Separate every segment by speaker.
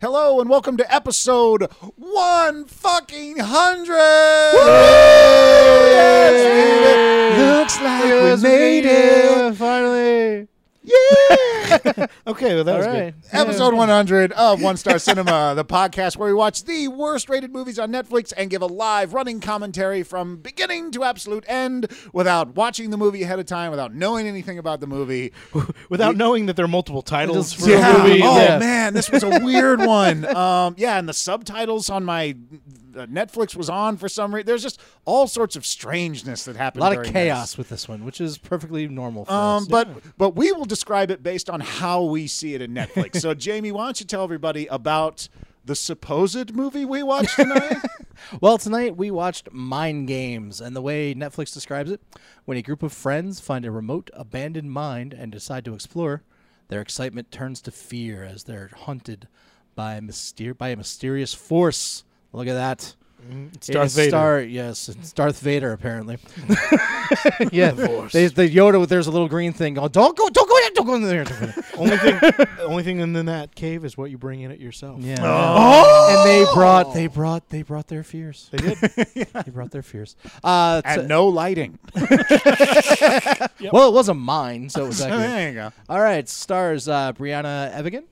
Speaker 1: Hello and welcome to episode one fucking hundred. Looks like
Speaker 2: Yes,
Speaker 1: we made
Speaker 2: did
Speaker 1: it.
Speaker 2: Finally.
Speaker 1: Yeah.
Speaker 2: Okay, well, that
Speaker 3: All
Speaker 2: was
Speaker 3: right.
Speaker 2: good.
Speaker 1: episode one hundred of One Star Cinema, the podcast where we watch the worst rated movies on Netflix and give a live running commentary from beginning to absolute end without watching the movie ahead of time, without knowing anything about the movie.
Speaker 2: Without knowing that there are multiple titles
Speaker 3: Titles
Speaker 2: for
Speaker 3: for
Speaker 2: a movie.
Speaker 1: Oh
Speaker 2: yeah.
Speaker 1: man, this was a weird one. Um, yeah, and the subtitles on my uh, Netflix was on for some reason. There's just all sorts of strangeness that
Speaker 3: A
Speaker 1: happened.
Speaker 3: lot of
Speaker 1: during
Speaker 3: chaos
Speaker 1: this.
Speaker 3: with this one, which is perfectly normal for
Speaker 1: Um,
Speaker 3: us.
Speaker 1: but but we will describe it based on how we see it in Netflix. so Jamie, why don't you tell everybody about the supposed movie we watched tonight?
Speaker 3: Well, tonight we watched Mind Games, and the way Netflix describes it, when a group of friends find a remote, abandoned mine and decide to explore, their excitement turns to fear as they're hunted by, myster- by a mysterious force. Look at that.
Speaker 2: Mm-hmm. It's Darth Vader.
Speaker 3: Star, yes, it's Darth Vader apparently. yeah, they, they Yoda. There's a little green thing. going, don't go, don't go, in, don't go in there.
Speaker 2: only thing, the only thing in that cave is what you bring in it yourself.
Speaker 3: Yeah. And they brought they brought they brought their fears.
Speaker 2: Oh! They did.
Speaker 3: They brought their fears. Uh, so-
Speaker 1: and no lighting.
Speaker 3: well, it wasn't mine, so it was actually.
Speaker 1: there you go.
Speaker 3: All right, stars uh, Brianna Evigan,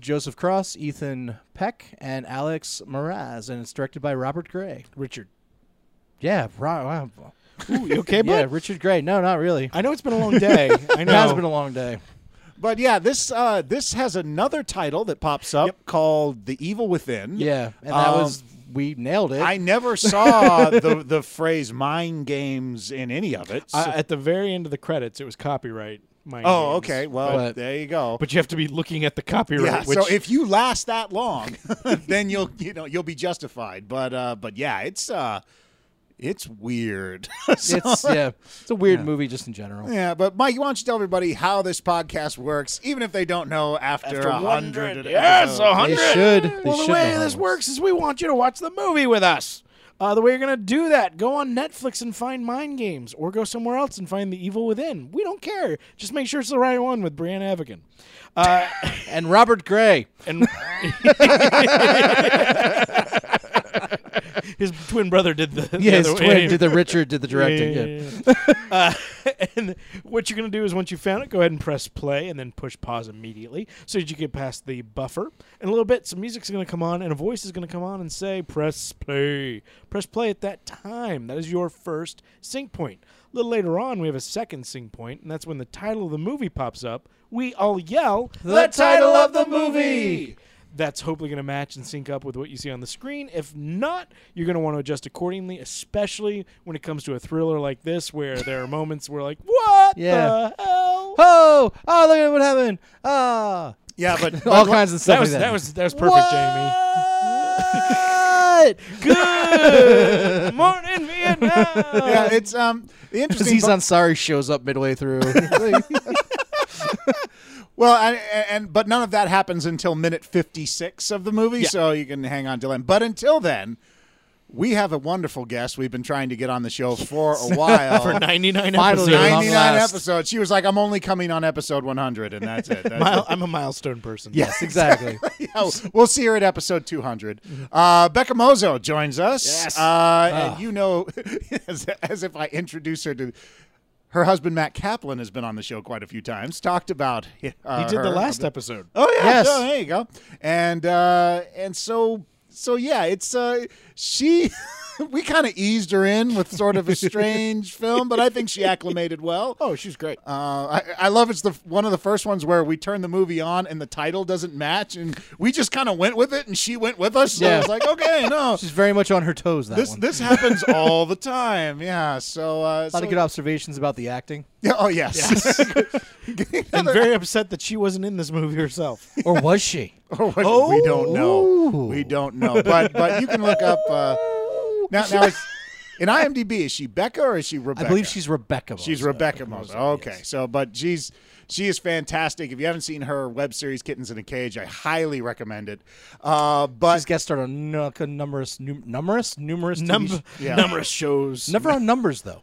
Speaker 3: Joseph Cross, Ethan Peck, and Alex Mraz, and it's directed by Robert Gray.
Speaker 2: Richard.
Speaker 3: Yeah, Ro- wow.
Speaker 2: Ooh, you okay, bud?
Speaker 3: yeah, Richard Gray. No, not really.
Speaker 2: I know it's been a long day. I know.
Speaker 3: It has been a long day.
Speaker 1: But yeah, this uh, this has another title that pops up called "The Evil Within."
Speaker 3: Yeah, and that
Speaker 1: Um,
Speaker 3: was we nailed it.
Speaker 1: I never saw the the phrase mind games in any of it.
Speaker 2: Uh, at the very end of the credits, it was copyright. Mind
Speaker 1: oh,
Speaker 2: games.
Speaker 1: okay. Well,
Speaker 3: But-
Speaker 1: there you go.
Speaker 2: But you have to be looking at the copyright.
Speaker 1: yeah,
Speaker 2: which,
Speaker 1: so if you last that long, then you'll you know you'll be justified. But uh, but yeah, it's uh, it's weird. So-
Speaker 3: it's yeah, it's a weird movie just in general.
Speaker 1: yeah, but Mike, why don't you tell everybody how this podcast works, even if they don't know after, a hundred?
Speaker 2: Yes, a hundred.
Speaker 3: should. They
Speaker 2: well,
Speaker 3: should
Speaker 2: the way
Speaker 3: know how
Speaker 2: this
Speaker 3: it
Speaker 2: works is we want you to watch the movie with us. Uh, the way you're gonna do that, go on Netflix and find Mind Games, or go somewhere else and find The Evil Within. We don't care. Just make sure it's the right one with Brianna Evigan. Uh,
Speaker 3: And Robert Gray.
Speaker 2: and his twin brother did the the
Speaker 3: Yeah, his
Speaker 2: other
Speaker 3: twin
Speaker 2: way.
Speaker 3: did the Richard did the directing. yeah.
Speaker 2: Uh, and what you're going to do is once you found it, go ahead and press play and then push pause immediately so that you get past the buffer. In a little bit, some music's going to come on and a voice is going to come on and say, press play. Press play at that time. That is your first sync point. A little later on, we have a second sync point, and that's when the title of the movie pops up. We all yell,
Speaker 3: The title of the movie!
Speaker 2: that's hopefully going to match and sync up with what you see on the screen. If not, you're going to want to adjust accordingly, especially when it comes to a thriller like this, where there are moments where like, what
Speaker 3: Yeah.
Speaker 2: the hell?
Speaker 3: Oh, oh, look at what happened. Ah,
Speaker 1: Yeah, but,
Speaker 3: all
Speaker 1: but
Speaker 3: kinds of stuff.
Speaker 2: That was
Speaker 3: like
Speaker 2: that was that was perfect,
Speaker 3: Jamie.
Speaker 2: Jamie. Good morning, Vietnam.
Speaker 1: yeah, it's um the
Speaker 3: Because
Speaker 1: interesting.
Speaker 3: he's on sorry shows up midway through.
Speaker 1: Well, and, and but none of that happens until minute fifty-six of the movie,
Speaker 2: Yeah.
Speaker 1: so you can hang on till then. But until then, we have a wonderful guest we've been trying to get on the show for a while.
Speaker 2: for 99
Speaker 3: Finally, Long
Speaker 2: episodes.
Speaker 1: 99
Speaker 3: last.
Speaker 1: episodes. She was like, "I'm only coming on episode 100, and that's it." That's
Speaker 2: Mile- I'm a milestone person.
Speaker 3: yes, exactly.
Speaker 1: it. Yeah, we'll see her at episode 200. Uh, Becca Mozo joins us.
Speaker 2: Mm-hmm. Yes. Ah.
Speaker 1: Uh, And you know, as, as if I introduce her to. Her husband Matt Kaplan has been on the show quite a few times. Talked about uh,
Speaker 2: He did the
Speaker 1: her-
Speaker 2: last episode.
Speaker 1: Oh yeah,
Speaker 3: Yes.
Speaker 1: so there you go. And uh, and so so yeah, it's uh, she. we kind of eased her in with sort of a strange film, but I think she acclimated well.
Speaker 2: Oh, she was great.
Speaker 1: Uh, I, I love it's the one of the first ones where we turn the movie on and the title doesn't match, and we just kind of went with it, and she went with us. So I
Speaker 3: Yeah.
Speaker 1: was like, okay, no,
Speaker 3: She's very much on her toes. That
Speaker 1: this
Speaker 3: one.
Speaker 1: this happens all the time. Yeah, so uh,
Speaker 3: a lot of good observations about the acting,
Speaker 1: yeah, oh yes,
Speaker 2: I'm very upset that she wasn't in this movie herself.
Speaker 3: or was she?
Speaker 1: Or what- we don't know.
Speaker 3: Oh.
Speaker 1: We don't know. But but you can look up uh, now. Now it's, in IMDb, is she Becca or is she Rebecca?
Speaker 3: I believe she's Rebecca. Moser.
Speaker 1: she's Rebecca Moser. Okay, so but she's she is fantastic. If you haven't seen her web series Kittens in a Cage, I highly recommend it. Uh, but
Speaker 3: She's guest starred on nu- uh, numerous, num- numerous, numerous, TV
Speaker 2: Num-
Speaker 3: sh-
Speaker 1: Yeah.
Speaker 2: Numerous shows.
Speaker 3: never on numbers though.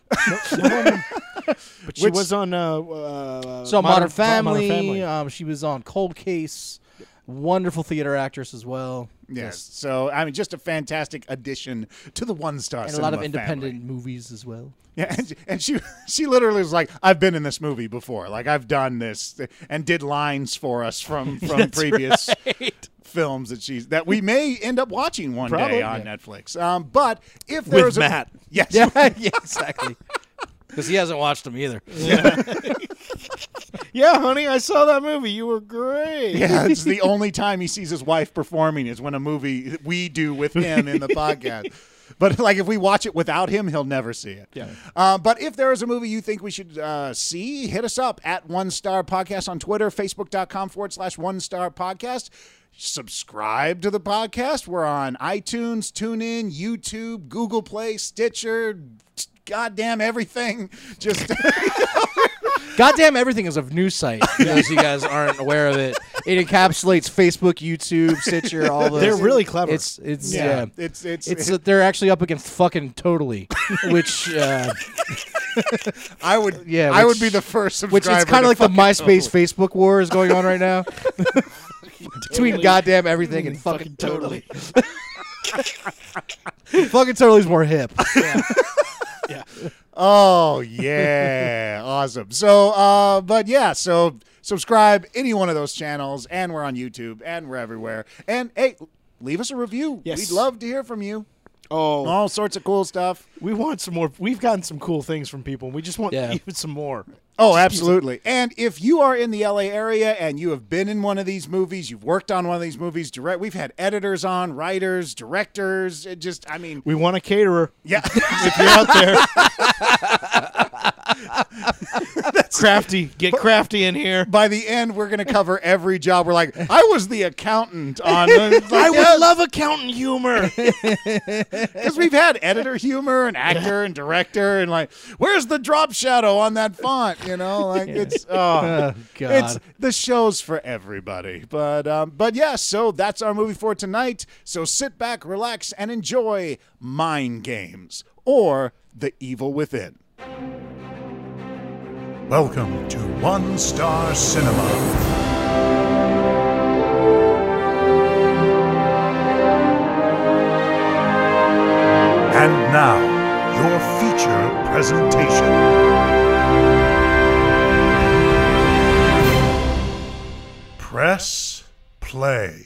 Speaker 2: But she was on uh, uh,
Speaker 3: So Modern, Family.
Speaker 2: Modern Family.
Speaker 3: Um, she was on Cold Case. Wonderful theater actress as well.
Speaker 1: Yes. So I mean, just a fantastic addition to the one star.
Speaker 3: And a lot of independent movies as well.
Speaker 1: Yeah, and, and she she literally was like, "I've been in this movie before. Like I've done this and did lines for us from from previous films that she's that we may end up watching one day
Speaker 2: Probably.
Speaker 1: on Netflix." Um, but if there's
Speaker 2: Matt.
Speaker 1: a, yes,
Speaker 3: Yeah, yeah exactly. Because he hasn't watched them either.
Speaker 2: Yeah, honey, I saw that movie. You were great.
Speaker 1: Yeah, it's the only time he sees his wife performing is when a movie we do with him in the podcast. But like, if we watch it without him, he'll never see it.
Speaker 2: Yeah.
Speaker 1: Uh, but if there is a movie you think we should uh, see, hit us up at One Star Podcast on Twitter, Facebook.com forward slash One Star Podcast. Subscribe to the podcast. We're on iTunes, TuneIn, YouTube, Google Play, Stitcher, t- goddamn everything. Just
Speaker 3: Goddamn everything is a news site. For those you guys aren't aware of it, it encapsulates Facebook, YouTube, Stitcher, all those.
Speaker 2: They're really clever.
Speaker 3: It's it's yeah.
Speaker 1: It's it's,
Speaker 3: It's that they're actually up against fucking totally, which uh,
Speaker 1: I would
Speaker 3: yeah,
Speaker 1: I would
Speaker 3: which-
Speaker 1: be the first subscriber.
Speaker 3: which it's kind
Speaker 1: to
Speaker 3: of like the
Speaker 1: fucking-
Speaker 3: MySpace Facebook war is going on right now between goddamn everything and fucking totally. fucking totally's more hip.
Speaker 2: yeah.
Speaker 1: Oh yeah, awesome. So, uh, but yeah, so subscribe any one of those channels, and we're on YouTube, and we're everywhere. And hey, leave us a review.
Speaker 2: Yes.
Speaker 1: We'd love to hear from you.
Speaker 2: Oh,
Speaker 1: All sorts of cool stuff.
Speaker 2: we want some more. We've gotten some cool things from people, and we just want
Speaker 3: Yeah.
Speaker 2: even some more.
Speaker 1: Oh, absolutely. And if you are in the LA area and you have been in one of these movies, you've worked on one of these movies, direct. We've had editors on, writers, directors. It just, I mean,
Speaker 2: We want a caterer.
Speaker 1: yeah.
Speaker 2: If you're out there, crafty, get crafty in here.
Speaker 1: By the end, we're going to cover every job. We're like, I was the accountant on.
Speaker 2: I would love accountant humor.
Speaker 1: Because we've had editor humor and actor and director and like, where's the drop shadow on that font? You know, like it's oh,
Speaker 3: God.
Speaker 1: it's the show's for everybody. But um, but yeah, so that's our movie for tonight. So sit back, relax, and enjoy Mind Games or The Evil Within. Welcome to One Star Cinema. And now, your feature presentation. Press play.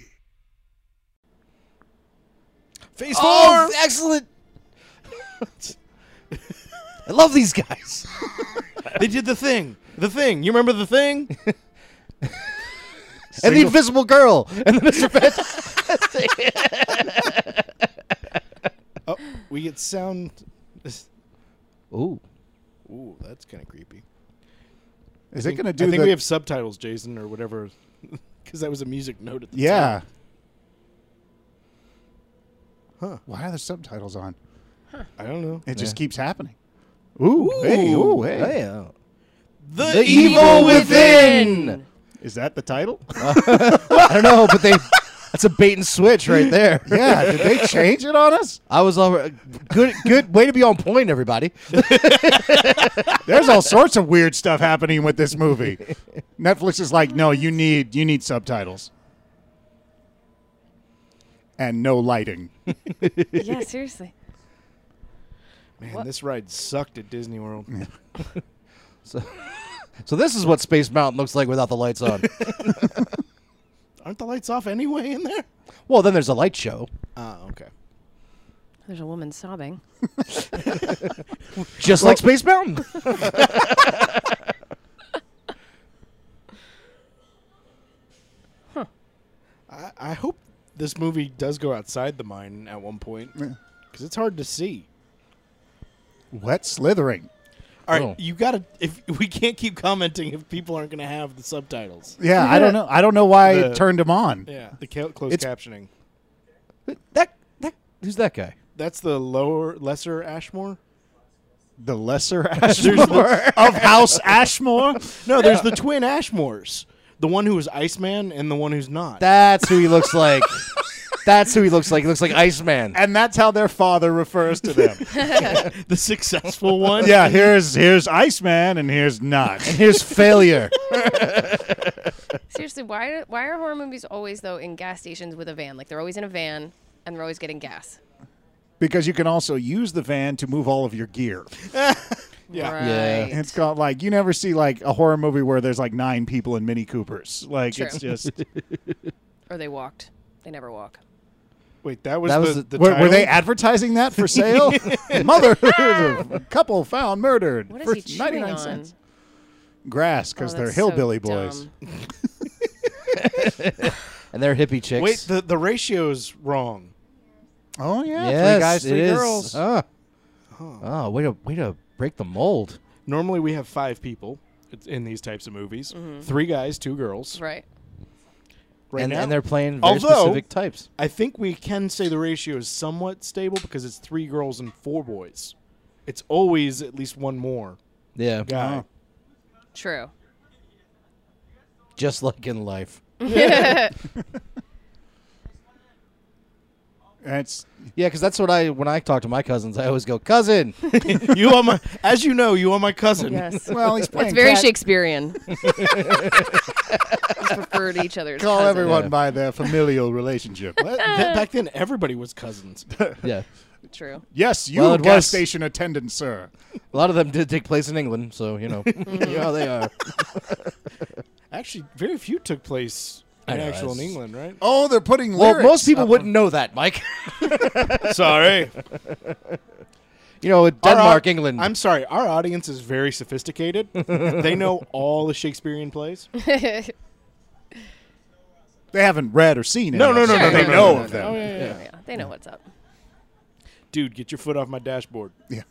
Speaker 2: Phase four.
Speaker 3: Oh, excellent. I love these guys.
Speaker 2: they did the thing. The thing. You remember the thing?
Speaker 3: and the Invisible Girl and the Mr. Fantastic.
Speaker 2: oh, we get sound.
Speaker 3: Ooh,
Speaker 2: Ooh, that's kind of creepy.
Speaker 1: Is
Speaker 2: I think-
Speaker 1: it going to do
Speaker 2: I think
Speaker 1: the-
Speaker 2: we have subtitles, Jason, or whatever, because that was a music note at the time.
Speaker 1: yeah.
Speaker 2: Huh.
Speaker 1: Why are there subtitles on?
Speaker 2: I don't know.
Speaker 1: It just
Speaker 3: Yeah.
Speaker 1: keeps happening. Ooh, hey, ooh, hey.
Speaker 2: The,
Speaker 3: evil within.
Speaker 1: Is that the title?
Speaker 3: I don't know, but they. That's a bait and switch right there.
Speaker 1: yeah. Did they change it on us?
Speaker 3: I was all good. Good way to be on point, everybody.
Speaker 1: There's all sorts of weird stuff happening with this movie. Netflix is like, no, you need you need subtitles. And no lighting.
Speaker 4: yeah, seriously.
Speaker 2: Man,
Speaker 4: What?
Speaker 2: this ride sucked at Disney World.
Speaker 3: So this is what Space Mountain looks like without the lights on.
Speaker 2: Aren't the lights off anyway in there?
Speaker 3: well, then there's a light show.
Speaker 2: Ah, okay.
Speaker 4: There's a woman sobbing.
Speaker 3: Just like Space Mountain.
Speaker 2: I, I hope this movie does go outside the mine at one point because it's hard to see.
Speaker 1: Wet slithering.
Speaker 2: All right,
Speaker 3: Oh.
Speaker 2: you gotta. If we can't keep commenting, if people aren't gonna have the subtitles,
Speaker 1: Yeah, I don't know. I don't know why
Speaker 2: The-
Speaker 1: it turned him on.
Speaker 2: yeah, the ca- closed
Speaker 3: It's-
Speaker 2: captioning.
Speaker 3: that that who's that guy?
Speaker 2: That's the lower, lesser Ashmore.
Speaker 1: The lesser Ashmore of House Ashmore.
Speaker 2: No, there's the twin Ashmores. The one who is Iceman and the one who's not.
Speaker 3: That's who he looks like. That's who he looks like. He looks like Iceman.
Speaker 1: And that's how their father refers to them.
Speaker 2: the successful one.
Speaker 1: yeah, here's here's Iceman and here's not.
Speaker 3: Here's failure.
Speaker 4: Seriously, why why are horror movies always though in gas stations with a van? Like they're always in a van and they're always getting gas.
Speaker 1: because you can also use the van to move all of your gear.
Speaker 2: Yeah.
Speaker 3: Yeah.
Speaker 4: Right.
Speaker 1: It's got like you never see like a horror movie where there's like nine people in Mini Coopers. Like
Speaker 4: True.
Speaker 1: it's just
Speaker 4: Or they walked. They never walk.
Speaker 2: Wait, that was
Speaker 3: That
Speaker 2: the,
Speaker 3: was the-
Speaker 2: the
Speaker 1: were, were
Speaker 2: title?
Speaker 1: they advertising that for sale? Mother, a couple found murdered
Speaker 4: What
Speaker 1: for
Speaker 4: is he chewing
Speaker 1: 99
Speaker 4: on?
Speaker 1: cents. Grass because
Speaker 4: Oh,
Speaker 1: they're
Speaker 4: that's so
Speaker 1: hillbilly boys.
Speaker 4: dumb.
Speaker 3: and they're hippie chicks.
Speaker 2: Wait, the the ratio's wrong.
Speaker 1: Oh yeah,
Speaker 3: yes,
Speaker 1: three guys,
Speaker 3: it
Speaker 1: three
Speaker 3: is.
Speaker 1: girls.
Speaker 3: Ah. Oh, way to way to break the mold.
Speaker 2: Normally we have five people it's in these types of movies: three guys, two girls.
Speaker 4: Mm-hmm. Right.
Speaker 2: Right
Speaker 3: and,
Speaker 2: now,
Speaker 3: and they're playing very
Speaker 2: Although-
Speaker 3: specific types.
Speaker 2: I think we can say the ratio is somewhat stable because it's three girls and four boys. It's always at least one more
Speaker 3: Yeah,
Speaker 2: guy.
Speaker 1: Oh.
Speaker 4: True.
Speaker 3: just like in life.
Speaker 1: That's
Speaker 3: Yeah, because that's what I when I talk to my cousins, I always go cousin.
Speaker 2: you are my, as you know, you are my cousin.
Speaker 4: yes.
Speaker 1: well, he's playing.
Speaker 4: It's very
Speaker 1: cat.
Speaker 4: Shakespearean. We just prefer to each other's.
Speaker 1: Call
Speaker 4: cousin.
Speaker 1: everyone
Speaker 3: Yeah.
Speaker 1: by their familial relationship.
Speaker 2: What? That- back then, everybody was cousins.
Speaker 3: yeah,
Speaker 4: True.
Speaker 1: yes, you
Speaker 3: Well, it
Speaker 1: gas
Speaker 3: was-
Speaker 1: station attendant, sir.
Speaker 3: a lot of them did take place in England, so you know,
Speaker 2: Mm-hmm.
Speaker 3: you know how they are.
Speaker 2: Actually, very few took place
Speaker 3: I
Speaker 2: in
Speaker 3: know,
Speaker 2: actual in
Speaker 3: that's-
Speaker 2: England, right?
Speaker 1: Oh, they're putting
Speaker 3: Well,
Speaker 1: lyrics.
Speaker 3: most people
Speaker 1: up.
Speaker 3: wouldn't know that, Mike.
Speaker 2: Sorry,
Speaker 3: You know,
Speaker 2: Our
Speaker 3: Denmark,
Speaker 2: au-
Speaker 3: England.
Speaker 2: I'm sorry, our audience is very sophisticated. they know all the Shakespearean plays.
Speaker 1: They haven't read or seen.
Speaker 2: No,
Speaker 1: it.
Speaker 2: no, no,
Speaker 4: no,
Speaker 1: They
Speaker 4: no,
Speaker 1: know
Speaker 4: no, no,
Speaker 1: of
Speaker 2: Oh,
Speaker 1: them.
Speaker 2: yeah, yeah, yeah.
Speaker 4: Yeah, they know what's up.
Speaker 2: Dude, get your foot off my dashboard.
Speaker 1: Yeah.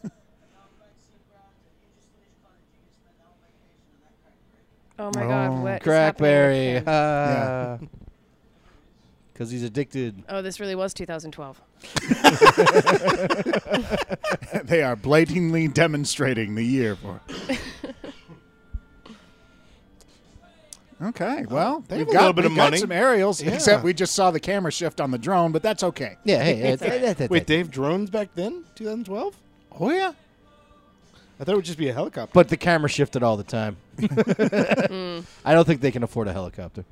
Speaker 4: Oh my God! What? is happening
Speaker 3: Crackberry,
Speaker 4: with him?
Speaker 3: because he's addicted.
Speaker 4: Oh, this really was 2012.
Speaker 1: they are blatantly demonstrating the year for. okay, well,
Speaker 2: They
Speaker 1: we've
Speaker 2: have a
Speaker 1: got,
Speaker 2: little bit
Speaker 1: we've
Speaker 2: of
Speaker 1: got
Speaker 2: money.
Speaker 1: some aerials.
Speaker 2: Yeah.
Speaker 1: Except we just saw the camera shift on the drone, but that's okay.
Speaker 3: Yeah, hey, it's,
Speaker 4: all right.
Speaker 3: that- that-
Speaker 2: Wait,
Speaker 3: that-
Speaker 2: they have drones back then, 2012?
Speaker 1: Oh yeah,
Speaker 2: I thought it would just be a helicopter.
Speaker 3: but the camera shifted all the time. I don't think they can afford a helicopter.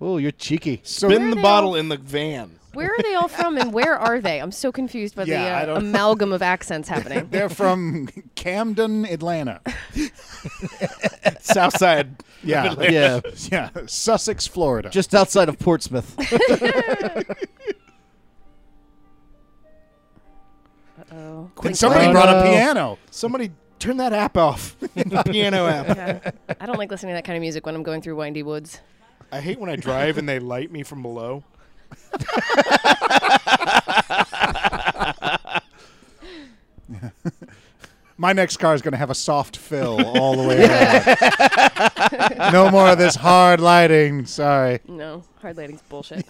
Speaker 3: Oh, you're cheeky.
Speaker 1: so
Speaker 2: Spin the
Speaker 4: they
Speaker 2: bottle
Speaker 4: all-
Speaker 2: in the van.
Speaker 4: Where are they all from, and where are they? I'm so confused by
Speaker 1: Yeah, I
Speaker 4: the uh,
Speaker 1: don't-
Speaker 4: amalgam of accents happening.
Speaker 1: they're from Camden, Atlanta.
Speaker 2: South side.
Speaker 1: Yeah,
Speaker 3: Yeah,
Speaker 1: yeah, Sussex, Florida.
Speaker 3: just outside of Portsmouth.
Speaker 4: Uh-oh.
Speaker 1: and somebody
Speaker 3: Oh,
Speaker 1: brought a
Speaker 3: no.
Speaker 1: piano.
Speaker 2: Somebody turn that app off. the piano app.
Speaker 4: Yeah. I don't like listening to that kind of music when I'm going through windy woods.
Speaker 2: I hate when I drive and they light me from below.
Speaker 1: My next car is going to have a soft fill all the way around. no more of this hard lighting. Sorry.
Speaker 4: No, hard lighting's bullshit.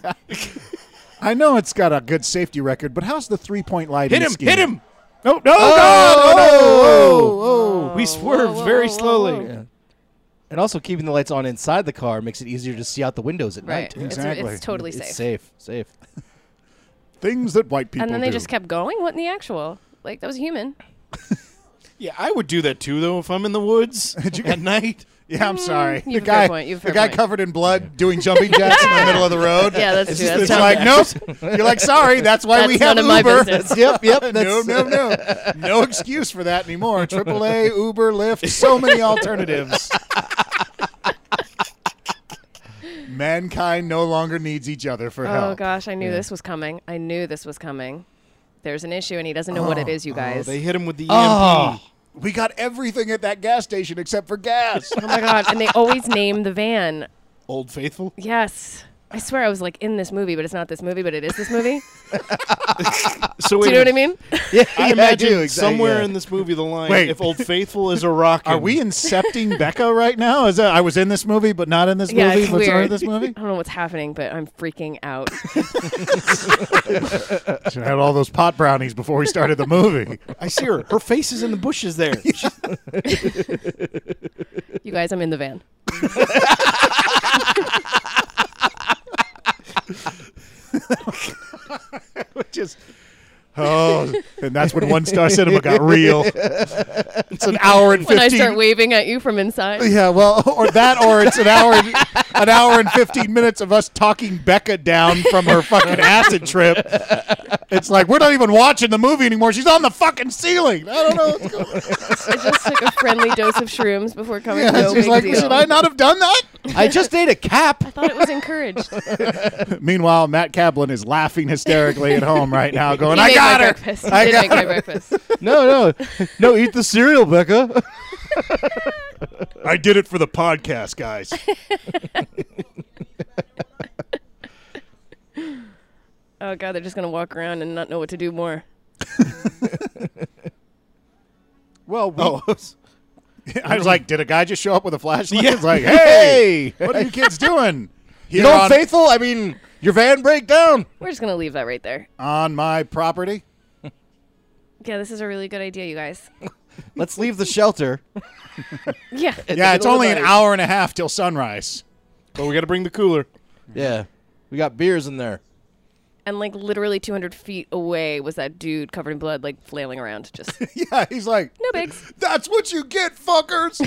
Speaker 1: I know it's got a good safety record, but how's the three point lighting?
Speaker 2: Hit him!
Speaker 1: scheme?
Speaker 2: Hit him!
Speaker 1: No, no, God, oh, no, oh,
Speaker 2: We swerved
Speaker 4: whoa,
Speaker 2: very
Speaker 4: whoa, whoa,
Speaker 2: slowly.
Speaker 4: whoa.
Speaker 3: Yeah. And also keeping the lights on inside the car makes it easier to see out the windows at
Speaker 4: Right.
Speaker 3: night.
Speaker 4: It's- It's,
Speaker 1: Exactly.
Speaker 4: totally
Speaker 3: It's safe,
Speaker 4: safe.
Speaker 3: safe.
Speaker 1: Things that white people
Speaker 4: And then they
Speaker 1: do.
Speaker 4: just kept going. What in the actual? Like that was human.
Speaker 2: Yeah, I would do that too, though, if I'm in the woods at night.
Speaker 1: yeah, I'm sorry.
Speaker 4: Mm, you
Speaker 1: the
Speaker 4: have a fair
Speaker 1: guy,
Speaker 4: point, you have a
Speaker 1: the
Speaker 4: fair
Speaker 1: guy
Speaker 4: point.
Speaker 1: covered in blood doing jumping jacks in the middle of the road.
Speaker 4: Yeah, that's true. That's
Speaker 1: It's
Speaker 4: not-
Speaker 1: like, nope. You're like, sorry. That's why we have
Speaker 4: That's none of my
Speaker 1: Uber.
Speaker 4: business.
Speaker 3: yep, yep.
Speaker 1: no,
Speaker 3: that's-
Speaker 1: no, no, no excuse for that anymore. AAA, Uber, Lyft, so many alternatives. Mankind no longer needs each other for help.
Speaker 4: Oh gosh, I knew this was coming. I knew this was coming. There's an issue, and he doesn't know what it is, you
Speaker 2: Oh,
Speaker 4: guys.
Speaker 2: they hit him with the E EMP.
Speaker 1: Ah.
Speaker 3: Oh.
Speaker 1: We got everything at that gas station except for gas.
Speaker 4: oh my god! And they always name the van.
Speaker 2: Old Faithful.
Speaker 4: Yes, I swear I was like in this movie, but it's not this movie, but it is this movie.
Speaker 2: So
Speaker 4: Do
Speaker 2: wait,
Speaker 4: you know what I mean?
Speaker 3: Yeah,
Speaker 2: I
Speaker 3: yeah,
Speaker 2: imagine
Speaker 3: do, exactly,
Speaker 2: somewhere
Speaker 3: yeah.
Speaker 2: in this movie the line,
Speaker 1: Wait.
Speaker 2: if Old Faithful is a rock,
Speaker 1: Are we incepting Becca right now? Is that, I was in this movie, but not in this
Speaker 4: Yeah,
Speaker 1: movie.
Speaker 4: it's
Speaker 1: but sorry,
Speaker 4: weird.
Speaker 1: this movie.
Speaker 4: I don't know what's happening, but I'm freaking out.
Speaker 1: Should have had all those pot brownies before we started the movie.
Speaker 2: I see her. Her face is in the bushes there. She-
Speaker 4: you guys, I'm in the van.
Speaker 1: Just Oh, and that's when One Star Cinema got real. It's an hour and
Speaker 4: When I
Speaker 1: fifteen.
Speaker 4: start waving at you from inside.
Speaker 1: yeah, well, or that, or it's an hour, and, an hour and fifteen minutes of us talking Becca down from her fucking acid trip. It's like we're not even watching the movie anymore. She's on the fucking ceiling. I don't know. What's going on.
Speaker 4: I just took a friendly dose of shrooms before coming.
Speaker 1: Yeah,
Speaker 4: no
Speaker 1: she's
Speaker 4: big
Speaker 1: like,
Speaker 4: deal.
Speaker 1: should I not have done that?
Speaker 3: I just need a cap.
Speaker 4: Thought it was encouraged. He
Speaker 1: Meanwhile, Matt Kaplan is laughing hysterically at home right now, going, "I
Speaker 4: made
Speaker 1: got
Speaker 4: my
Speaker 1: her."
Speaker 4: breakfast. He
Speaker 1: I
Speaker 4: did
Speaker 1: got
Speaker 4: make my breakfast.
Speaker 3: No, no, no. Eat the cereal, Becca.
Speaker 1: I did it for the podcast, guys.
Speaker 4: Oh god, they're just gonna walk around and not know what to do more.
Speaker 1: Well, we,
Speaker 2: Oh,
Speaker 1: I was like, did a guy just show up with a flashlight?
Speaker 2: Yeah.
Speaker 1: It's like, hey, what are you kids doing?
Speaker 3: You
Speaker 1: Here
Speaker 3: know,
Speaker 1: on,
Speaker 3: faithful. I mean, your van break down.
Speaker 4: We're just gonna leave that right there.
Speaker 1: on my property?
Speaker 4: Yeah, this is a really good idea, you guys.
Speaker 3: Let's leave the shelter.
Speaker 4: Yeah.
Speaker 1: Yeah, it's
Speaker 3: middle of
Speaker 1: only
Speaker 3: the
Speaker 1: an
Speaker 3: night.
Speaker 1: hour and a half till sunrise.
Speaker 2: but we got to bring the cooler.
Speaker 3: Yeah, we got beers in there.
Speaker 4: And like literally 200 feet away was that dude covered in blood, like flailing around. Just no
Speaker 1: Yeah, he's like,
Speaker 4: bigs.
Speaker 1: that's what you get, fuckers.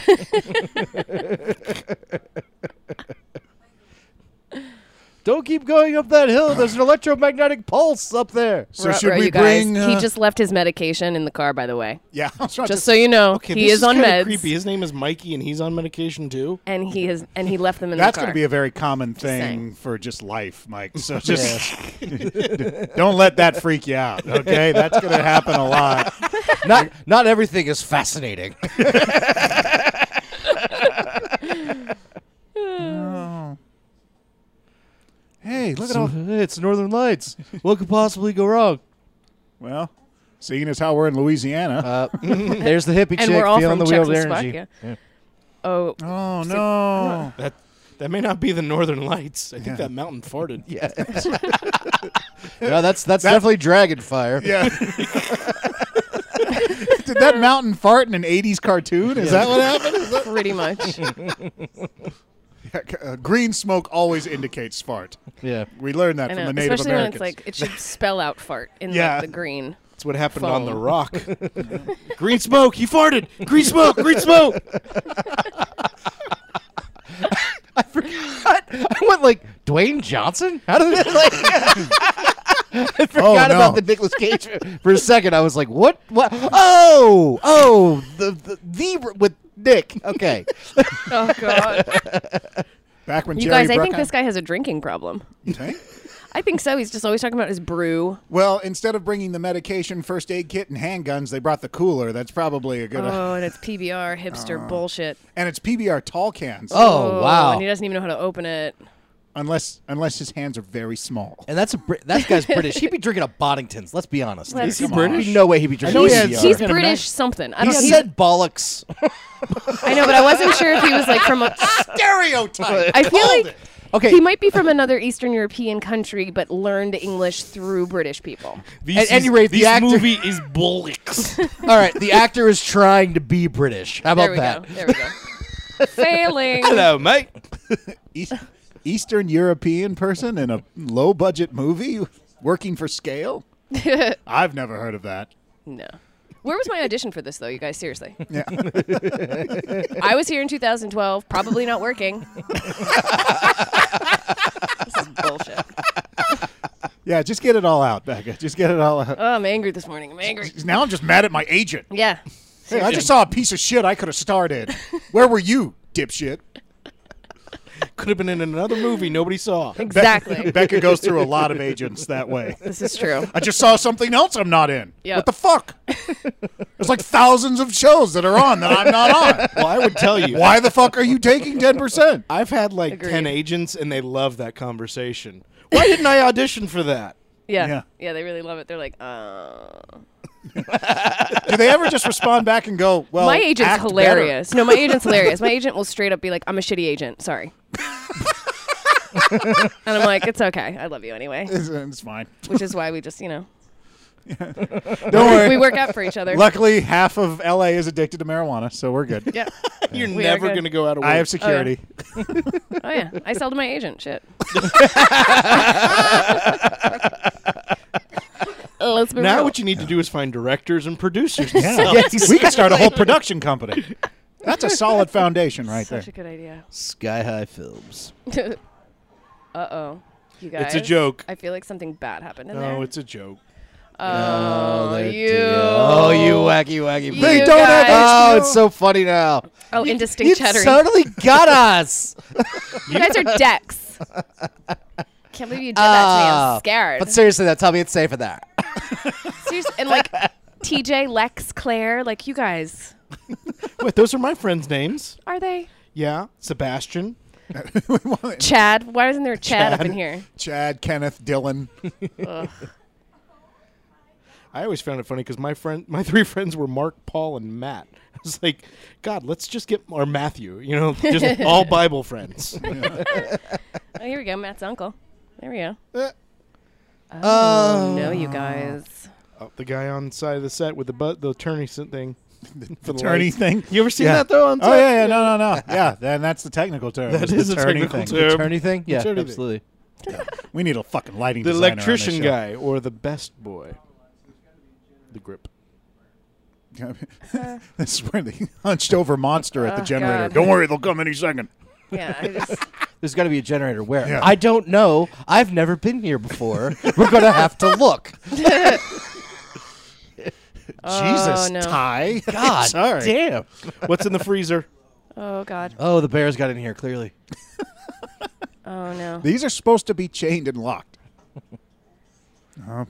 Speaker 3: Don't keep going up that hill. There's an electromagnetic pulse up there.
Speaker 1: so
Speaker 4: Ruh-roh,
Speaker 1: should we
Speaker 4: you guys.
Speaker 1: bring?
Speaker 4: he
Speaker 1: uh,
Speaker 4: just left his medication in the car, by the way.
Speaker 1: yeah, I was trying
Speaker 4: Just
Speaker 1: to,
Speaker 4: so you know, he
Speaker 2: this
Speaker 4: is, on
Speaker 2: kinda
Speaker 4: meds,
Speaker 2: Creepy. His name is Mikey, and he's on medication too.
Speaker 4: and he has and he left them in
Speaker 1: that's
Speaker 4: the car.
Speaker 1: going to be a very common thing
Speaker 4: saying.
Speaker 1: for just life, Mike. So just don't let that freak you out. Okay, that's going to happen a lot.
Speaker 3: Not not everything is fascinating.
Speaker 1: Hey, look at all.
Speaker 3: it's Northern Lights. What could possibly go wrong?
Speaker 1: Well, seeing as how we're in Louisiana.
Speaker 3: Uh, there's the hippie
Speaker 4: and
Speaker 3: chick
Speaker 4: we're all
Speaker 3: feeling
Speaker 4: from
Speaker 3: the
Speaker 4: E. Czech
Speaker 3: wheel of energy.
Speaker 4: Slovakia. Oh,
Speaker 1: oh no.
Speaker 2: That that may not be the Northern Lights. I think that mountain farted.
Speaker 3: Yeah. no, that's that's definitely dragon fire.
Speaker 1: Yeah. Did that mountain fart in an 80s cartoon? Is that what happened?
Speaker 4: pretty much.
Speaker 1: Uh, green smoke always indicates fart.
Speaker 3: Yeah.
Speaker 1: We learned that
Speaker 4: I
Speaker 1: from
Speaker 4: know,
Speaker 1: the Native
Speaker 4: especially
Speaker 1: Americans.
Speaker 4: when it's like it should spell out fart in
Speaker 1: Yeah.
Speaker 4: like, the green.
Speaker 2: That's what happened on the
Speaker 4: Foam.
Speaker 2: rock. green smoke. He farted. Green smoke. Green smoke.
Speaker 3: I went like Dwayne Johnson. How did it like? I forgot
Speaker 2: Oh,
Speaker 1: no.
Speaker 3: about the Nicolas Cage for a second. I was like, what? What? Oh, oh, the the, the with Nick. Okay.
Speaker 4: Oh god.
Speaker 1: Back when
Speaker 4: You
Speaker 1: Jerry
Speaker 4: guys, I think
Speaker 1: Bruckheimer-
Speaker 4: this guy has a drinking problem.
Speaker 1: You think?
Speaker 4: I think so. He's just always talking about his brew.
Speaker 1: Well, instead of bringing the medication, first aid kit, and handguns, they brought the cooler. That's probably a good. uh,
Speaker 4: Oh, and it's PBR hipster bullshit.
Speaker 1: and it's PBR tall cans,
Speaker 3: Oh, wow.
Speaker 4: And he doesn't even know how to open it.
Speaker 1: unless unless his hands are very small.
Speaker 3: And that's a Brit- that guy's British. He'd be drinking a Boddingtons. Let's be honest.
Speaker 4: Let's- Is he
Speaker 3: Come on.
Speaker 2: British?
Speaker 3: No way he'd be drinking.
Speaker 2: know he
Speaker 3: PBR.
Speaker 2: had-
Speaker 4: He's, he's
Speaker 2: Yeah.
Speaker 4: British something. I
Speaker 3: he
Speaker 4: don't know.
Speaker 3: said bollocks.
Speaker 4: I know, but I wasn't sure if he was like from a.
Speaker 1: Stereotype.
Speaker 4: I feel
Speaker 1: Called
Speaker 4: like
Speaker 1: it.
Speaker 3: Okay.
Speaker 4: he might be from another Eastern European country, but learned English through British people.
Speaker 3: At
Speaker 2: This
Speaker 3: any rate, the
Speaker 2: this
Speaker 3: actor-
Speaker 2: movie is bollocks.
Speaker 3: All right. The actor is trying to be British. How about
Speaker 4: there we
Speaker 3: that?
Speaker 4: go. There we go. Failing.
Speaker 2: Hello, mate.
Speaker 1: East, Eastern European person in a low budget movie working for scale? I've never heard of that.
Speaker 4: No. Where was my audition for this, though, you guys? Seriously.
Speaker 1: Yeah.
Speaker 4: I was here in 2012, probably not working. this is bullshit.
Speaker 1: Yeah, just get it all out, Becca. Just get it all out.
Speaker 4: Oh, I'm angry this morning. I'm angry.
Speaker 1: Now I'm just mad at my agent.
Speaker 4: Yeah.
Speaker 1: Hey, I just saw a piece of shit I could have started. Where were you, dipshit?
Speaker 2: Could have been in another movie nobody saw.
Speaker 4: Exactly.
Speaker 1: Becca goes through a lot of agents that way.
Speaker 4: this is true.
Speaker 1: I just saw something else I'm not in.
Speaker 4: Yeah.
Speaker 1: What the fuck? There's like thousands of shows that are on that I'm not on.
Speaker 2: Well, I would tell you.
Speaker 1: Why the fuck are you taking 10%?
Speaker 2: I've had like
Speaker 4: Agreed.
Speaker 2: 10 agents and they love that conversation. Why didn't I audition for that?
Speaker 4: Yeah.
Speaker 1: Yeah.
Speaker 4: yeah. they really love it. They're like, uh.
Speaker 1: Do they ever just respond back and go,
Speaker 2: Oh,
Speaker 1: well,
Speaker 4: my agent's
Speaker 1: act better?
Speaker 4: hilarious. No, my agent's hilarious. My agent will straight up be like, I'm a shitty agent. Sorry. and I'm like, it's okay. I love you anyway.
Speaker 1: It's, it's fine.
Speaker 4: Which is why we just, you know,
Speaker 1: Don't worry.
Speaker 4: we work out for each other.
Speaker 1: Luckily, half of LA is addicted to marijuana, so we're good.
Speaker 4: Yeah.
Speaker 2: You're
Speaker 4: We are
Speaker 2: never
Speaker 4: good.
Speaker 2: going to go out of work.
Speaker 1: I have security.
Speaker 4: Oh, yeah. I sell to my agent. Shit. Let's be
Speaker 2: now
Speaker 4: real.
Speaker 2: what you need to do is find directors and producers. to
Speaker 1: Yeah.
Speaker 2: sell it.
Speaker 1: We could start a whole production company. That's a solid foundation right there.
Speaker 4: Such a good idea.
Speaker 3: Sky High Films.
Speaker 4: Uh oh, you
Speaker 2: It's
Speaker 4: guys.
Speaker 2: a joke.
Speaker 4: I feel like something bad happened in there.
Speaker 2: No, it's a joke.
Speaker 4: oh,
Speaker 3: they're
Speaker 4: you.
Speaker 3: together. Oh, you wacky, wacky.
Speaker 4: You
Speaker 1: They
Speaker 3: bitch.
Speaker 1: don't have
Speaker 4: guys.
Speaker 3: Oh, it's so funny now.
Speaker 4: Oh,
Speaker 3: You
Speaker 4: indistinct chattering.
Speaker 3: totally got us.
Speaker 4: You guys are decks. Ah, Can't believe you did that to me.
Speaker 3: Oh.
Speaker 4: I'm scared.
Speaker 3: But seriously, though, tell me it's safe in there.
Speaker 4: Seriously, and like TJ, Lex, Claire, like you guys,
Speaker 2: Wait, those are my friends' names.
Speaker 4: are they?
Speaker 2: Yeah, Sebastian.
Speaker 4: Chad? Why isn't there a Chad, up in here?
Speaker 1: Chad, Kenneth, Dylan.
Speaker 2: I always found it funny because my friend, my three friends were Mark, Paul, and Matt. I was like, God, let's just get or Matthew. You know, just all Bible friends.
Speaker 4: Oh, here we go. Matt's uncle. There we go.
Speaker 2: Eh.
Speaker 1: Um,
Speaker 4: Oh, no, you guys.
Speaker 2: Oh, the guy on the side of the set with the but the attorney sit thing. For the
Speaker 1: Attorney
Speaker 2: lights.
Speaker 1: thing.
Speaker 2: You ever seen
Speaker 1: Yeah.
Speaker 2: that though? On
Speaker 1: Oh
Speaker 2: set?
Speaker 1: yeah, yeah, no, no, no. Yeah, then that's the technical term. is
Speaker 2: That
Speaker 1: the
Speaker 2: is a
Speaker 1: turning
Speaker 2: technical
Speaker 1: thing.
Speaker 2: term.
Speaker 3: Turn anything? Yeah,
Speaker 2: Turn anything.
Speaker 3: absolutely.
Speaker 1: We need a fucking lighting.
Speaker 2: The
Speaker 1: designer on this
Speaker 2: electrician
Speaker 1: show.
Speaker 2: guy or the best boy. The grip.
Speaker 1: this is where the hunched over monster at the
Speaker 4: Oh,
Speaker 1: generator.
Speaker 4: God.
Speaker 1: Don't worry, they'll come any second.
Speaker 4: Yeah, I just,
Speaker 3: There's got to be a generator where?
Speaker 1: Yeah.
Speaker 3: I don't know. I've never been here before. We're going to have to look.
Speaker 1: Jesus,
Speaker 4: Oh, no.
Speaker 1: Ty.
Speaker 3: God
Speaker 1: Sorry.
Speaker 3: damn.
Speaker 2: What's in the freezer?
Speaker 4: oh God.
Speaker 3: Oh, the bears got in here, clearly.
Speaker 4: Oh no.
Speaker 1: These are supposed to be chained and locked.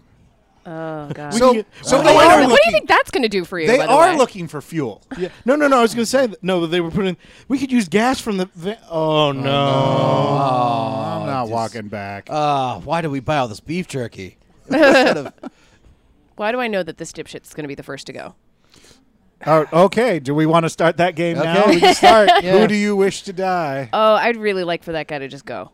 Speaker 4: Oh God.
Speaker 1: So,
Speaker 2: get-
Speaker 1: so
Speaker 4: What
Speaker 1: they
Speaker 4: do you-
Speaker 1: are
Speaker 4: what do
Speaker 1: looking.
Speaker 4: you think that's going to do for you?
Speaker 1: They
Speaker 4: by the
Speaker 1: are
Speaker 4: way?
Speaker 1: looking for fuel.
Speaker 2: Yeah. No, no, no. I was gonna say that. no. They were putting. We could use gas from the. Va- oh no.
Speaker 1: I'm not walking back.
Speaker 3: Uh, why do we buy all this beef jerky? Instead of-
Speaker 4: Why do I know that this dipshit's going to be the first to go?
Speaker 1: Oh, okay, do we want to start that game now?
Speaker 3: Okay.
Speaker 1: We can start.
Speaker 3: Yeah.
Speaker 1: Who do you wish to die?
Speaker 4: Oh, I'd really like for that guy to just go.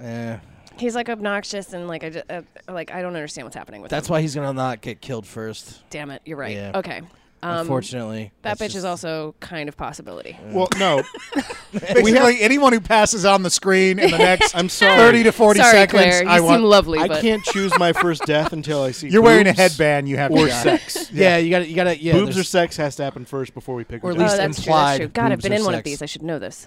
Speaker 3: Eh,
Speaker 4: He's like obnoxious and like I just, uh, like I don't understand what's happening with
Speaker 3: that's
Speaker 4: him.
Speaker 3: why he's going to not get killed first,
Speaker 4: Damn it, you're right.
Speaker 3: Yeah.
Speaker 4: Okay. Um,
Speaker 3: unfortunately.
Speaker 4: That
Speaker 3: That's
Speaker 4: bitch
Speaker 3: just-
Speaker 4: is also kind of possibility.
Speaker 2: Well, no.
Speaker 1: Basically, anyone who passes on the screen in the next
Speaker 2: I'm sorry.
Speaker 1: 30 to 40
Speaker 4: Sorry,
Speaker 1: seconds,
Speaker 4: Claire. You
Speaker 1: I
Speaker 4: seem
Speaker 1: want.
Speaker 4: lovely,
Speaker 2: I
Speaker 4: but
Speaker 2: can't choose my first death until I see.
Speaker 1: you're wearing a
Speaker 2: boobs
Speaker 1: headband. You have to
Speaker 2: Or
Speaker 1: die.
Speaker 2: sex.
Speaker 3: Yeah, you got to, you got to, yeah.
Speaker 2: boobs or
Speaker 3: there's-
Speaker 2: sex has to happen first before we pick.
Speaker 3: Or
Speaker 2: a
Speaker 3: at
Speaker 2: gender.
Speaker 4: Oh,
Speaker 3: least
Speaker 4: that's true. That's true.
Speaker 3: implied
Speaker 4: God, I've
Speaker 3: boobs
Speaker 4: been
Speaker 3: are
Speaker 4: in one of
Speaker 3: sex.
Speaker 4: these. I should know this.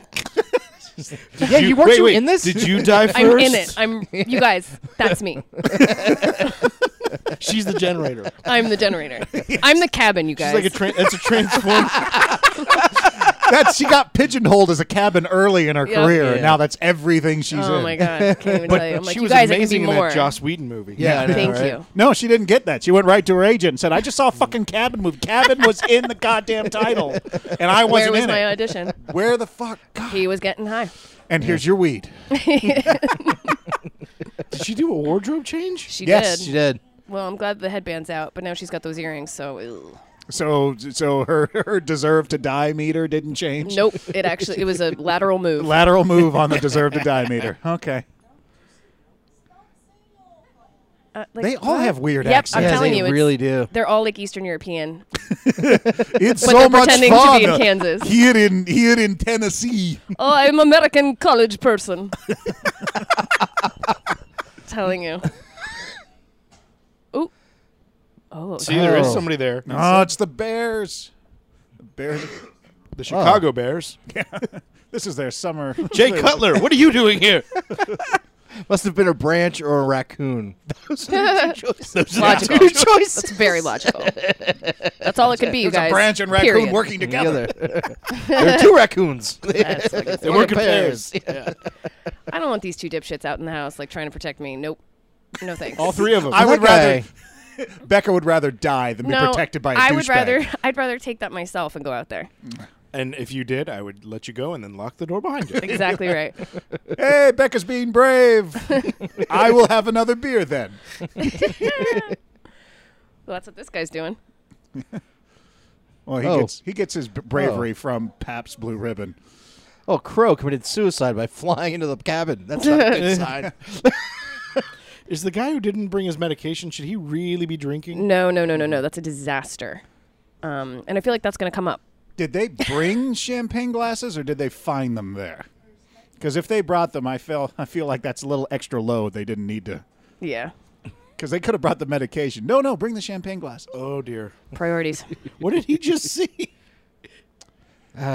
Speaker 3: Yeah, you weren't
Speaker 2: wait,
Speaker 3: you
Speaker 2: wait,
Speaker 3: in this?
Speaker 2: Did you die 1st
Speaker 4: I'm in it. I'm you guys. That's me.
Speaker 2: She's the generator.
Speaker 4: I'm the generator. I'm the cabin. You
Speaker 2: She's
Speaker 4: guys.
Speaker 2: like a tra- that's a transformer.
Speaker 1: That's she got pigeonholed as a cabin early in her
Speaker 4: Yeah.
Speaker 1: career, and
Speaker 3: Yeah.
Speaker 1: now that's everything she's
Speaker 4: oh
Speaker 1: in.
Speaker 4: my god! I can't even tell you. I'm like,
Speaker 2: she
Speaker 4: you
Speaker 2: was
Speaker 4: guys, I can be
Speaker 2: amazing in
Speaker 4: more.
Speaker 2: that Joss Whedon movie.
Speaker 3: Yeah, I know,
Speaker 4: Thank
Speaker 3: right?
Speaker 4: you.
Speaker 1: No, she didn't get that. She went right to her agent and said, "I just saw a fucking cabin movie. Cabin was in the goddamn title, and I
Speaker 4: Where
Speaker 1: wasn't
Speaker 4: was
Speaker 1: in
Speaker 4: my
Speaker 1: it.
Speaker 4: audition?
Speaker 1: Where the fuck? God.
Speaker 4: He was getting high.
Speaker 1: And here's your weed.
Speaker 2: Did she do a wardrobe change?
Speaker 4: She
Speaker 1: Yes,
Speaker 4: did.
Speaker 3: She did.
Speaker 4: Well, I'm glad the headband's out, but now she's got those earrings. So ew.
Speaker 1: So, so her her deserve to die meter didn't change.
Speaker 4: nope. It actually it was a lateral move.
Speaker 1: Lateral move on the deserve to die meter. Okay.
Speaker 4: Uh, like,
Speaker 1: They all
Speaker 4: what?
Speaker 1: have weird
Speaker 4: Yep,
Speaker 1: accents.
Speaker 4: I'm
Speaker 3: yeah,
Speaker 4: telling
Speaker 3: they
Speaker 4: you, it's-
Speaker 3: really do.
Speaker 4: They're all like Eastern European,
Speaker 1: It's
Speaker 4: but
Speaker 1: so
Speaker 4: they're
Speaker 1: much
Speaker 4: pretending
Speaker 1: fun
Speaker 4: to be in Kansas.
Speaker 1: here in here in Tennessee.
Speaker 4: Oh, I'm American college person. Telling you. Ooh. Oh.
Speaker 2: See, there is
Speaker 3: Oh.
Speaker 2: somebody there.
Speaker 1: Oh, it's the Bears. The Bears.
Speaker 2: The
Speaker 3: Oh.
Speaker 2: Chicago Bears.
Speaker 1: This is their summer.
Speaker 2: Jay Cutler, what are you doing here?
Speaker 3: Must have been a branch or a raccoon. Two
Speaker 4: logical.
Speaker 3: choices.
Speaker 4: That's very logical. That's all it could be, you
Speaker 1: There's a
Speaker 4: guys.
Speaker 1: branch and raccoon
Speaker 4: Period.
Speaker 1: working together.
Speaker 3: there are two raccoons.
Speaker 4: That's fucking
Speaker 3: They
Speaker 4: smart.
Speaker 3: work in pairs.
Speaker 4: I don't want these two dipshits out in the house, like trying to protect me. Nope. No thanks.
Speaker 2: All three of them.
Speaker 1: I would
Speaker 3: Okay.
Speaker 1: rather. Becca would rather die than be
Speaker 4: no,
Speaker 1: protected by a
Speaker 4: I would
Speaker 1: douchebag.
Speaker 4: rather. I'd rather take that myself and go out there.
Speaker 2: and if you did, I would let you go and then lock the door behind you.
Speaker 4: Exactly right.
Speaker 1: Hey, Becca's being brave. I will have another beer then.
Speaker 4: Well, that's what this guy's doing.
Speaker 1: Well, he
Speaker 3: Oh.
Speaker 1: gets he gets his b- bravery from Pabst Blue Ribbon.
Speaker 3: Oh, Crow committed suicide by flying into the cabin. That's not a good sign.
Speaker 2: Is the guy who didn't bring his medication, should he really be drinking?
Speaker 4: No, no, no, no, no. That's a disaster. Um, and I feel like that's going to come up.
Speaker 1: Did they bring champagne glasses or did they find them there? Because if they brought them, I feel I feel like that's a little extra load they didn't need to.
Speaker 4: Yeah.
Speaker 1: because they could have brought the medication. No, no, bring the champagne glass.
Speaker 2: Oh dear.
Speaker 4: Priorities.
Speaker 2: What did he just see?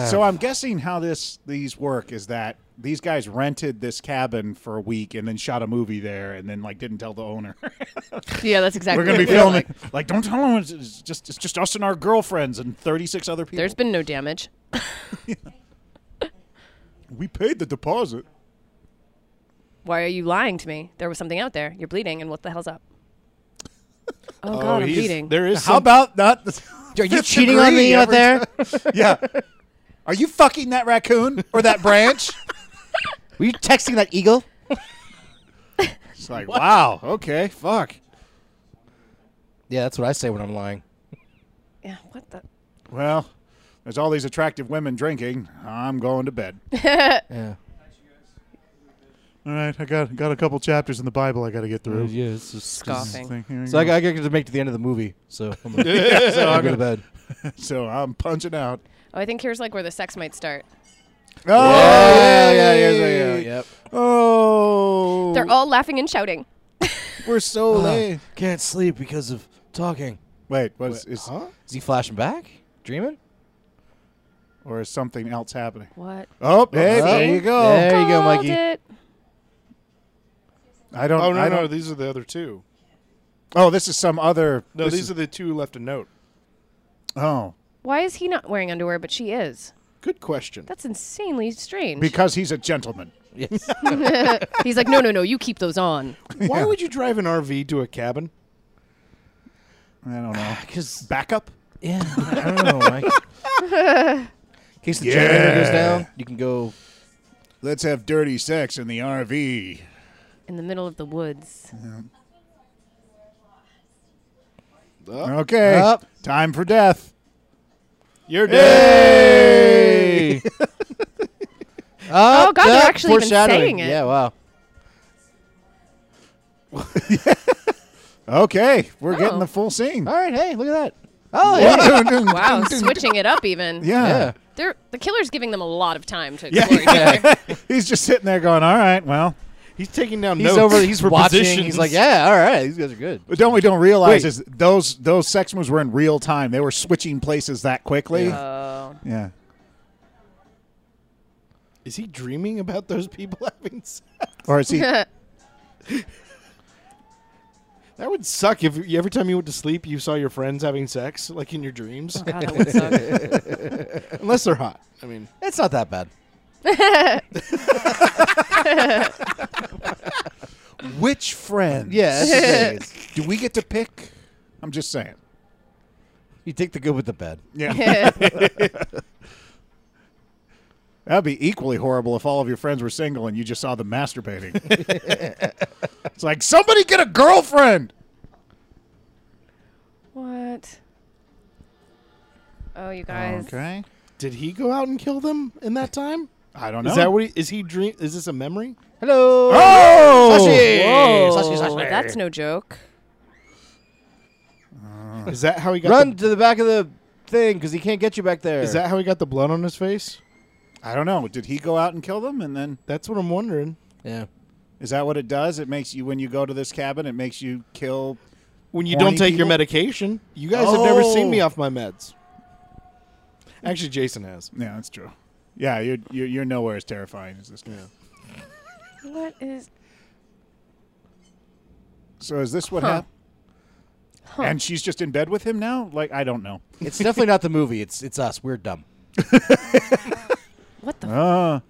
Speaker 1: So I'm guessing how this these work is that these guys rented this cabin for a week and then shot a movie there and then like didn't tell the owner.
Speaker 4: yeah, that's exactly.
Speaker 1: We're gonna be
Speaker 4: what
Speaker 1: filming.
Speaker 4: it feels like.
Speaker 1: Like, don't tell them. It's it's just it's just us and our girlfriends and 36 other people.
Speaker 4: There's been no damage.
Speaker 1: we paid the deposit.
Speaker 4: Why are you lying to me? There was something out there. You're bleeding, and what the hell's up? Oh,
Speaker 2: oh,
Speaker 4: God, I'm
Speaker 2: he's-
Speaker 4: bleeding.
Speaker 2: There is
Speaker 1: How
Speaker 2: some-
Speaker 1: about not? The
Speaker 3: Are you
Speaker 1: fifth
Speaker 3: cheating on
Speaker 1: degree
Speaker 3: me
Speaker 1: every
Speaker 3: out there?
Speaker 1: time? yeah. Are you fucking that raccoon or that branch?
Speaker 3: Were you texting that eagle?
Speaker 1: it's like, wow. Okay. Fuck.
Speaker 3: Yeah, that's what I say when I'm lying.
Speaker 4: yeah, what the?
Speaker 1: Well, there's all these attractive women drinking. I'm going to bed.
Speaker 3: Yeah.
Speaker 1: all right, I got got a couple chapters in the Bible I got to get through.
Speaker 3: Yeah, it's just
Speaker 4: Scoffing.
Speaker 3: So I, I got to make it to the end of the movie. So I'm gonna, I'm gonna go to bed.
Speaker 1: so I'm punching out.
Speaker 4: Oh, I think here's like where the sex might start.
Speaker 1: Oh,
Speaker 3: Yeah, yeah, yeah, yeah, yeah, yep.
Speaker 1: Oh,
Speaker 4: They're all laughing and shouting.
Speaker 1: we're so late.
Speaker 3: Uh-huh. Can't sleep because of talking.
Speaker 1: Wait, what is, is
Speaker 3: Is he flashing back? Dreaming?
Speaker 1: or is something else happening?
Speaker 4: What?
Speaker 1: Oh, hey,
Speaker 3: Oh,
Speaker 1: there you go.
Speaker 3: There you go,
Speaker 4: Called
Speaker 3: Mikey.
Speaker 4: it.
Speaker 1: I don't.
Speaker 2: Oh no,
Speaker 1: I
Speaker 2: no,
Speaker 1: don't,
Speaker 2: these are the other two.
Speaker 1: Oh, this is some other.
Speaker 2: No,
Speaker 1: this
Speaker 2: these
Speaker 1: is-
Speaker 2: are the two who left a note.
Speaker 1: Oh,
Speaker 4: Why is he not wearing underwear, but she is?
Speaker 2: Good question.
Speaker 4: That's insanely strange.
Speaker 1: because he's a gentleman.
Speaker 3: Yes.
Speaker 4: He's like, no, no, no, you keep those on.
Speaker 2: Why would you drive an RV to a cabin?
Speaker 1: I don't know.
Speaker 3: Because
Speaker 1: Backup.
Speaker 3: yeah, I don't know, Mike. In case the generator goes down, you can go.
Speaker 1: Let's have dirty sex in the RV.
Speaker 4: In the middle of the woods.
Speaker 1: Okay.
Speaker 3: Up.
Speaker 1: Time for death.
Speaker 2: You're dead.
Speaker 3: Hey. Up,
Speaker 4: Oh, God, they're
Speaker 3: up,
Speaker 4: actually even
Speaker 3: foreshadowing.
Speaker 4: saying it.
Speaker 3: Yeah, wow.
Speaker 1: Okay, we're getting
Speaker 4: Oh.
Speaker 1: the full scene.
Speaker 3: All right, hey, look at that. Oh, yeah.
Speaker 1: wow.
Speaker 4: Wow, switching it up even.
Speaker 1: Yeah.
Speaker 4: They're, the killer's giving them a lot of time to
Speaker 1: Yeah.
Speaker 4: explore each other.
Speaker 1: He's just sitting there going, all right, well.
Speaker 2: He's taking down
Speaker 3: He's
Speaker 2: notes.
Speaker 3: over. He's
Speaker 2: for
Speaker 3: watching.
Speaker 2: Positions.
Speaker 3: He's like, yeah, all right, these guys are good.
Speaker 1: But don't we don't realize
Speaker 2: Wait.
Speaker 1: is those those sex moves were in real time. They were switching places that quickly. Yeah.
Speaker 4: Oh.
Speaker 2: Is he dreaming about those people having sex?
Speaker 1: Or is he
Speaker 2: That would suck if you- every time you went to sleep, you saw your friends having sex, like in your dreams.
Speaker 4: God, that would suck.
Speaker 2: Unless they're hot. I mean,
Speaker 3: It's not that bad.
Speaker 1: which friend?
Speaker 3: Yeah, that's the thing.
Speaker 1: Do we get to pick? I'm just saying.
Speaker 3: you take the good with the bad.
Speaker 1: Yeah.
Speaker 4: yeah,
Speaker 1: That'd be equally horrible if all of your friends were single and you just saw them masturbating. it's like somebody get a girlfriend.
Speaker 4: What? Oh, you guys.
Speaker 1: Okay.
Speaker 2: did he go out and kill them in that time?
Speaker 1: I don't know.
Speaker 2: Is that what he is he dream? Is this a memory?
Speaker 3: Hello.
Speaker 1: Oh!
Speaker 3: Sashi.
Speaker 4: Whoa,
Speaker 3: Sashi, sashi.
Speaker 4: that's no joke.
Speaker 2: Is that how he got?
Speaker 3: Run
Speaker 2: The,
Speaker 3: to the back of the thing because he can't get you back there.
Speaker 2: is that how he got the blood on his face?
Speaker 1: I don't know. Did he go out and kill them? And then
Speaker 2: That's what I'm wondering.
Speaker 3: Yeah.
Speaker 1: is that what it does? It makes you when you go to this cabin, it makes you kill.
Speaker 2: When you
Speaker 1: Horny
Speaker 2: don't take your
Speaker 1: people?
Speaker 2: medication, you guys have never
Speaker 1: Oh.
Speaker 2: seen me off my meds. Actually, Jason has.
Speaker 1: Yeah, that's true. Yeah, you're you're, you're nowhere as terrifying as this guy.
Speaker 4: What is?
Speaker 1: So is this what
Speaker 4: Huh.
Speaker 1: happened? And she's just in bed with him now? Like I don't know.
Speaker 3: It's definitely not the movie. It's it's us. We're dumb.
Speaker 4: What the? f
Speaker 1: Uh,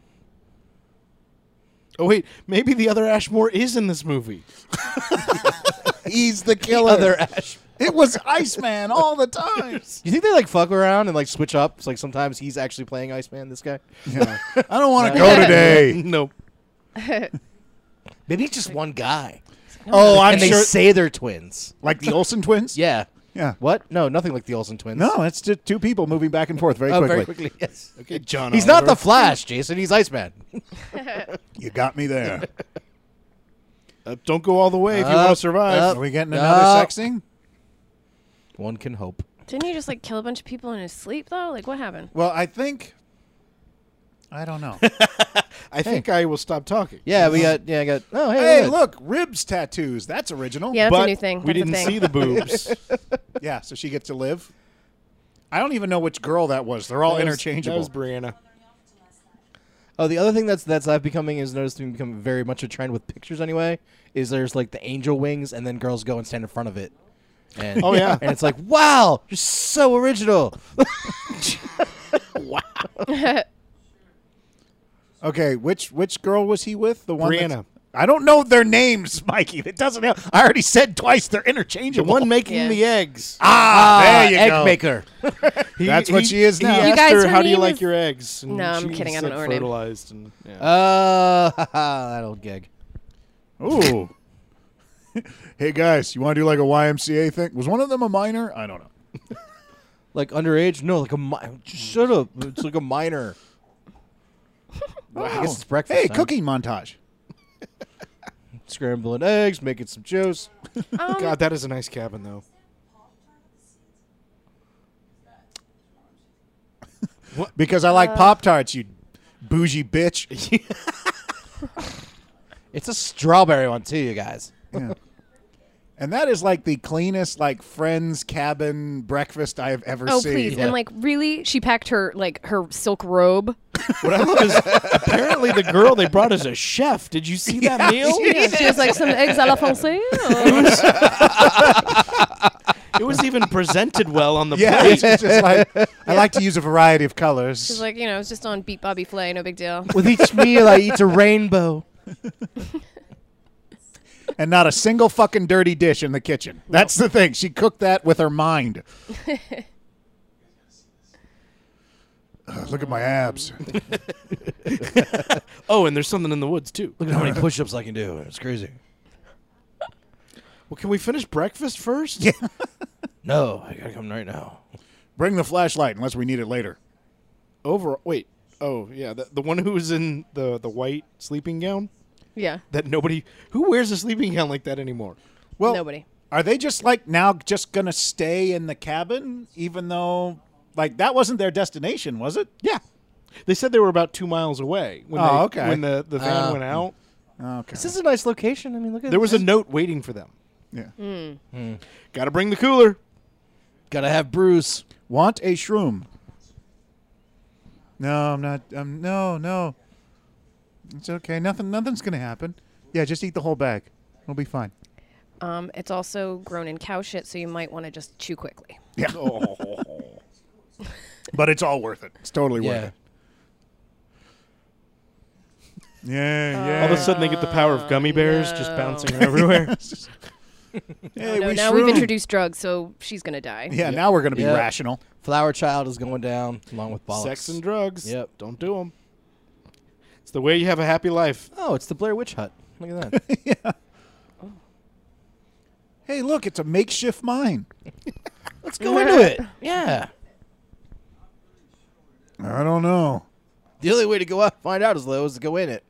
Speaker 2: Oh wait, maybe the other Ashmore is in this movie.
Speaker 1: he's the killer.
Speaker 3: Other Ash.
Speaker 1: It was Iceman all the time.
Speaker 3: You think they like fuck around and like switch up? So, like sometimes he's actually playing Iceman. This guy.
Speaker 1: Yeah. I don't want to
Speaker 3: go
Speaker 1: today.
Speaker 2: no,
Speaker 3: Maybe it's just one guy.
Speaker 1: oh, I'm
Speaker 3: and they
Speaker 1: sure.
Speaker 3: say they're twins.
Speaker 1: like the Olsen twins?
Speaker 3: Yeah.
Speaker 1: Yeah.
Speaker 3: What? No, nothing like the Olsen twins.
Speaker 1: No, it's just two people moving back and forth very
Speaker 3: Oh,
Speaker 1: quickly.
Speaker 3: very quickly. Yes.
Speaker 2: okay, John.
Speaker 3: He's
Speaker 2: Oliver.
Speaker 3: not the Flash, Jason. He's Iceman.
Speaker 1: You got me there.
Speaker 2: Uh, don't go all the way if you
Speaker 3: Up,
Speaker 2: want to survive.
Speaker 3: up.
Speaker 1: Are we getting another
Speaker 3: No.
Speaker 1: sex sexting?
Speaker 3: One can hope.
Speaker 4: Didn't he just like kill a bunch of people in his sleep though? Like what happened?
Speaker 1: Well, I think I don't know.
Speaker 2: I think I will stop talking.
Speaker 3: Yeah, we got. Yeah, I got. Oh, hey,
Speaker 1: Hey,
Speaker 3: look.
Speaker 1: look, ribs tattoos. That's original.
Speaker 4: Yeah, that's
Speaker 2: but
Speaker 4: a new thing.
Speaker 2: we
Speaker 4: That's a
Speaker 2: didn't
Speaker 4: thing.
Speaker 2: see the boobs.
Speaker 1: Yeah, so she gets to live. I don't even know which girl that was. They're all
Speaker 2: That was-
Speaker 1: interchangeable.
Speaker 2: That was Brianna.
Speaker 3: Oh, the other thing that's that's I've becoming is noticing become very much a trend with pictures anyway. Is there's like the angel wings, and then girls go and stand in front of it. And,
Speaker 2: Oh, yeah.
Speaker 3: and it's like, wow, you're so original.
Speaker 1: okay, which which girl was he with? The one
Speaker 2: Brianna.
Speaker 1: that's- I don't know their names, Mikey. It doesn't help. I already said twice they're
Speaker 2: The
Speaker 1: interchangeable.
Speaker 2: one making
Speaker 4: Yeah.
Speaker 2: the eggs.
Speaker 1: ah, there you
Speaker 3: egg
Speaker 1: go.
Speaker 3: maker.
Speaker 2: He-
Speaker 1: That's what
Speaker 2: he-
Speaker 1: she is now.
Speaker 2: He
Speaker 1: You
Speaker 2: asked
Speaker 4: guys,
Speaker 2: her,
Speaker 4: her
Speaker 2: "How do you
Speaker 4: name
Speaker 2: like
Speaker 4: is-
Speaker 2: your eggs?" And
Speaker 4: No, I'm
Speaker 2: she
Speaker 4: kidding, I
Speaker 2: said
Speaker 4: don't know her name.
Speaker 2: fertilized name. And, yeah.
Speaker 3: Uh, that old gig.
Speaker 1: Ooh. hey guys, you want to do like a YMCA thing? Was one of them a minor? I don't know.
Speaker 3: Like underage? No, like a mi- shut up. It's like a minor. I guess it's breakfast.
Speaker 1: Hey,
Speaker 3: time.
Speaker 1: cooking montage.
Speaker 3: scrambling eggs, making some juice.
Speaker 4: Um,
Speaker 2: God, that is a nice cabin, though.
Speaker 1: Because I like
Speaker 4: Uh.
Speaker 1: Pop Tarts, you bougie bitch.
Speaker 3: It's a strawberry one too, you guys.
Speaker 1: Yeah. And that is like the cleanest, like friends cabin breakfast I have ever
Speaker 4: Oh
Speaker 1: seen.
Speaker 4: please! And like, really, she packed her like her silk robe.
Speaker 2: What I love is apparently the girl they brought is a chef. Did you see that meal?
Speaker 4: she was like some eggs à la française.
Speaker 2: It was even presented well on the
Speaker 1: yeah,
Speaker 2: plate.
Speaker 1: it's just like I like to use a variety of colors.
Speaker 4: She's like, you know, it's just on Beat Bobby Flay. No big deal.
Speaker 3: With each meal, I eat a rainbow.
Speaker 1: and not a single fucking dirty dish in the kitchen. That's the thing. She cooked that with her mind. Ugh, look at my abs.
Speaker 2: Oh, and there's something in the woods too.
Speaker 3: Look at how many push-ups I can do. It's crazy.
Speaker 2: Well, can we finish breakfast first?
Speaker 1: Yeah.
Speaker 3: No, I gotta come right now.
Speaker 1: Bring the flashlight unless we need it later.
Speaker 2: Over. Wait. Oh, yeah. The, the one who was in the the white sleeping gown
Speaker 4: Yeah.
Speaker 2: that nobody who wears a sleeping gown like that anymore.
Speaker 1: Well,
Speaker 4: Nobody.
Speaker 1: Are they just like now just gonna stay in the cabin, even though like that wasn't their destination, was it?
Speaker 2: Yeah. They said they were about two miles away when
Speaker 1: Oh,
Speaker 2: they-
Speaker 1: okay.
Speaker 2: when the, the van
Speaker 3: Uh,
Speaker 2: went out.
Speaker 1: Oh, Okay.
Speaker 3: This is a nice location. I mean, look at
Speaker 2: There was a
Speaker 3: this.
Speaker 2: note waiting for them.
Speaker 1: Yeah.
Speaker 2: Got to bring the cooler.
Speaker 3: gotta have Bruce.
Speaker 1: Want a shroom? No, I'm not. Um, no, no. It's okay. Nothing. Nothing's gonna happen. Yeah, just eat the whole bag. We'll be fine.
Speaker 4: Um, it's also grown in cow shit, so you might want to just chew quickly.
Speaker 1: Yeah. but it's all worth it. It's totally
Speaker 3: Yeah.
Speaker 1: worth it. Yeah, yeah.
Speaker 2: All of a sudden, they get the power of gummy bears just bouncing everywhere.
Speaker 1: hey,
Speaker 4: Oh, no,
Speaker 1: we
Speaker 4: now we've
Speaker 1: shroomed.
Speaker 4: introduced drugs, so she's gonna die.
Speaker 1: Yeah, now we're gonna be
Speaker 3: Yeah.
Speaker 1: rational.
Speaker 3: Flower Child is going down along with bollocks.
Speaker 2: Sex and drugs.
Speaker 3: Yep.
Speaker 2: Don't do them. It's the way you have a happy life.
Speaker 3: oh, it's the Blair Witch Hut. Look at that.
Speaker 1: Hey, look, it's a makeshift mine.
Speaker 3: Let's go into it. Yeah.
Speaker 1: I don't know.
Speaker 3: The only way to go out find out is low is to go in it.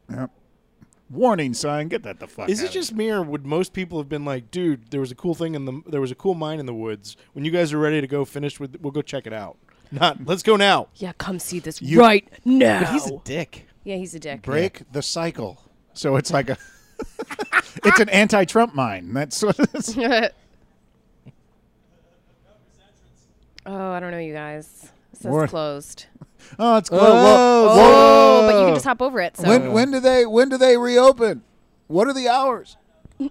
Speaker 1: Warning sign. Get that the fuck.
Speaker 2: Is
Speaker 1: out
Speaker 2: it
Speaker 1: of
Speaker 2: just me, or would most people have been like, "Dude, there was a cool thing in the there was a cool mine in the woods. When you guys are ready to go, finish with we'll go check it out. Not let's go now.
Speaker 4: Yeah, come see this
Speaker 1: You-
Speaker 4: right now.
Speaker 3: dick.
Speaker 4: yeah, he's a dick.
Speaker 1: break the cycle? So it's like a. it's an anti-Trump mine. That's what. It is.
Speaker 4: oh, Oh, I don't know, you guys. It says
Speaker 1: What?
Speaker 4: closed.
Speaker 1: Oh, it's close.
Speaker 3: Oh,
Speaker 4: Oh, but you can just hop over it. So
Speaker 1: When when do they when do they reopen? What are the hours?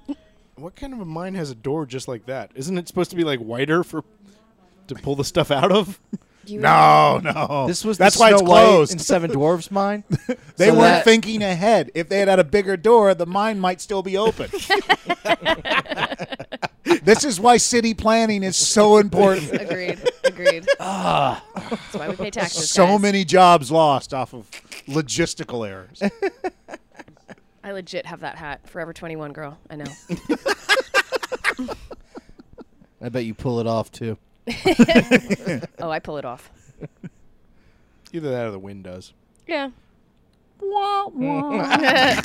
Speaker 2: What kind of a mine has a door just like that? Isn't it supposed to be like wider for to pull the stuff out of?
Speaker 4: you
Speaker 1: No, no.
Speaker 3: This was
Speaker 1: that's
Speaker 3: the
Speaker 1: why
Speaker 3: Snow
Speaker 1: it's
Speaker 3: White
Speaker 1: closed.
Speaker 3: and Seven Dwarves mine.
Speaker 1: They
Speaker 3: So
Speaker 1: weren't
Speaker 3: that-
Speaker 1: thinking ahead. If they had had a bigger door, the mine might still be open. this is why city planning is so important.
Speaker 4: agreed, agreed. That's why we pay taxes.
Speaker 1: Ah. so
Speaker 4: guys.
Speaker 1: many jobs lost off of logistical errors.
Speaker 4: I legit have that hat, Forever 21 girl. I know.
Speaker 3: I bet you pull it off too.
Speaker 4: oh, I pull it off.
Speaker 2: Either that or the wind does.
Speaker 4: Yeah.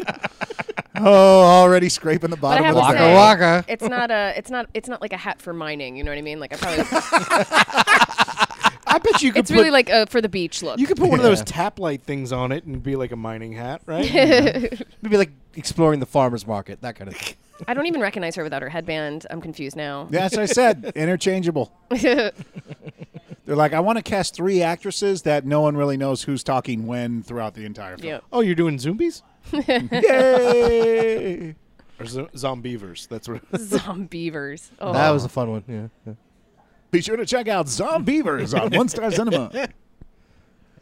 Speaker 1: Oh, already scraping the bottom
Speaker 4: I
Speaker 1: of the
Speaker 4: have to
Speaker 3: Waka
Speaker 1: barrel.
Speaker 4: say-
Speaker 3: waka.
Speaker 4: It's not a. It's not. It's not like a hat for mining. You know what I mean? Like I probably.
Speaker 2: I bet you could
Speaker 4: it's
Speaker 2: put,
Speaker 4: really like uh, for the beach look.
Speaker 2: you could put one of those
Speaker 3: Yeah.
Speaker 2: tap light things on it and be like a mining hat, right?
Speaker 3: Maybe like exploring the farmer's market, that kind of thing.
Speaker 4: I don't even recognize her without her headband. I'm confused now.
Speaker 1: That's what I said. Interchangeable. They're like, I want to cast three actresses that no one really knows who's talking when throughout the entire film.
Speaker 4: Yep.
Speaker 2: Oh, you're doing zombies
Speaker 1: Yay!
Speaker 2: or zo- zombievers? That's what.
Speaker 4: Zombievers. Oh.
Speaker 3: That was a fun one. Yeah. yeah.
Speaker 1: Be sure to check out Zombievers on One Star Cinema.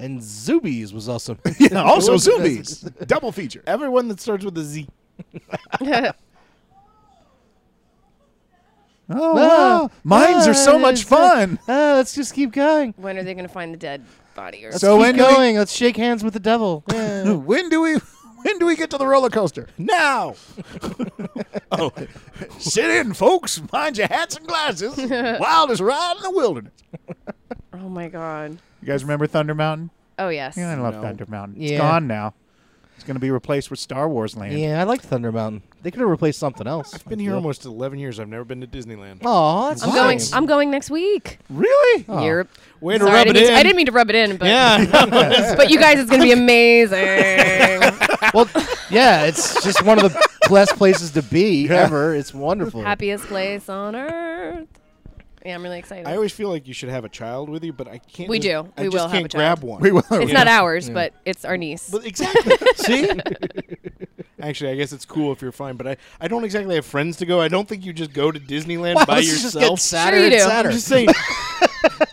Speaker 3: And Zubies was awesome.
Speaker 1: Yeah, also Zombies. Double feature.
Speaker 2: Everyone that starts with a Z.
Speaker 1: Oh, wow. Mines are so much fun.
Speaker 3: Ah, let's just keep going.
Speaker 4: when are they going to find the dead body? Or
Speaker 1: So-
Speaker 3: keep
Speaker 1: when do we-
Speaker 3: going. Let's shake hands with the devil. Yeah.
Speaker 1: When do we when do we get to the roller coaster?
Speaker 2: Now,
Speaker 1: Oh, sit in, folks. Mind your hats and glasses. Wildest ride in the wilderness.
Speaker 4: oh my god.
Speaker 1: You guys remember Thunder Mountain?
Speaker 4: Oh yes.
Speaker 1: Yeah, I love
Speaker 2: No.
Speaker 1: Thunder Mountain. It's
Speaker 3: Yeah.
Speaker 1: gone now. It's going to be replaced with Star Wars Land.
Speaker 3: yeah, I like Thunder Mountain. They could have replaced something else.
Speaker 2: I've been here almost 11 years. I've never been to Disneyland.
Speaker 3: Oh, that's
Speaker 4: I'm
Speaker 1: What?
Speaker 4: going. I'm going next week.
Speaker 1: Really?
Speaker 2: Oh.
Speaker 4: Europe.
Speaker 2: Way to
Speaker 4: Sorry, I
Speaker 2: rub it
Speaker 4: didn't mean
Speaker 2: in.
Speaker 4: to- I didn't mean to rub it in, but
Speaker 2: Yeah.
Speaker 4: but you guys, it's going to be amazing.
Speaker 3: well, yeah, it's just one of the best places to be ever. It's wonderful.
Speaker 4: Happiest place on earth. Yeah, I'm really excited.
Speaker 2: I always feel like you should have a child with you, but I can't.
Speaker 4: We
Speaker 2: just-
Speaker 4: do.
Speaker 2: I
Speaker 4: We
Speaker 2: just
Speaker 4: will have
Speaker 2: can't
Speaker 4: a
Speaker 2: grab
Speaker 4: child.
Speaker 2: one.
Speaker 1: We will.
Speaker 4: it's
Speaker 1: Yeah.
Speaker 4: not ours,
Speaker 3: Yeah.
Speaker 4: but it's our niece.
Speaker 2: But exactly.
Speaker 3: See?
Speaker 2: Actually, I guess it's cool if you're fine, but I, I don't exactly have friends to go. I don't think you just go to Disneyland by
Speaker 3: Let's just get
Speaker 2: yourself.
Speaker 3: sadder
Speaker 4: Sure you
Speaker 3: and
Speaker 4: do.
Speaker 3: sadder.
Speaker 2: I'm just saying.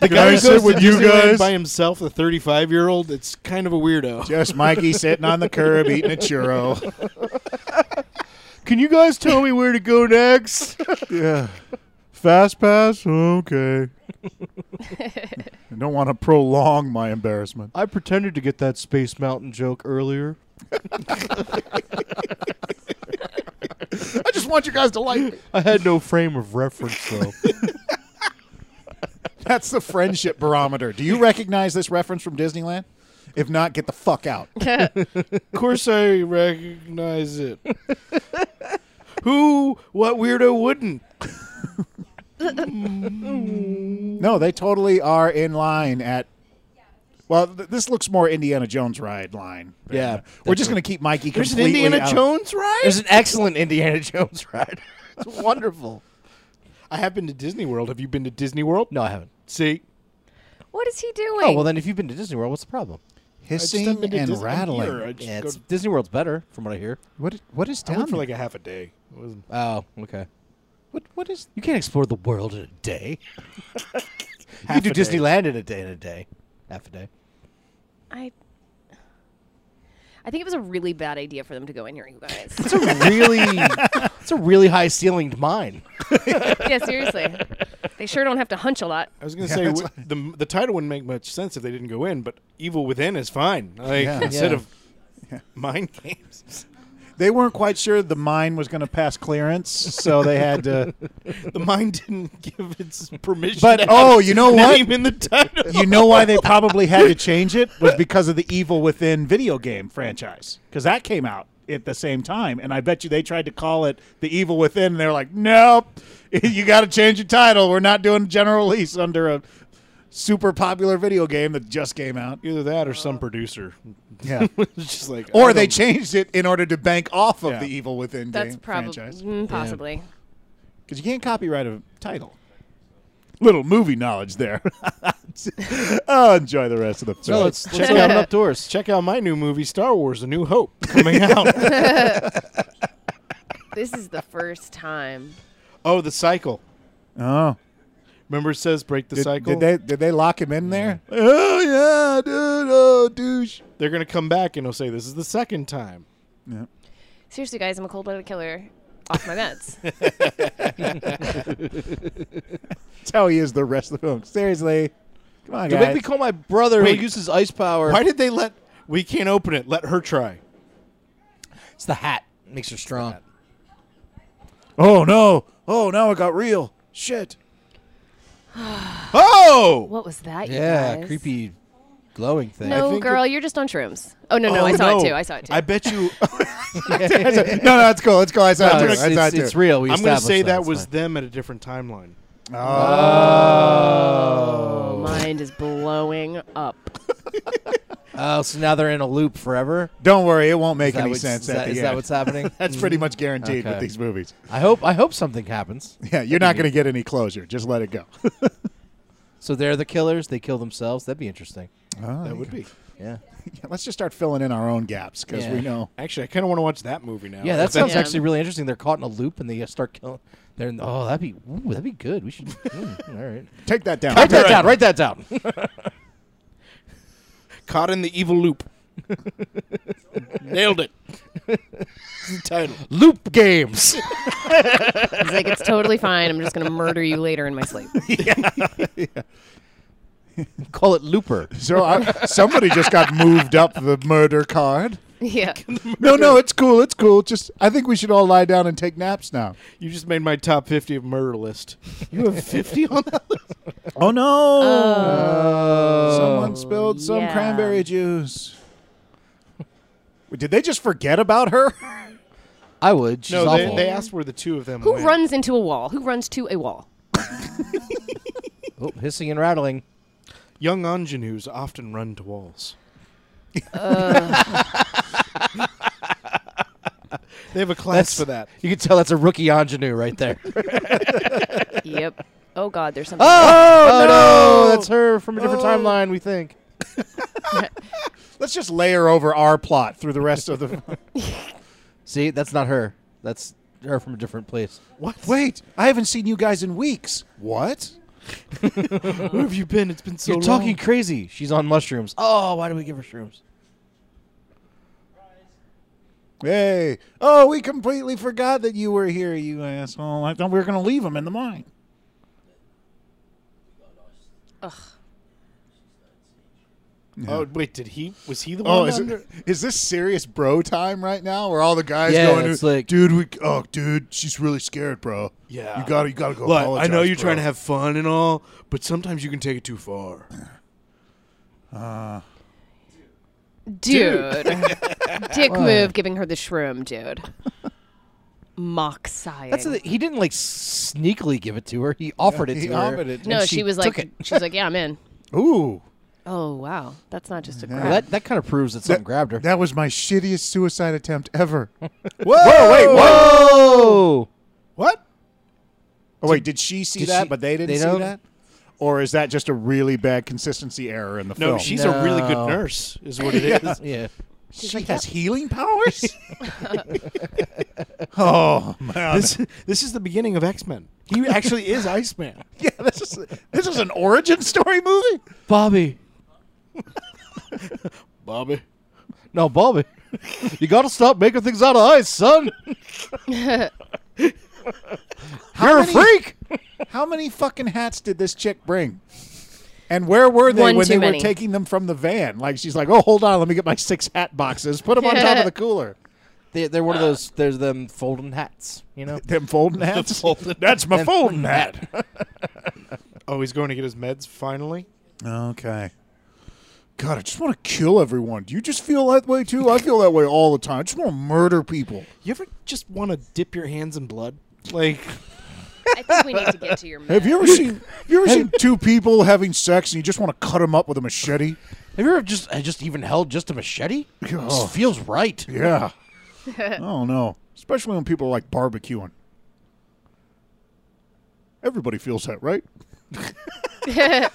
Speaker 2: the guy
Speaker 1: I
Speaker 2: who
Speaker 1: sit
Speaker 2: goes
Speaker 1: with
Speaker 2: to
Speaker 1: you
Speaker 2: Disneyland
Speaker 1: guys?
Speaker 2: by himself, the 35 year old, it's kind of a weirdo.
Speaker 1: Just Mikey sitting on the curb eating a churro.
Speaker 3: Can you guys tell me where to go next?
Speaker 1: Yeah. Fast pass? Okay. I don't want to prolong my embarrassment.
Speaker 3: I pretended to get that Space Mountain joke earlier.
Speaker 1: I just want you guys to like me.
Speaker 3: I had no frame of reference, though.
Speaker 1: That's the friendship barometer. Do you recognize this reference from Disneyland? If not, get the fuck out.
Speaker 2: Of course, I recognize it. Who, what weirdo wouldn't?
Speaker 1: No, they totally are in line at. Well, th- this looks more Indiana Jones ride line. than-
Speaker 3: Yeah,
Speaker 1: we're just going to keep Mikey.
Speaker 2: There's an
Speaker 1: completely
Speaker 2: Indiana
Speaker 1: out of-
Speaker 2: Jones ride?
Speaker 3: There's an excellent Indiana Jones ride. It's wonderful.
Speaker 2: I have been to Disney World. Have you been to Disney World?
Speaker 3: No, I haven't.
Speaker 2: See?
Speaker 4: what is he doing?
Speaker 3: Oh, well, then if you've been to Disney World, what's the problem?
Speaker 2: I just haven't
Speaker 1: hissing
Speaker 2: been to
Speaker 1: and
Speaker 2: Disney- I'm
Speaker 1: rattling.
Speaker 2: here. I just
Speaker 3: Yeah,
Speaker 2: go
Speaker 3: it's,
Speaker 2: to-
Speaker 3: Disney World's better, from what I hear.
Speaker 1: What what is
Speaker 2: I
Speaker 1: down
Speaker 2: went for
Speaker 1: there?
Speaker 2: like a half a day. It wasn't-
Speaker 3: Oh, okay.
Speaker 1: what what is?
Speaker 3: You can't explore the world in a day. you can
Speaker 2: Half
Speaker 3: do
Speaker 2: a day.
Speaker 3: Disneyland in a day, in a day, half a day.
Speaker 4: I. I think it was a really bad idea for them to go in here, you guys.
Speaker 3: It's a really, it's a really high ceilinged mine.
Speaker 4: yeah, seriously. They sure don't have to hunch a lot.
Speaker 2: I was going
Speaker 1: Yeah,
Speaker 2: to say
Speaker 1: that's
Speaker 2: w- the the title wouldn't make much sense if they didn't go in, but Evil Within is fine. Like
Speaker 1: Yeah.
Speaker 2: instead
Speaker 3: Yeah.
Speaker 2: of mind games,
Speaker 1: They weren't quite sure the mine was going to pass clearance, so they had to.
Speaker 2: the mind didn't give its permission.
Speaker 1: But
Speaker 2: to
Speaker 1: oh,
Speaker 2: have
Speaker 1: you know
Speaker 2: its
Speaker 1: what?
Speaker 2: name in the title.
Speaker 1: You know why they probably had to change it was because of the Evil Within video game franchise because that came out at the same time, and I bet you they tried to call it the Evil Within, and they're like, nope, you got to change your title. We're not doing a general release under a super popular video game that just came out.
Speaker 2: Either that or some producer.
Speaker 1: Yeah.
Speaker 2: It's just like
Speaker 1: Or
Speaker 2: I
Speaker 1: they
Speaker 2: don't-
Speaker 1: changed it in order to bank off of
Speaker 2: Yeah.
Speaker 1: the Evil Within
Speaker 4: That's
Speaker 1: game
Speaker 4: probably mm.
Speaker 1: franchise
Speaker 4: possibly.
Speaker 1: because you can't copyright a title. Little movie knowledge there. oh, enjoy the rest of the film.
Speaker 3: So let's let's open up doors.
Speaker 2: check out my new movie Star Wars: A New Hope coming out.
Speaker 4: This is the first time.
Speaker 2: oh, the cycle.
Speaker 1: oh.
Speaker 2: Remember, it says break the
Speaker 1: Did,
Speaker 2: cycle.
Speaker 1: did they did they lock him in there? Oh yeah, dude. Oh douche.
Speaker 2: They're gonna come back and they'll say this is the second time.
Speaker 4: Seriously, guys, I'm a cold-blooded killer. Off my meds.
Speaker 1: That's how he is the rest of the film. Seriously, come on,
Speaker 3: Don't
Speaker 1: guys.
Speaker 3: make me call my brother
Speaker 2: Wait.
Speaker 3: who uses ice power.
Speaker 2: Why did they let? We can't open it. Let her try.
Speaker 3: It's the hat. Makes her strong.
Speaker 1: oh no. Oh now it got real. Shit.
Speaker 2: Oh,
Speaker 4: what was that? you
Speaker 3: Yeah,
Speaker 4: guys?
Speaker 3: creepy glowing thing.
Speaker 4: No,
Speaker 2: think
Speaker 4: girl, you're just on shrooms. Oh no, no,
Speaker 2: Oh,
Speaker 4: I saw
Speaker 2: no.
Speaker 4: it too. I saw it too.
Speaker 2: I bet you.
Speaker 1: no, no, that's cool. That's cool. I saw
Speaker 3: No,
Speaker 1: it too.
Speaker 3: it's,
Speaker 1: I saw it
Speaker 3: it's-
Speaker 1: too.
Speaker 3: it's real. We
Speaker 2: I'm gonna
Speaker 3: established
Speaker 2: say that
Speaker 3: It's
Speaker 2: was
Speaker 3: fine.
Speaker 2: them at a different timeline.
Speaker 1: Oh.
Speaker 4: mind is blowing up.
Speaker 3: Oh, so now they're in a loop forever.
Speaker 1: Don't worry, it won't make
Speaker 3: Is that
Speaker 1: any
Speaker 3: what's-
Speaker 1: sense
Speaker 3: Is that,
Speaker 1: at the
Speaker 3: is
Speaker 1: end.
Speaker 3: that what's happening?
Speaker 1: That's pretty much guaranteed with
Speaker 3: Okay.
Speaker 1: these movies.
Speaker 3: I hope. I hope something happens.
Speaker 1: Yeah, you're not going to get any closure. Just let it go.
Speaker 3: So they're the killers. They kill themselves. That'd be interesting.
Speaker 1: that would be.
Speaker 3: Yeah.
Speaker 1: Let's just start filling in our own gaps because
Speaker 3: Yeah.
Speaker 1: we know.
Speaker 2: Actually, I kind of want to watch that movie now.
Speaker 3: Yeah, that sounds
Speaker 4: Yeah.
Speaker 3: actually really interesting. They're caught in a loop and they uh, start killing. They're in oh, that'd be ooh, that'd be good. We should. mm, all right.
Speaker 1: Take that down.
Speaker 3: Write that down. Write that down.
Speaker 2: caught in the evil loop. Nailed it. title.
Speaker 3: loop games.
Speaker 4: He's like, it's totally fine. I'm just gonna murder you later in my sleep.
Speaker 3: Call it Looper.
Speaker 1: So I, somebody just got moved up the murder card.
Speaker 4: yeah.
Speaker 1: No, no, it's cool. It's cool. Just I think we should all lie down and take naps now.
Speaker 2: You just made my top 50 of murder list. You have 50 on that list?
Speaker 1: Oh no!
Speaker 4: Oh,
Speaker 1: Someone spilled some
Speaker 4: yeah.
Speaker 1: cranberry juice. Wait, Did they just forget about her?
Speaker 3: I would. She's
Speaker 2: No, they,
Speaker 3: awful.
Speaker 2: they asked where the two of them
Speaker 4: Who
Speaker 2: went.
Speaker 4: runs into a wall? Who runs to a wall?
Speaker 3: oh, hissing and rattling.
Speaker 2: Young ingenues often run to walls. Uh. they have a class for that.
Speaker 3: You can tell that's a rookie ingenue right there.
Speaker 4: Yep. Oh God, there's something.
Speaker 3: oh no! Oh. that's her from a different timeline. We think.
Speaker 1: Let's just layer over our plot through the rest of the.
Speaker 3: See, that's not her. That's her from a different place.
Speaker 2: What?
Speaker 1: Wait, I haven't seen you guys in weeks. What?
Speaker 2: Where have you been? It's been so
Speaker 3: You're
Speaker 2: long.
Speaker 3: talking crazy. She's on mushrooms. Oh, why do we give her shrooms?
Speaker 1: Hey! Oh, we completely forgot that you were here, you asshole. I thought we were going to leave him in the mine.
Speaker 2: Oh, wait, did he? Was he the one?
Speaker 1: Oh, is,
Speaker 2: under-
Speaker 1: it, is this serious bro time right now? Where all the guys
Speaker 3: Yeah,
Speaker 1: going,
Speaker 3: it's like-
Speaker 1: dude, we, oh, dude, she's really scared, bro.
Speaker 2: Yeah.
Speaker 1: you gotta, you gotta go.
Speaker 2: Look, I know
Speaker 1: apologize,
Speaker 2: you're
Speaker 1: bro."
Speaker 2: trying to have fun and all, but sometimes you can take it too far.
Speaker 4: dude. Dick move, giving her the shroom, dude. Mock sighing.
Speaker 3: That's the, he didn't like sneakily give it to her. He offered it
Speaker 1: he
Speaker 3: to her.
Speaker 1: offered it.
Speaker 3: and
Speaker 4: no, she, was
Speaker 3: took
Speaker 4: like,
Speaker 3: it.
Speaker 4: she was like, yeah, I'm in.
Speaker 1: Ooh,
Speaker 4: Oh wow, that's not just a crap.
Speaker 3: Well, that that kind of proves that something grabbed her.
Speaker 1: that was my shittiest suicide attempt ever.
Speaker 2: Whoa! wait,
Speaker 3: Whoa!
Speaker 1: what? Oh wait, did she see
Speaker 3: did
Speaker 1: that?
Speaker 3: she-
Speaker 1: but they didn't
Speaker 3: they
Speaker 1: see
Speaker 3: don't-
Speaker 1: that. Or is that just a really bad consistency error in the
Speaker 2: No,
Speaker 1: film?
Speaker 2: she's a really good
Speaker 3: No.
Speaker 2: nurse, is what it is.
Speaker 3: Yeah.
Speaker 1: she has healing powers. oh man,
Speaker 2: This, this is the beginning of X Men. He actually is Iceman.
Speaker 1: yeah, this is this is an origin story movie.
Speaker 3: Bobby.
Speaker 2: Bobby.
Speaker 3: No, Bobby. you gotta stop making things out of ice, son. You're a
Speaker 1: many-
Speaker 3: freak.
Speaker 1: How many fucking hats did this chick bring? And where were they
Speaker 4: One
Speaker 1: when
Speaker 4: too
Speaker 1: they
Speaker 4: many.
Speaker 1: were taking them from the van? Like she's like, "Oh, hold on, let me get my six hat boxes. Put them on top of the cooler."
Speaker 3: They, they're one of those. There's them folding hats. You know.
Speaker 1: Them folding hats. That's my folding hat.
Speaker 2: Oh, he's going to get his meds finally?
Speaker 1: okay. God, I just want to kill everyone. Do you just feel that way too? I feel that way all the time. I just want to murder people.
Speaker 2: You ever just want to dip your hands in blood? Like,
Speaker 4: I think we need to get to your.
Speaker 1: Have you ever seen? Have you ever seen two people having sex and you just want to cut them up with a machete?
Speaker 3: Have you ever just I just even held just a machete?
Speaker 1: Yeah.
Speaker 2: Oh.
Speaker 3: This feels right.
Speaker 1: Yeah. I don't know. Especially when people are like barbecuing. Everybody feels that, right?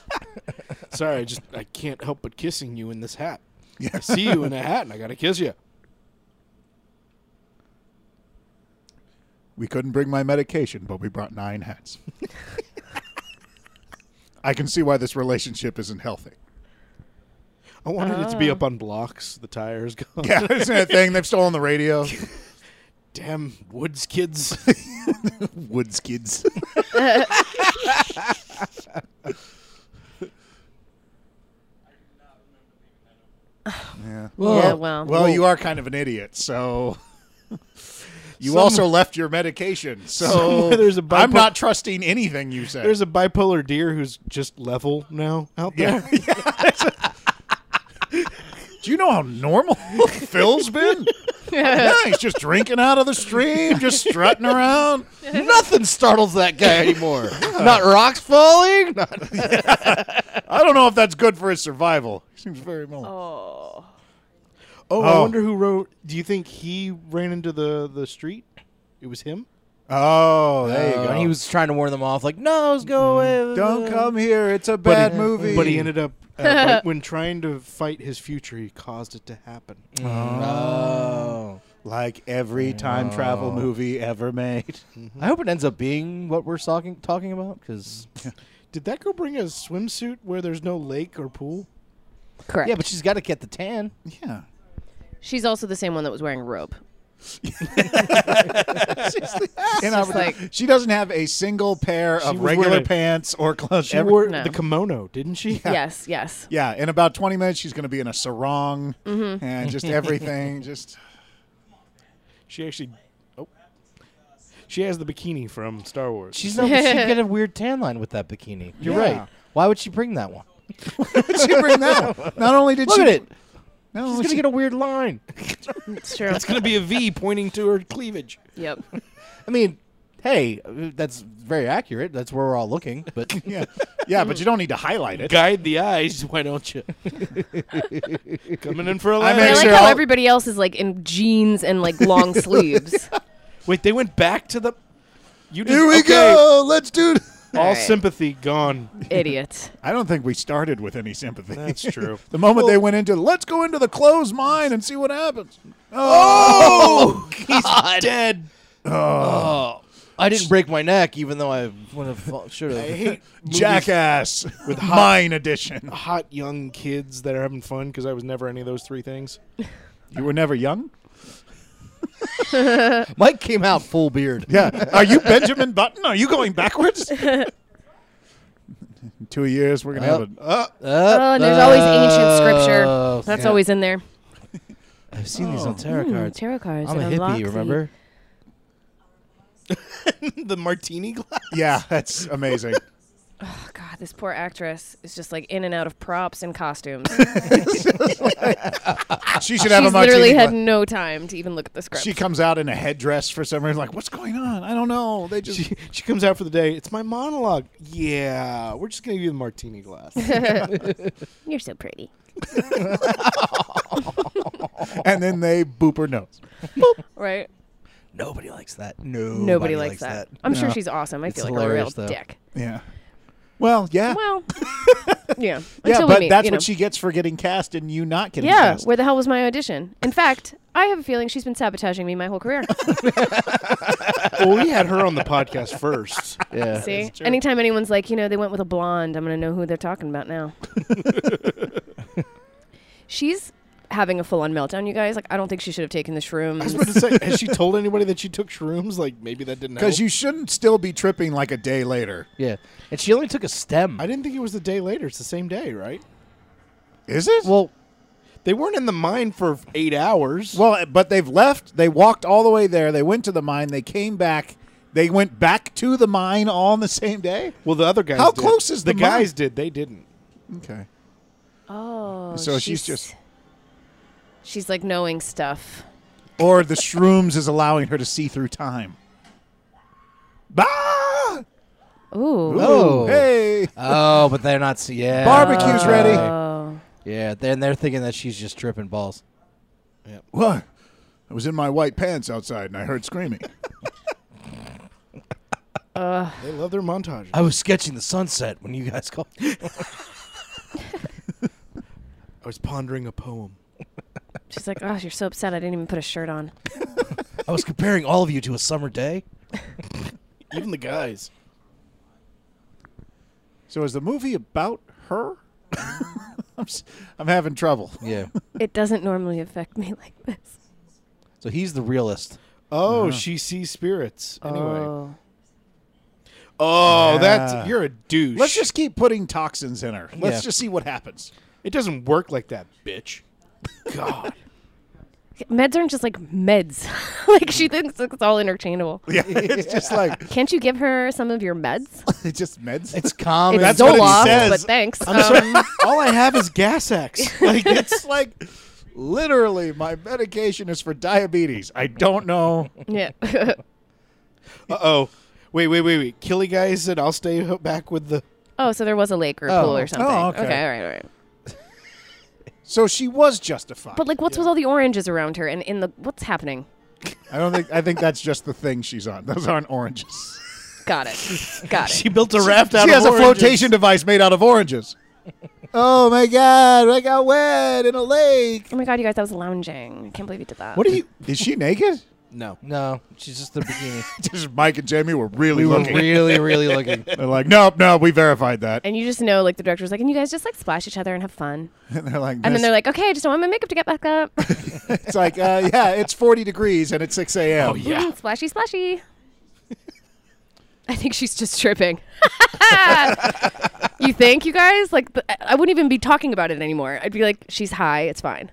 Speaker 2: sorry, I just I can't help but kissing you in this hat. I see you in a hat, and I gotta kiss you.
Speaker 1: We couldn't bring my medication, but we brought nine hats. I can see why this relationship isn't healthy.
Speaker 2: I wanted it to be up on blocks. The tire's gone.
Speaker 1: Yeah, isn't that a thing? They've stolen the radio.
Speaker 2: Damn woods kids.
Speaker 1: Woods kids. yeah.
Speaker 4: yeah, well,
Speaker 1: Well, you are kind of an idiot, so. You also left your medication, so
Speaker 2: Somewhere there's a
Speaker 1: I'm
Speaker 2: bipo-
Speaker 1: not trusting anything you say.
Speaker 2: There's a bipolar deer who's just level now out there.
Speaker 1: Yeah. Do you know how normal Phil's been? yeah, he's just drinking out of the stream, just strutting around.
Speaker 3: Nothing startles that guy anymore. not rocks falling. Not
Speaker 1: I don't know if that's good for his survival. He seems very normal.
Speaker 4: Oh.
Speaker 2: Oh, I
Speaker 1: Oh.
Speaker 2: wonder who wrote. Do you think he ran into the the street? It was him.
Speaker 1: Oh, there
Speaker 3: Uh,
Speaker 1: you go.
Speaker 3: And he was trying to warn them off, like, "No, let's go
Speaker 2: Mm,
Speaker 3: away.
Speaker 1: Don't come here. It's a
Speaker 2: he-
Speaker 1: bad movie.
Speaker 2: But he ended up uh, when- when trying to fight his future, he caused it to happen.
Speaker 3: No.
Speaker 1: like every time
Speaker 2: Oh.
Speaker 1: travel movie ever made.
Speaker 3: I hope it ends up being what we're talking talking about, because
Speaker 2: Did that girl bring a swimsuit where there's no lake or pool?
Speaker 4: Correct.
Speaker 3: yeah, but she's got to get the tan.
Speaker 1: Yeah.
Speaker 4: She's also the same one that was wearing a robe.
Speaker 1: Inopportune.
Speaker 4: like-
Speaker 1: she doesn't have a single pair
Speaker 2: She
Speaker 1: of
Speaker 2: was
Speaker 1: regular
Speaker 2: wearing a-
Speaker 1: pants or clothes.
Speaker 2: She
Speaker 1: Every-
Speaker 2: wore
Speaker 4: No.
Speaker 2: the kimono, didn't she?
Speaker 4: Yes, yes.
Speaker 1: yeah, in about 20 minutes, she's going to be in a sarong and just everything. Just
Speaker 2: She actually. Oh. She has the bikini from Star Wars.
Speaker 3: She's not. she'd get a weird tan line with that bikini. You're
Speaker 1: Yeah.
Speaker 3: right. Why would she bring that one?
Speaker 1: Did she bring that? one? Not only did
Speaker 3: Look
Speaker 1: she
Speaker 3: at it.
Speaker 1: No,
Speaker 3: She's
Speaker 1: she-
Speaker 3: gonna get a weird line.
Speaker 4: It's true.
Speaker 2: it's gonna be a V pointing to her cleavage.
Speaker 4: yep.
Speaker 3: I mean, hey, uh, that's very accurate. That's where we're all looking. But
Speaker 1: yeah, yeah, but you don't need to highlight it.
Speaker 2: Guide the eyes, why don't you? Coming in for a
Speaker 1: I
Speaker 2: line.
Speaker 1: mean-
Speaker 4: I like
Speaker 1: Sure,
Speaker 4: how
Speaker 1: I'll-
Speaker 4: everybody else is like in jeans and like long sleeves.
Speaker 2: Wait, they went back to the. You just,
Speaker 1: Here we
Speaker 2: okay.
Speaker 1: go. Let's do. it.
Speaker 2: All
Speaker 4: All right.
Speaker 2: sympathy gone.
Speaker 4: Idiot.
Speaker 1: I don't think we started with any sympathy.
Speaker 2: That's true.
Speaker 1: The moment they went into, let's go into the closed mine and see what happens.
Speaker 2: oh, he's dead.
Speaker 3: I didn't break my neck, even though I would have should
Speaker 2: I
Speaker 3: have.
Speaker 2: hate movies
Speaker 1: Jackass with mine edition.
Speaker 2: with hot young kids that are having fun because I was never any of those three things.
Speaker 1: You were never young.
Speaker 3: Mike came out full beard.
Speaker 1: Yeah. Are you Benjamin Button? Are you going backwards? In two years, we're gonna have a. Uh,
Speaker 4: Oh, and there's always ancient scripture. That's always in there.
Speaker 3: I've seen these on Oh, tarot
Speaker 4: Hmm,
Speaker 3: cards.
Speaker 4: tarot cards.
Speaker 3: I'm a
Speaker 4: that
Speaker 3: hippie,
Speaker 4: unlock
Speaker 3: remember?
Speaker 2: the martini glass.
Speaker 1: yeah, that's amazing.
Speaker 4: The, oh God, this poor actress is just like in and out of props and costumes.
Speaker 1: She should have a
Speaker 4: She's
Speaker 1: martini.
Speaker 4: literally
Speaker 1: gla-
Speaker 4: had no time to even look at the script.
Speaker 1: she comes out in a headdress for some reason. Like, what's going on? I don't know. They just
Speaker 2: She, she comes out for the day. It's my monologue. Yeah, we're just gonna give you the martini glass.
Speaker 4: You're so pretty.
Speaker 1: and then they boop her nose.
Speaker 4: Right?
Speaker 3: Nobody likes that. Nobody,
Speaker 4: Nobody, likes, that. I'm sure
Speaker 1: No.
Speaker 4: she's awesome. I
Speaker 3: It's
Speaker 4: feel like a real
Speaker 3: hilarious, though.
Speaker 4: dick.
Speaker 1: Yeah. Well, yeah.
Speaker 4: Well, yeah.
Speaker 1: yeah,
Speaker 4: until we
Speaker 1: but
Speaker 4: meet,
Speaker 1: that's
Speaker 4: you
Speaker 1: what
Speaker 4: know.
Speaker 1: she gets for getting cast and you not getting
Speaker 4: Yeah,
Speaker 1: cast.
Speaker 4: where the hell was my audition? In fact, I have a feeling she's been sabotaging me my whole career.
Speaker 2: well, we had her on the podcast first.
Speaker 3: Yeah.
Speaker 4: See, anytime anyone's like, you know, they went with a blonde, I'm gonna know who they're talking about now. she's having a full-on meltdown, you guys. Like, I don't think she should have taken
Speaker 2: I
Speaker 4: the
Speaker 2: was
Speaker 4: shrooms.
Speaker 2: about to say, has she told anybody that she took shrooms? Like maybe that didn't help.
Speaker 1: Because you shouldn't still be tripping like a day later.
Speaker 3: Yeah. And she only took a stem.
Speaker 2: I didn't think it was the day later. It's the same day, right?
Speaker 1: Is it?
Speaker 3: well,
Speaker 2: They weren't in the mine for eight hours.
Speaker 1: Well, eh, but they've left. They walked all the way there. They went to the mine. They came back. They went back to the mine all on the same day.
Speaker 2: Well, the other guys.
Speaker 1: How
Speaker 2: did.
Speaker 1: close is
Speaker 2: the,
Speaker 1: the
Speaker 2: guys?
Speaker 1: mine?
Speaker 2: Did they didn't?
Speaker 1: Okay.
Speaker 4: Oh,
Speaker 1: So she's just-
Speaker 4: she's like knowing stuff.
Speaker 1: Or the shrooms is allowing her to see through time. Bah!
Speaker 4: Ooh,
Speaker 3: Oh.
Speaker 1: Hey.
Speaker 3: oh, but they're not. Yeah.
Speaker 1: Barbecue's ready.
Speaker 4: Oh.
Speaker 3: Yeah. Then they're thinking that she's just tripping balls.
Speaker 1: What? I was in my white pants outside and I heard screaming.
Speaker 2: They love their montage.
Speaker 3: I was sketching the sunset when you guys called.
Speaker 2: I was pondering a poem.
Speaker 4: she's like, oh, you're so upset. I didn't even put a shirt on.
Speaker 3: I was comparing all of you to a summer day.
Speaker 2: Even the guys.
Speaker 1: so is the movie about her? I'm, s- I'm having trouble.
Speaker 3: Yeah.
Speaker 4: It doesn't normally affect me like this.
Speaker 3: So he's the realist.
Speaker 2: Oh, she sees spirits. Anyway. Oh,
Speaker 4: Oh.
Speaker 1: Yeah.
Speaker 2: that's you're a douche.
Speaker 1: Let's just keep putting toxins in her. Let's
Speaker 3: Yeah.
Speaker 1: just see what happens.
Speaker 2: It doesn't work like that, bitch. God.
Speaker 4: Meds aren't just like meds. like she thinks it's all interchangeable.
Speaker 1: Yeah, it's just like
Speaker 4: Can't you give her some of your meds?
Speaker 1: it's just meds.
Speaker 3: It's calm.
Speaker 4: It's
Speaker 3: and-
Speaker 1: That's what it
Speaker 4: Zoloft,
Speaker 1: says.
Speaker 4: but thanks.
Speaker 2: I'm sorry. All I have is gas X. Like it's
Speaker 1: It's like Literally, my medication is for diabetes. I don't know.
Speaker 4: Yeah.
Speaker 2: Uh oh. Wait, wait, wait, wait. Killy guy said I'll stay ho- back with the.
Speaker 4: oh, so there was a lake or a
Speaker 2: Oh.
Speaker 4: pool or something.
Speaker 1: Oh, okay.
Speaker 4: okay. All right. All right.
Speaker 1: So she was justified.
Speaker 4: But like, what's with all the oranges around her and in the what's happening?
Speaker 1: I don't think. I think that's just the thing she's on. Those aren't oranges.
Speaker 4: Got it. Got it.
Speaker 2: She built a raft out
Speaker 1: she
Speaker 2: of
Speaker 1: has a
Speaker 2: oranges.
Speaker 1: flotation device made out of oranges. oh my god! I got wet in a lake.
Speaker 4: oh my god, you guys, that was lounging. I can't believe you did that.
Speaker 1: What are you? Is she naked?
Speaker 3: No, no, she's just the beginning.
Speaker 1: Just Mike and Jamie were really
Speaker 3: we were
Speaker 1: looking.
Speaker 3: really, really looking.
Speaker 1: They're like, nope, no, we verified that.
Speaker 4: and you just know, like the director was like, and you guys just like splash each other and have fun.
Speaker 1: And they're like,
Speaker 4: And then
Speaker 1: "This-
Speaker 4: they're like, okay, I just don't want my makeup to get back up.
Speaker 1: it's like, uh, yeah, it's 40 degrees and it's 6
Speaker 2: Oh,
Speaker 1: a.m.
Speaker 2: Mm-hmm.
Speaker 4: Mm, splashy, splashy. I think she's just tripping. you think, you guys? Like, th- I wouldn't even be talking about it anymore. I'd be like, she's high. It's fine.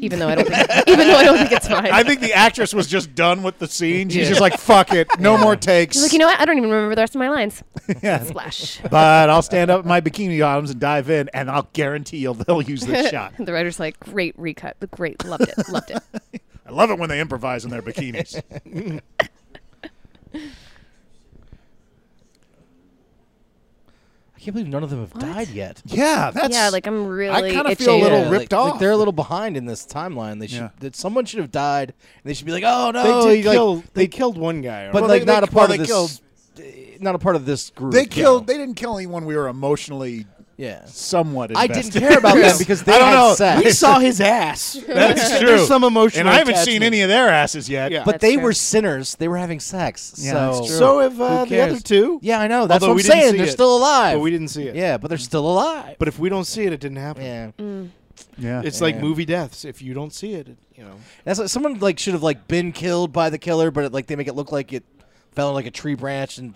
Speaker 4: Even though I don't think, even though I don't think it's fine.
Speaker 1: I think the actress was just done with the scene. She's
Speaker 3: Yeah.
Speaker 1: just like, fuck it, no more takes.
Speaker 4: she's like, you know what? I don't even remember the rest of my lines.
Speaker 1: Yeah.
Speaker 4: Splash.
Speaker 1: But I'll stand up in my bikini bottoms and dive in, and I'll guarantee you'll they'll use this shot.
Speaker 4: the writer's like, great recut. Great. Loved it. Loved it.
Speaker 1: I love it when they improvise in their bikinis.
Speaker 3: I can't believe none of them have died yet.
Speaker 1: yeah, that's
Speaker 4: yeah, like I'm really
Speaker 1: I kinda
Speaker 4: itching.
Speaker 1: feel a little
Speaker 3: Yeah,
Speaker 1: ripped
Speaker 3: like, like
Speaker 1: off.
Speaker 3: they're a little behind in this timeline. They should
Speaker 1: Yeah.
Speaker 3: that someone should have died. And they should be like, oh
Speaker 2: They
Speaker 3: no,
Speaker 2: did
Speaker 3: he, like-
Speaker 2: kill. they killed one guy.
Speaker 3: but
Speaker 1: Well,
Speaker 3: like
Speaker 1: they-
Speaker 3: not
Speaker 1: they-
Speaker 3: a part
Speaker 1: well,
Speaker 3: of
Speaker 1: they
Speaker 3: this. Not a part of this group.
Speaker 1: they
Speaker 3: yeah.
Speaker 1: killed. They didn't kill anyone. We were emotionally
Speaker 3: Yeah.
Speaker 1: somewhat.
Speaker 3: I
Speaker 1: Invested.
Speaker 3: didn't care about them because they
Speaker 1: I don't
Speaker 3: had
Speaker 1: know.
Speaker 3: sex.
Speaker 2: we saw his ass.
Speaker 1: That's true.
Speaker 2: There's some emotional.
Speaker 1: and I haven't seen
Speaker 2: attachment.
Speaker 1: any of their asses yet.
Speaker 2: Yeah.
Speaker 3: but
Speaker 4: That's
Speaker 3: they
Speaker 4: true.
Speaker 3: were sinners. They were having sex.
Speaker 1: Yeah,
Speaker 3: so
Speaker 1: that's true.
Speaker 2: So have uh,
Speaker 3: Who
Speaker 2: the other
Speaker 3: cares?
Speaker 2: two.
Speaker 3: Yeah, I know. That's
Speaker 2: Although
Speaker 3: what I'm
Speaker 2: we didn't
Speaker 3: saying.
Speaker 2: see
Speaker 3: They're
Speaker 2: it.
Speaker 3: still alive.
Speaker 2: But we didn't see it.
Speaker 3: Yeah, but
Speaker 1: Mm.
Speaker 3: they're still alive.
Speaker 2: But if we don't see it, it didn't happen.
Speaker 3: yeah,
Speaker 1: yeah.
Speaker 2: It's like
Speaker 3: Yeah.
Speaker 2: movie deaths. If you don't see it, it you know.
Speaker 3: that's like, someone like should have like been killed by the killer, but it, like they make it look like it fell on like a tree branch, and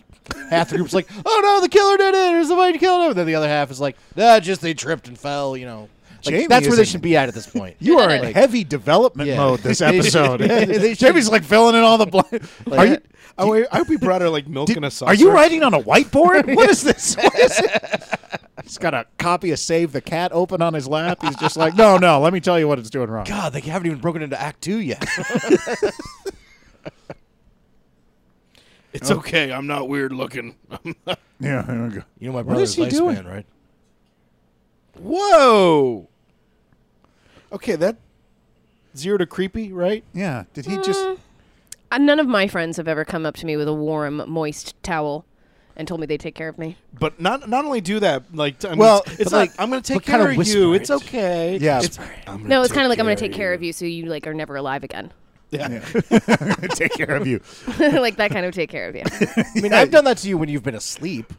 Speaker 3: half the group's like, "Oh no, the killer did it," or somebody killed him. And then the other half is like, "Nah, just they tripped and fell." You know, like,
Speaker 1: Jamie
Speaker 3: that's where they
Speaker 1: isn't-
Speaker 3: should be at at this point.
Speaker 1: You are in
Speaker 3: Like-
Speaker 1: heavy development
Speaker 3: Yeah.
Speaker 1: mode this
Speaker 3: They should-
Speaker 1: episode.
Speaker 3: yeah, they should-
Speaker 1: Jamie's like filling in all the blanks. are you? Oh,
Speaker 2: I, wa- I hope we brought her like milk
Speaker 1: did-
Speaker 2: in a saucer.
Speaker 1: are you writing on a whiteboard? What is this? What is it? He's got a copy of Save the Cat open on his lap. He's just like, no, no. Let me tell you what it's doing wrong.
Speaker 3: God, they haven't even broken into Act Two yet.
Speaker 2: It's okay. I'm not weird looking.
Speaker 1: Yeah. there we go.
Speaker 3: you know, my
Speaker 1: What is
Speaker 3: brother's
Speaker 1: he doing?
Speaker 3: Iceman, right?
Speaker 2: Whoa. Okay, that zero to creepy, right?
Speaker 1: Yeah. Did he just?
Speaker 4: Uh, none of my friends have ever come up to me with a warm, moist towel and told me they take care of me.
Speaker 2: But not not only do that, like I mean,
Speaker 1: Well,
Speaker 2: it's, it's
Speaker 1: but
Speaker 2: like
Speaker 1: like-
Speaker 2: I'm gonna take
Speaker 3: but kinda
Speaker 2: care of you.
Speaker 3: whisper
Speaker 2: It's
Speaker 3: it.
Speaker 2: okay.
Speaker 1: Yeah.
Speaker 2: It's,
Speaker 4: No, it's kind of like I'm going to take care of you, so you like are never alive again.
Speaker 1: Yeah. Take care of you.
Speaker 4: like that kind of take care of you.
Speaker 3: I mean, I've done that to you when you've been asleep.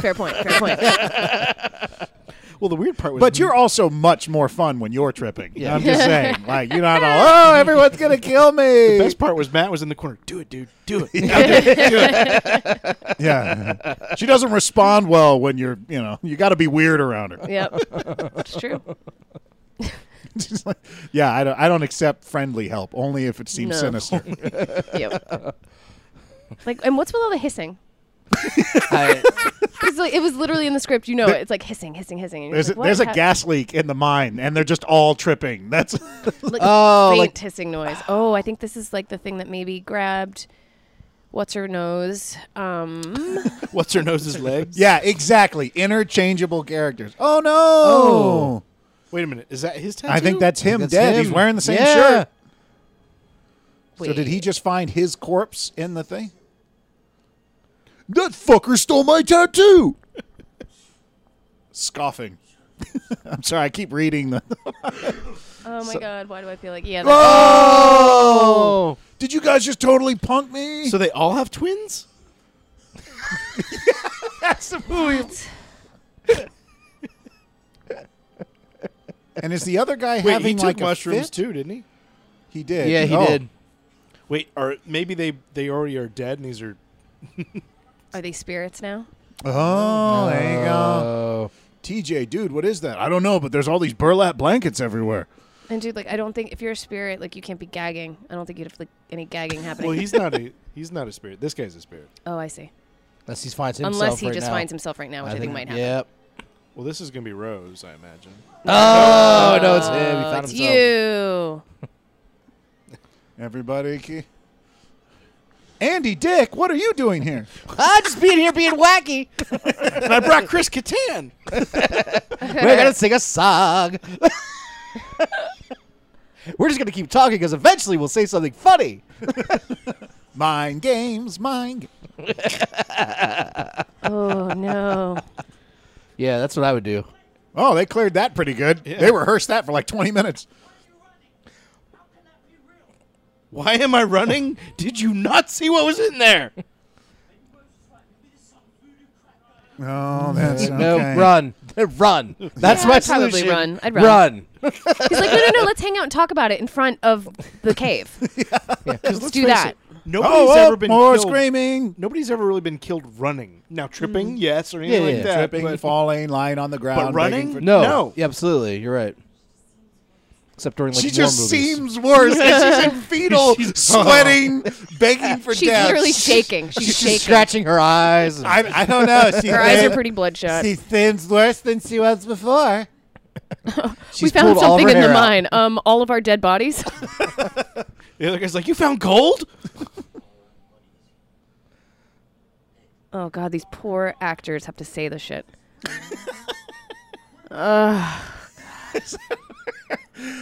Speaker 4: Fair point. Fair point.
Speaker 2: Well, the weird part was,
Speaker 1: But you're also much more fun when you're tripping.
Speaker 3: Yeah.
Speaker 1: I'm just saying. Like you're not all. Oh, everyone's gonna kill me.
Speaker 2: the best part was Matt was in the corner. Do it, dude. Do it.
Speaker 1: yeah. She doesn't respond well when you're. You know. You got to be weird around her.
Speaker 4: Yep, it's true.
Speaker 1: She's like, yeah, I don't, I don't accept friendly help, only if it seems
Speaker 4: No.
Speaker 1: sinister.
Speaker 4: Yep. Like, and what's with all the hissing?
Speaker 3: I,
Speaker 4: 'Cause, like, it was literally in the script. You know, it. it's like hissing, hissing, hissing. and you're
Speaker 1: There's,
Speaker 4: just
Speaker 1: a,
Speaker 4: like,
Speaker 1: there's a
Speaker 4: what?
Speaker 1: gas leak in the mine, and they're just all tripping. That's
Speaker 4: like
Speaker 3: Oh,
Speaker 4: faint
Speaker 3: like-
Speaker 4: hissing noise. Oh, I think this is like the thing that maybe grabbed what's her nose. Um,
Speaker 2: What's her nose's legs?
Speaker 1: yeah, exactly. Interchangeable characters. Oh no!
Speaker 3: Oh.
Speaker 2: Wait a minute. Is that his tattoo?
Speaker 1: I think that's him
Speaker 3: That's
Speaker 1: dead. He's
Speaker 3: him.
Speaker 1: wearing the same
Speaker 3: Yeah.
Speaker 1: shirt. So
Speaker 4: wait.
Speaker 1: did he just find his corpse in the thing? That fucker stole my tattoo. Scoffing. I'm sorry, I keep reading the.
Speaker 4: Oh my god! Why do I feel like yeah? that's-
Speaker 1: Oh! Did you guys just totally punk me?
Speaker 2: So they all have twins.
Speaker 1: That's the movie. and is the other guy
Speaker 2: Wait,
Speaker 1: having
Speaker 2: he took
Speaker 1: like a
Speaker 2: mushrooms
Speaker 1: fit?
Speaker 2: too, didn't he?
Speaker 1: He did.
Speaker 3: yeah, he
Speaker 1: Oh.
Speaker 3: did.
Speaker 2: Wait, or maybe they they already are dead, and these are
Speaker 4: Are they spirits now?
Speaker 1: Oh, there
Speaker 2: Uh,
Speaker 1: you go.
Speaker 3: Oh.
Speaker 1: TJ, dude, what is that? I don't know, but there's all these burlap blankets everywhere.
Speaker 4: And dude, like I don't think if you're a spirit, like you can't be gagging. I don't think you'd have like any gagging happening.
Speaker 2: well. He's not a he's not a spirit. This guy's a spirit.
Speaker 4: oh, I see.
Speaker 3: Unless he finds himself
Speaker 4: Unless he
Speaker 3: right
Speaker 4: just
Speaker 3: now.
Speaker 4: finds himself right now, which I, think, might happen.
Speaker 3: Yep.
Speaker 2: Well, this is going to be Rose, I imagine.
Speaker 3: Oh, no, it's him. He
Speaker 4: Oh,
Speaker 3: found
Speaker 4: it's
Speaker 3: himself.
Speaker 4: you.
Speaker 1: Everybody. Ke- Andy Dick, what are you doing here?
Speaker 3: I Ah, just being here being wacky.
Speaker 2: and I brought Chris Kattan.
Speaker 3: We're gonna sing a song. We're just gonna keep talking because eventually we'll say something funny.
Speaker 1: Mind games, mind. ga-
Speaker 4: Oh no.
Speaker 3: Yeah, that's what I would do.
Speaker 1: Oh, they cleared that pretty good. They rehearsed that for like 20 minutes.
Speaker 2: Why am I running? Did you not see what was in there?
Speaker 1: Oh, that's okay.
Speaker 3: No, run, run. That's
Speaker 4: Yeah,
Speaker 3: my
Speaker 4: I'd probably
Speaker 3: solution.
Speaker 4: run. I'd run. He's like, no, no, no. Let's hang out and talk about it in front of the cave. Let's do that.
Speaker 2: Nobody's
Speaker 1: Oh,
Speaker 2: ever
Speaker 1: up,
Speaker 2: been
Speaker 1: more
Speaker 2: killed.
Speaker 1: screaming. Mm.
Speaker 2: Nobody's ever really been killed running. Now tripping, yes, or anything
Speaker 3: Yeah,
Speaker 2: like
Speaker 3: yeah.
Speaker 2: that.
Speaker 1: Tripping,
Speaker 2: but
Speaker 1: falling, lying on the ground. begging
Speaker 2: running?
Speaker 1: for-
Speaker 3: No,
Speaker 2: No.
Speaker 3: Yeah, absolutely. You're right. Except during like
Speaker 1: she
Speaker 3: war
Speaker 1: just
Speaker 3: movies.
Speaker 1: seems worse. she's in fetal, sweating, begging for
Speaker 4: She's
Speaker 1: death.
Speaker 4: literally shaking. She's,
Speaker 3: She's
Speaker 4: shaking.
Speaker 3: scratching her eyes.
Speaker 1: I, I don't know. She
Speaker 4: Her eyes
Speaker 1: thin-
Speaker 4: are pretty bloodshot.
Speaker 1: She thins worse than she was before.
Speaker 4: we
Speaker 3: She's
Speaker 4: found
Speaker 3: pulled all of
Speaker 4: something
Speaker 3: her
Speaker 4: in the
Speaker 3: hair out.
Speaker 4: mine. Um, all of our dead bodies.
Speaker 2: The other guy's like, "You found gold?
Speaker 4: oh God, these poor actors have to say this shit.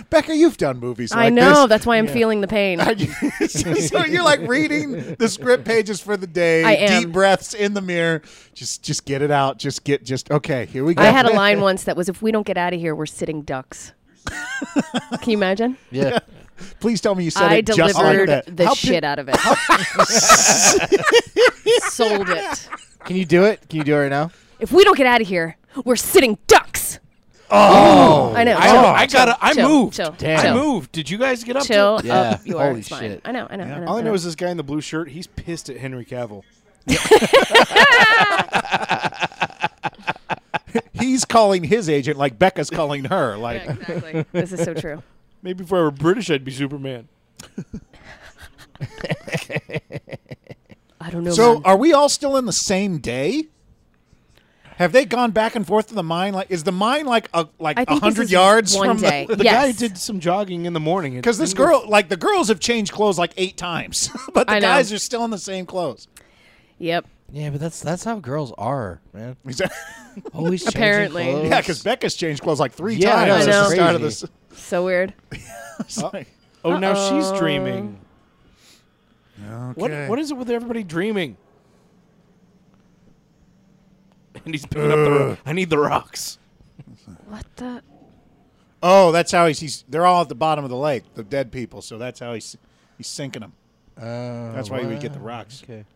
Speaker 1: Becca, you've done movies like
Speaker 4: I know.
Speaker 1: this.
Speaker 4: That's why I'm feeling the pain.
Speaker 1: so you're like reading the script pages for the day.
Speaker 4: I am.
Speaker 1: Deep breaths in the mirror. Just, just get it out. Just get, just okay. Here we go.
Speaker 4: I had a line once that was, "If we don't get out of here, we're sitting ducks." Can you imagine?
Speaker 3: yeah.
Speaker 1: Please tell me you said
Speaker 4: I
Speaker 1: it just like
Speaker 4: delivered
Speaker 1: that.
Speaker 4: the
Speaker 1: How pe-
Speaker 4: shit out of it. Sold it.
Speaker 3: Can you do it? Can you do it right now?
Speaker 4: If we don't get out of here, we're sitting ducks. Oh, I know.
Speaker 2: I,
Speaker 4: chill,
Speaker 2: I
Speaker 4: chill,
Speaker 2: gotta. I
Speaker 4: chill,
Speaker 2: moved.
Speaker 4: Chill,
Speaker 3: Damn.
Speaker 2: I
Speaker 4: chill,
Speaker 2: moved. Did you guys get up?
Speaker 4: chill Oh,
Speaker 2: To it?
Speaker 3: Yeah,
Speaker 4: up yours.
Speaker 3: holy
Speaker 4: It's fine.
Speaker 3: shit.
Speaker 4: I know. I know. I know.
Speaker 2: All I
Speaker 4: know.
Speaker 2: know is this guy in the blue shirt. He's pissed at Henry Cavill.
Speaker 1: He's calling his agent like Becca's calling her. Like,
Speaker 4: Yeah, exactly. this is so true.
Speaker 2: Maybe if I were British, I'd be Superman.
Speaker 4: I don't know.
Speaker 1: so uh,
Speaker 4: man.
Speaker 1: are we all still in the same day? Have they gone back and forth to the mine? Like, is the mine like a like
Speaker 4: I
Speaker 1: a
Speaker 4: think this
Speaker 1: hundred
Speaker 4: is
Speaker 1: yards
Speaker 4: one
Speaker 1: from
Speaker 4: day.
Speaker 1: the?
Speaker 2: The guy
Speaker 4: Yes.
Speaker 2: did some jogging in the morning. It
Speaker 1: Because this
Speaker 2: didn't
Speaker 1: girl, like the girls, have changed clothes like eight times, but the
Speaker 4: I know.
Speaker 1: guys are still in the same clothes.
Speaker 4: yep.
Speaker 3: Yeah, but that's that's how girls are, man.
Speaker 1: Is that-
Speaker 3: Always changing
Speaker 4: Apparently.
Speaker 3: clothes.
Speaker 1: yeah, because Becca's changed clothes like three
Speaker 3: Yeah, I know,
Speaker 1: times
Speaker 4: I
Speaker 1: at the
Speaker 4: know.
Speaker 1: start of this.
Speaker 3: Crazy.
Speaker 4: So weird.
Speaker 1: It's like,
Speaker 2: go- Oh, now she's dreaming.
Speaker 1: okay.
Speaker 2: What What is it with everybody dreaming? And he's picking up the. Ro- I need the rocks.
Speaker 4: What the?
Speaker 1: Oh, that's how he's, he's. They're all at the bottom of the lake, the dead people. So that's how he's he's sinking them.
Speaker 3: Oh,
Speaker 1: That's why we get the
Speaker 3: wow.
Speaker 1: rocks.
Speaker 3: Okay.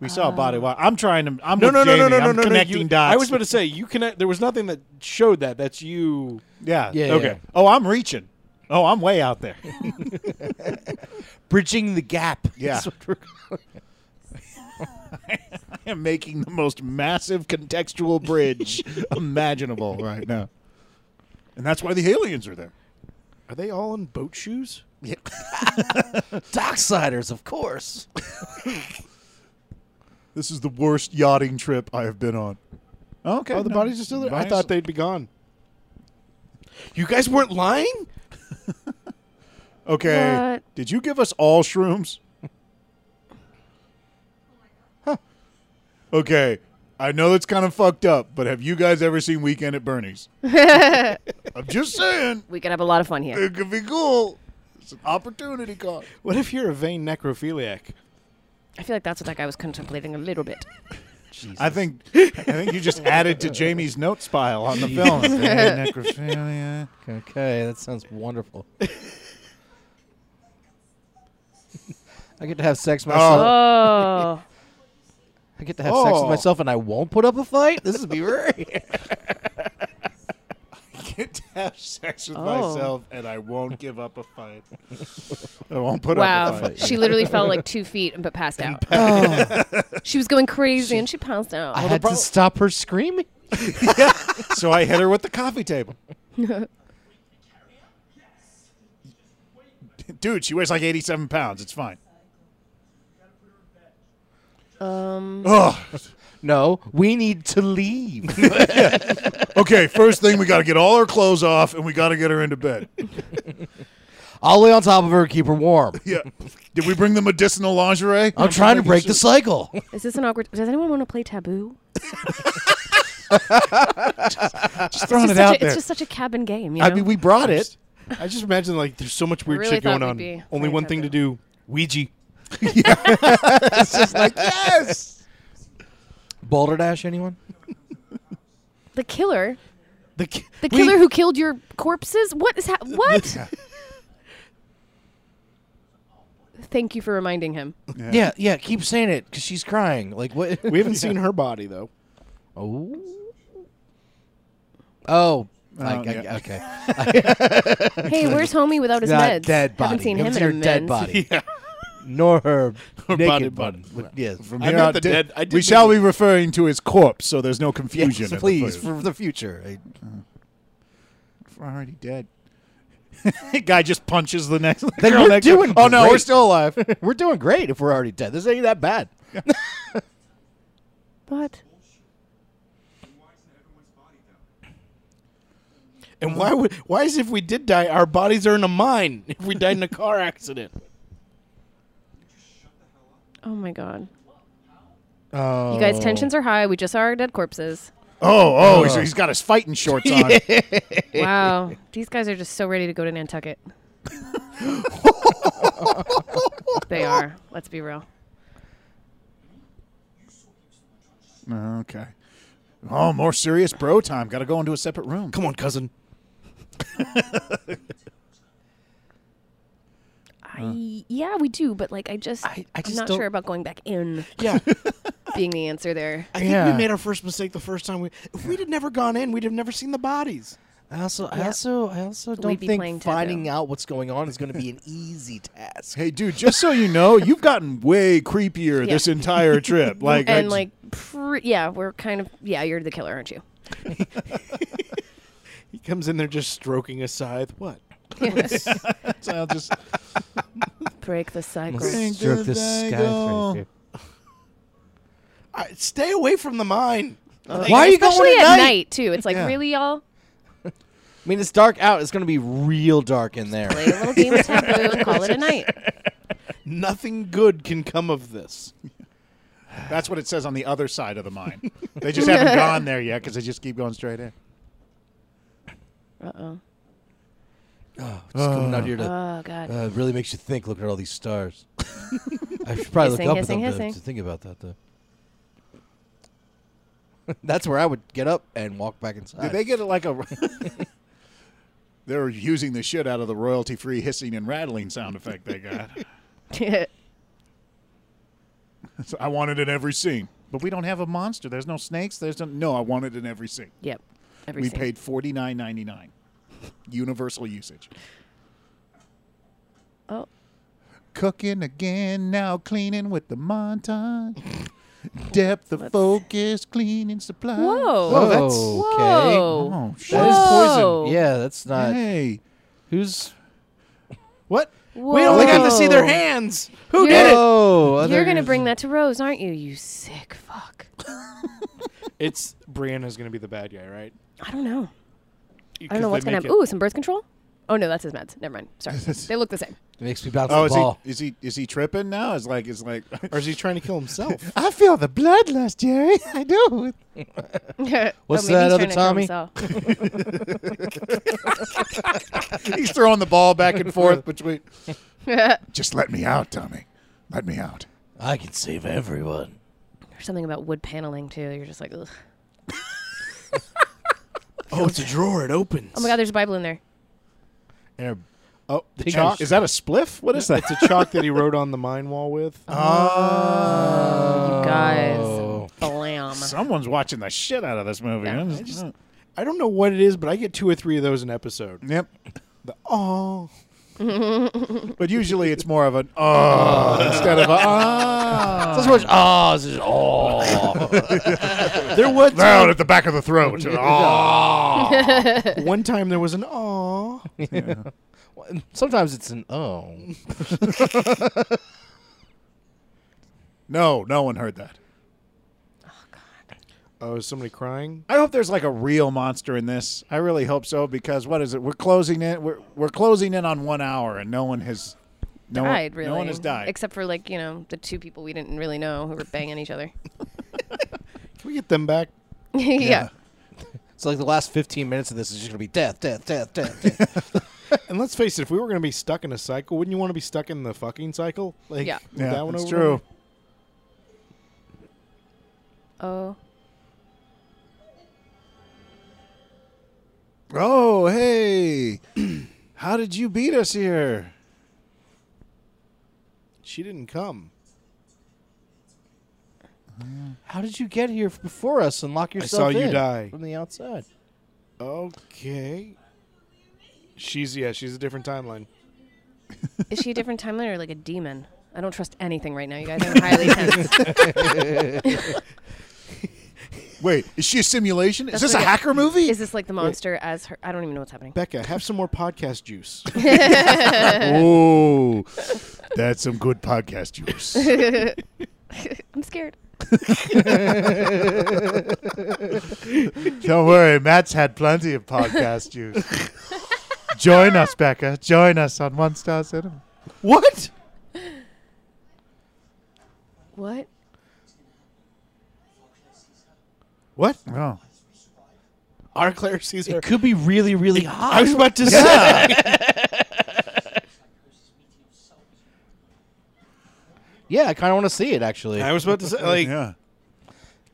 Speaker 1: We saw a body. Wa- I'm trying to. I'm
Speaker 2: No,
Speaker 1: with
Speaker 2: no, no, no,
Speaker 1: Jamie.
Speaker 2: no, no,
Speaker 1: I'm
Speaker 2: no, no.
Speaker 1: Connecting
Speaker 2: you-
Speaker 1: dots.
Speaker 2: I was about to say you connect. There was nothing that showed that. That's you.
Speaker 1: Yeah.
Speaker 3: Yeah,
Speaker 1: Okay.
Speaker 3: yeah.
Speaker 1: Oh, I'm reaching. Oh, I'm way out there.
Speaker 3: Bridging the gap.
Speaker 1: Yeah.
Speaker 3: That's what we're
Speaker 1: I am making the most massive contextual bridge imaginable right now, and that's why the aliens are there.
Speaker 2: Are they all in boat shoes?
Speaker 3: Docksiders, of course.
Speaker 1: This is the worst yachting trip I have been on. Okay.
Speaker 2: Oh, the
Speaker 1: no.
Speaker 2: bodies are still there. I
Speaker 1: Bodies-
Speaker 2: thought they'd be gone. You guys weren't lying.
Speaker 1: Okay.
Speaker 4: What?
Speaker 1: Did you give us all shrooms? Okay. I know that's kind of fucked up, but have you guys ever seen Weekend at Bernie's? I'm just saying,
Speaker 4: We could have a lot of fun here.
Speaker 1: it could be cool. It's an opportunity cost.
Speaker 2: What if you're a vain necrophiliac?
Speaker 4: I feel like that's what that guy was contemplating a little bit.
Speaker 1: I think I think you just added to Jamie's notes pile on the film. Necrophilia.
Speaker 3: Okay, that sounds wonderful. I get to have sex myself.
Speaker 4: Oh.
Speaker 3: I get to have sex
Speaker 1: Oh.
Speaker 3: with myself, and I won't put up a fight. This is be right.
Speaker 1: Get to have sex with
Speaker 4: Oh.
Speaker 1: myself, and I won't give up a fight. I won't put up a
Speaker 4: Wow.
Speaker 1: fight.
Speaker 4: She literally fell like two feet and but passed out. Oh. She was going crazy and she passed out.
Speaker 3: I had to stop her screaming.
Speaker 1: So I hit her with the coffee table. Dude, she weighs like 87 pounds. It's fine. Um.
Speaker 3: No, we need to leave.
Speaker 1: Okay, first thing we got to get all her clothes off and we got to get her into bed.
Speaker 3: I'll lay on top of her and keep her warm.
Speaker 1: Yeah. Did we bring the medicinal lingerie?
Speaker 3: I'm trying to break the cycle.
Speaker 4: Is this an awkward? Does anyone want to play taboo?
Speaker 1: Just throwing it
Speaker 4: It's, such
Speaker 1: out there.
Speaker 4: a, it's just such a cabin game. You know?
Speaker 1: I mean, we brought it.
Speaker 2: I just imagine like there's so much weird
Speaker 4: really
Speaker 2: shit going
Speaker 4: thought we'd
Speaker 2: on.
Speaker 4: be
Speaker 2: Only
Speaker 4: playing
Speaker 2: one thing to do: Ouija.
Speaker 1: Yes.
Speaker 3: Balderdash, anyone?
Speaker 4: the killer,
Speaker 2: The, ki-
Speaker 4: the
Speaker 2: we-
Speaker 4: killer who killed your corpses. What is that? What? Thank you for reminding him.
Speaker 3: Yeah, yeah, keep saying it because she's crying. Like what?
Speaker 2: We haven't seen her body though.
Speaker 3: oh, oh, I,
Speaker 1: Oh,
Speaker 3: I-
Speaker 1: yeah.
Speaker 3: okay.
Speaker 4: Hey, where's homie without his
Speaker 3: Not
Speaker 4: meds?
Speaker 3: dead body.
Speaker 4: Haven't seen
Speaker 3: Haven't
Speaker 4: him in
Speaker 3: her
Speaker 4: a
Speaker 3: dead body.
Speaker 4: minute.
Speaker 3: Nor her,
Speaker 2: body
Speaker 3: naked
Speaker 2: body.
Speaker 3: body. But, yeah, from
Speaker 2: I
Speaker 3: here
Speaker 2: meant
Speaker 3: on,
Speaker 2: the
Speaker 3: di-
Speaker 2: dead- I did
Speaker 1: we
Speaker 2: mean
Speaker 1: shall
Speaker 2: the-
Speaker 1: be referring to his corpse so there's no
Speaker 3: Yes,
Speaker 1: confusion. in the
Speaker 3: please,
Speaker 1: photo.
Speaker 3: for the future. I-
Speaker 1: We're already dead. Guy just punches the next. the
Speaker 3: Then
Speaker 1: girl
Speaker 3: we're
Speaker 1: next to-
Speaker 3: doing
Speaker 1: Oh no, we're
Speaker 3: great.
Speaker 1: still alive.
Speaker 3: We're doing great if we're already dead. This ain't that bad.
Speaker 4: What?
Speaker 2: And why would why is if we did die, our bodies are in a mine? If we died in a car accident,
Speaker 4: Oh my god.
Speaker 3: Oh.
Speaker 4: You guys, tensions are high. We just saw our dead corpses.
Speaker 1: Oh, oh, he's, he's got his fighting shorts on.
Speaker 4: Wow. These guys are just so ready to go to Nantucket. they are. Let's be real.
Speaker 1: Oh, Okay. Oh, more serious bro time. Got to go into a separate room.
Speaker 2: come on, cousin.
Speaker 4: I, yeah, we do, but like I just,
Speaker 2: I- I just
Speaker 4: am not
Speaker 2: don't-
Speaker 4: sure about going back in
Speaker 2: Yeah,
Speaker 4: being the answer there.
Speaker 2: I think
Speaker 3: Yeah.
Speaker 2: we made our first mistake the first time. We if we'd have never gone in, we'd have never seen the bodies.
Speaker 3: I also, I also, I also don't
Speaker 4: be playing
Speaker 3: think
Speaker 4: Taboo.
Speaker 3: finding out what's going on is going to be an easy task.
Speaker 1: Hey, dude, just so you know, you've gotten way creepier
Speaker 4: Yeah.
Speaker 1: this entire trip. Like, I
Speaker 4: and
Speaker 1: just-
Speaker 4: like, pre- yeah, we're kind of, yeah, you're the killer, aren't you?
Speaker 2: He comes in there just stroking a scythe. What?
Speaker 1: I'll just
Speaker 4: Break the cycle.
Speaker 1: Think stroke this this sky diagonal. through.
Speaker 2: I, stay away from the mine.
Speaker 4: Like,
Speaker 3: Why are you going
Speaker 4: especially
Speaker 3: at
Speaker 4: at
Speaker 3: night?
Speaker 4: too? It's like
Speaker 1: Yeah.
Speaker 4: really y'all
Speaker 3: I mean, it's dark out. It's going to be real dark in there.
Speaker 4: play a little game of taboo and call it a night.
Speaker 2: Nothing good can come of this.
Speaker 1: that's what it says on the other side of the mine. they just haven't gone there yet because they just keep going straight in.
Speaker 4: Uh oh.
Speaker 3: Just coming out here to
Speaker 4: Oh god.
Speaker 3: uh, really makes you think. Looking at all these stars. I should probably
Speaker 4: Hissing,
Speaker 3: look up
Speaker 4: hissing,
Speaker 3: at them
Speaker 4: hissing.
Speaker 3: to, to think about that. Though. That's where I would get up and walk back inside.
Speaker 1: Did they get like a? They're using the shit out of the royalty-free hissing and rattling sound effect they got. So I want it in every scene. But we don't have a monster. There's no snakes. There's no. No, I want it in every scene.
Speaker 4: yep. Every
Speaker 1: we
Speaker 4: scene.
Speaker 1: paid forty nine ninety nine. Universal usage.
Speaker 4: Oh.
Speaker 1: Cooking again now, cleaning with the montage. Depth of focus, cleaning supply.
Speaker 4: Whoa.
Speaker 3: Whoa, that's okay.
Speaker 4: Whoa.
Speaker 1: Oh, shit.
Speaker 3: That is
Speaker 4: Whoa.
Speaker 3: poison. Yeah, that's not.
Speaker 1: Hey.
Speaker 3: Who's?
Speaker 2: What? We only got to see their
Speaker 4: Whoa.
Speaker 2: hands. Who
Speaker 4: You're-
Speaker 2: did it?
Speaker 3: Oh, I
Speaker 4: You're
Speaker 3: thought
Speaker 4: gonna
Speaker 3: you-
Speaker 4: bring that to Rose, aren't you? You sick fuck.
Speaker 2: It's Brianna's going to be the bad guy, right?
Speaker 4: I don't know. I
Speaker 2: 'Cause
Speaker 4: don't
Speaker 2: they
Speaker 4: know what's gonna
Speaker 2: make
Speaker 4: happen. Ooh, some birth control. Oh no, that's his meds. Never mind. Sorry. they look the same.
Speaker 3: It makes me bounce
Speaker 1: Oh,
Speaker 3: the
Speaker 1: is
Speaker 3: ball.
Speaker 1: he is he is he tripping now? It's like it's like
Speaker 2: it- Or is he trying to kill himself?
Speaker 1: I feel the bloodlust, Jerry. I do.
Speaker 4: Well,
Speaker 3: What's
Speaker 4: Oh, maybe he's
Speaker 3: that other
Speaker 4: trying to kill
Speaker 3: Tommy?
Speaker 4: himself.
Speaker 1: He's throwing the ball back and forth between. Just let me out, Tommy. Let me out.
Speaker 3: I can save everyone.
Speaker 4: There's something about wood paneling too. You're just like, Ugh.
Speaker 2: oh, it's a drawer. It opens.
Speaker 4: oh my god, there's a Bible in there.
Speaker 3: And
Speaker 2: Oh, the
Speaker 1: Chalk?
Speaker 2: chalk.
Speaker 1: Is that a spliff? What is that?
Speaker 2: It's a chalk that he wrote on the mine wall with.
Speaker 1: Oh.
Speaker 4: You guys, blam.
Speaker 1: Someone's watching the shit out of this movie.
Speaker 4: Yeah,
Speaker 1: I'm just-
Speaker 2: I don't know what it is, but I get two or three of those an episode.
Speaker 1: yep.
Speaker 2: The oh,
Speaker 1: But usually it's more of an oh instead of a ah.
Speaker 3: so much. Oh, this is oh.
Speaker 2: there was
Speaker 1: Loud at the back of the throat. Ah.
Speaker 2: one time there was an oh.
Speaker 3: Sometimes it's an oh.
Speaker 1: no, no one heard that.
Speaker 4: Oh god.
Speaker 2: Oh, is somebody crying?
Speaker 1: I hope there's like a real monster in this. I really hope so because what is it? We're closing in. We're we're closing in on one hour, and no one has no one-
Speaker 4: died, really.
Speaker 1: No one has died.
Speaker 4: Except for, like, you know, the two people we didn't really know who were banging each other.
Speaker 2: Can we get them back?
Speaker 4: yeah.
Speaker 3: So like the last 15 minutes of this is just gonna be death, death, death, death. death.
Speaker 2: And let's face it, if we were going to be stuck in a cycle, wouldn't you want to be stuck in the fucking cycle? Like,
Speaker 4: Yeah.
Speaker 2: with
Speaker 1: yeah,
Speaker 2: that one
Speaker 1: that's
Speaker 2: over
Speaker 1: true.
Speaker 4: Oh.
Speaker 1: Oh, hey, how did you beat us here?
Speaker 2: She didn't come.
Speaker 3: How did you get here before us and lock yourself
Speaker 2: saw you
Speaker 3: in
Speaker 2: die.
Speaker 3: from the outside?
Speaker 2: Okay. She's yeah, she's a different timeline.
Speaker 4: Is she a different timeline or like a demon? I don't trust anything right now, you guys. I'm highly tense.
Speaker 1: Wait, is she a simulation? Is
Speaker 4: That's
Speaker 1: this a
Speaker 4: what I-
Speaker 1: hacker movie?
Speaker 4: Is this like the monster as her? I don't even know what's happening.
Speaker 2: Becca, have some more podcast juice.
Speaker 1: oh, that's some good podcast juice.
Speaker 4: I'm scared.
Speaker 1: Don't worry, Matt's had plenty of podcast juice. Join us, Becca. Join us on One Star Cinema.
Speaker 3: What?
Speaker 4: What?
Speaker 2: what?
Speaker 1: Oh.
Speaker 2: Our Claire sees her.
Speaker 3: It could be really, really hot.
Speaker 2: I was about to say.
Speaker 3: yeah, I kind of want to see it actually.
Speaker 2: I was about to say. Like,
Speaker 1: yeah.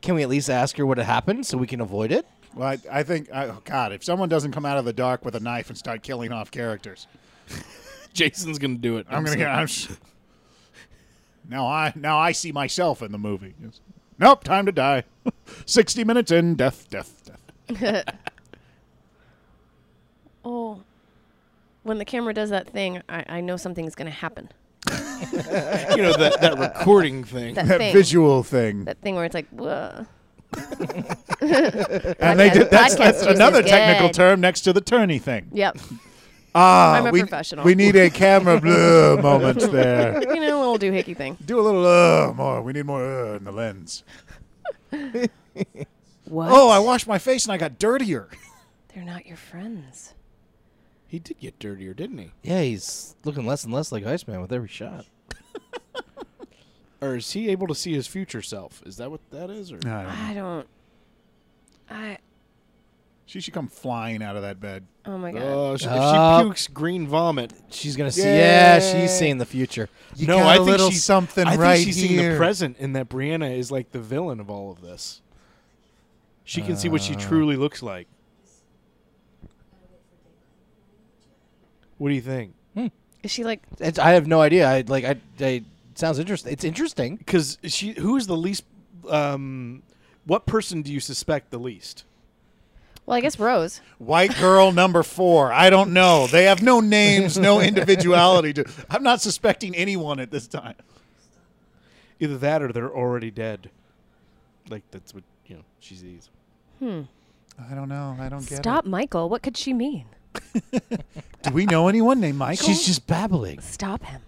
Speaker 3: Can we at least ask her what had happened so we can avoid it?
Speaker 1: Well, I, I think, I, oh God, if someone doesn't come out of the dark with a knife and start killing off characters,
Speaker 2: Jason's gonna do it.
Speaker 1: I'm gonna get. I'm, s- now I now I see myself in the movie. It's- Nope, time to die. Sixty minutes in, death, death, death.
Speaker 4: Oh. When the camera does that thing, I, I know something's going to happen.
Speaker 2: you know that, that recording thing.
Speaker 4: That,
Speaker 1: That
Speaker 4: thing.
Speaker 1: visual thing,
Speaker 4: That thing where it's like, whoa.
Speaker 1: and they did. That's,
Speaker 4: podcast
Speaker 1: that's
Speaker 4: juice is
Speaker 1: another technical
Speaker 4: good.
Speaker 1: term next to the turny thing.
Speaker 4: Yep.
Speaker 1: Ah,
Speaker 4: I'm a
Speaker 1: we,
Speaker 4: professional.
Speaker 1: We need a camera blur moment there.
Speaker 4: you know, a little doohickey thing.
Speaker 1: Do a little uh, more. We need more uh, in the lens.
Speaker 4: What?
Speaker 1: Oh, I washed my face and I got dirtier.
Speaker 4: They're not your friends.
Speaker 2: He did get dirtier, didn't he?
Speaker 3: Yeah, he's looking less and less like Iceman with every shot.
Speaker 2: Or is he able to see his future self? Is that what that is? Or
Speaker 1: I don't know.
Speaker 4: I don't. I.
Speaker 1: She should come flying out of that bed.
Speaker 4: Oh my god.
Speaker 2: Oh, she, if
Speaker 3: Uh,
Speaker 2: she pukes green vomit.
Speaker 3: She's gonna see. Yeah, she's
Speaker 1: Yay.
Speaker 3: seeing the future.
Speaker 1: You got a little something
Speaker 2: I think
Speaker 1: right
Speaker 2: she's seeing the
Speaker 1: here.
Speaker 2: present, and that Brianna is like the villain of all of this. She can see what
Speaker 1: Uh.
Speaker 2: she truly looks like. What do you think?
Speaker 4: Is she like?
Speaker 3: It's, I have no idea. I like. I. I sounds interesting. It's interesting.
Speaker 2: Because she, who is the least? Um, what person do you suspect the least?
Speaker 4: Well, I guess Rose.
Speaker 1: White girl number four. I don't know. They have no names, no individuality. To, I'm not suspecting anyone at this time.
Speaker 2: Either that, or they're already dead. Like that's what you know. She sees.
Speaker 1: I don't know. I don't get
Speaker 4: Stop, Michael. What could she mean?
Speaker 1: it. Do we know anyone named Michael?
Speaker 3: She's just babbling.
Speaker 4: Stop him.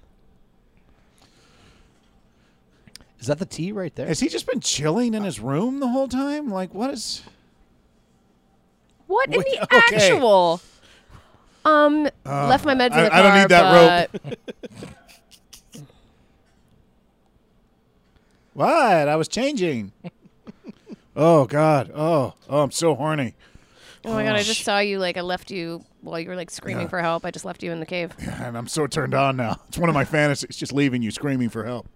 Speaker 3: Is that the T right there?
Speaker 1: Has he just been chilling in his room the whole time? Like, what is?
Speaker 4: What in
Speaker 1: Wait,
Speaker 4: the
Speaker 1: okay. Uh,
Speaker 4: actual? Um, left my meds in the
Speaker 1: I- I
Speaker 4: car.
Speaker 1: don't need that
Speaker 4: rope.
Speaker 1: What? I was changing. oh God. Oh. Oh, I'm so horny.
Speaker 4: Oh my god! I just saw you. Like I left you while you were like screaming
Speaker 1: Yeah.
Speaker 4: for help. I just left you in the cave.
Speaker 1: And I'm so turned on now. It's one of my fantasies. Just leaving you screaming for help.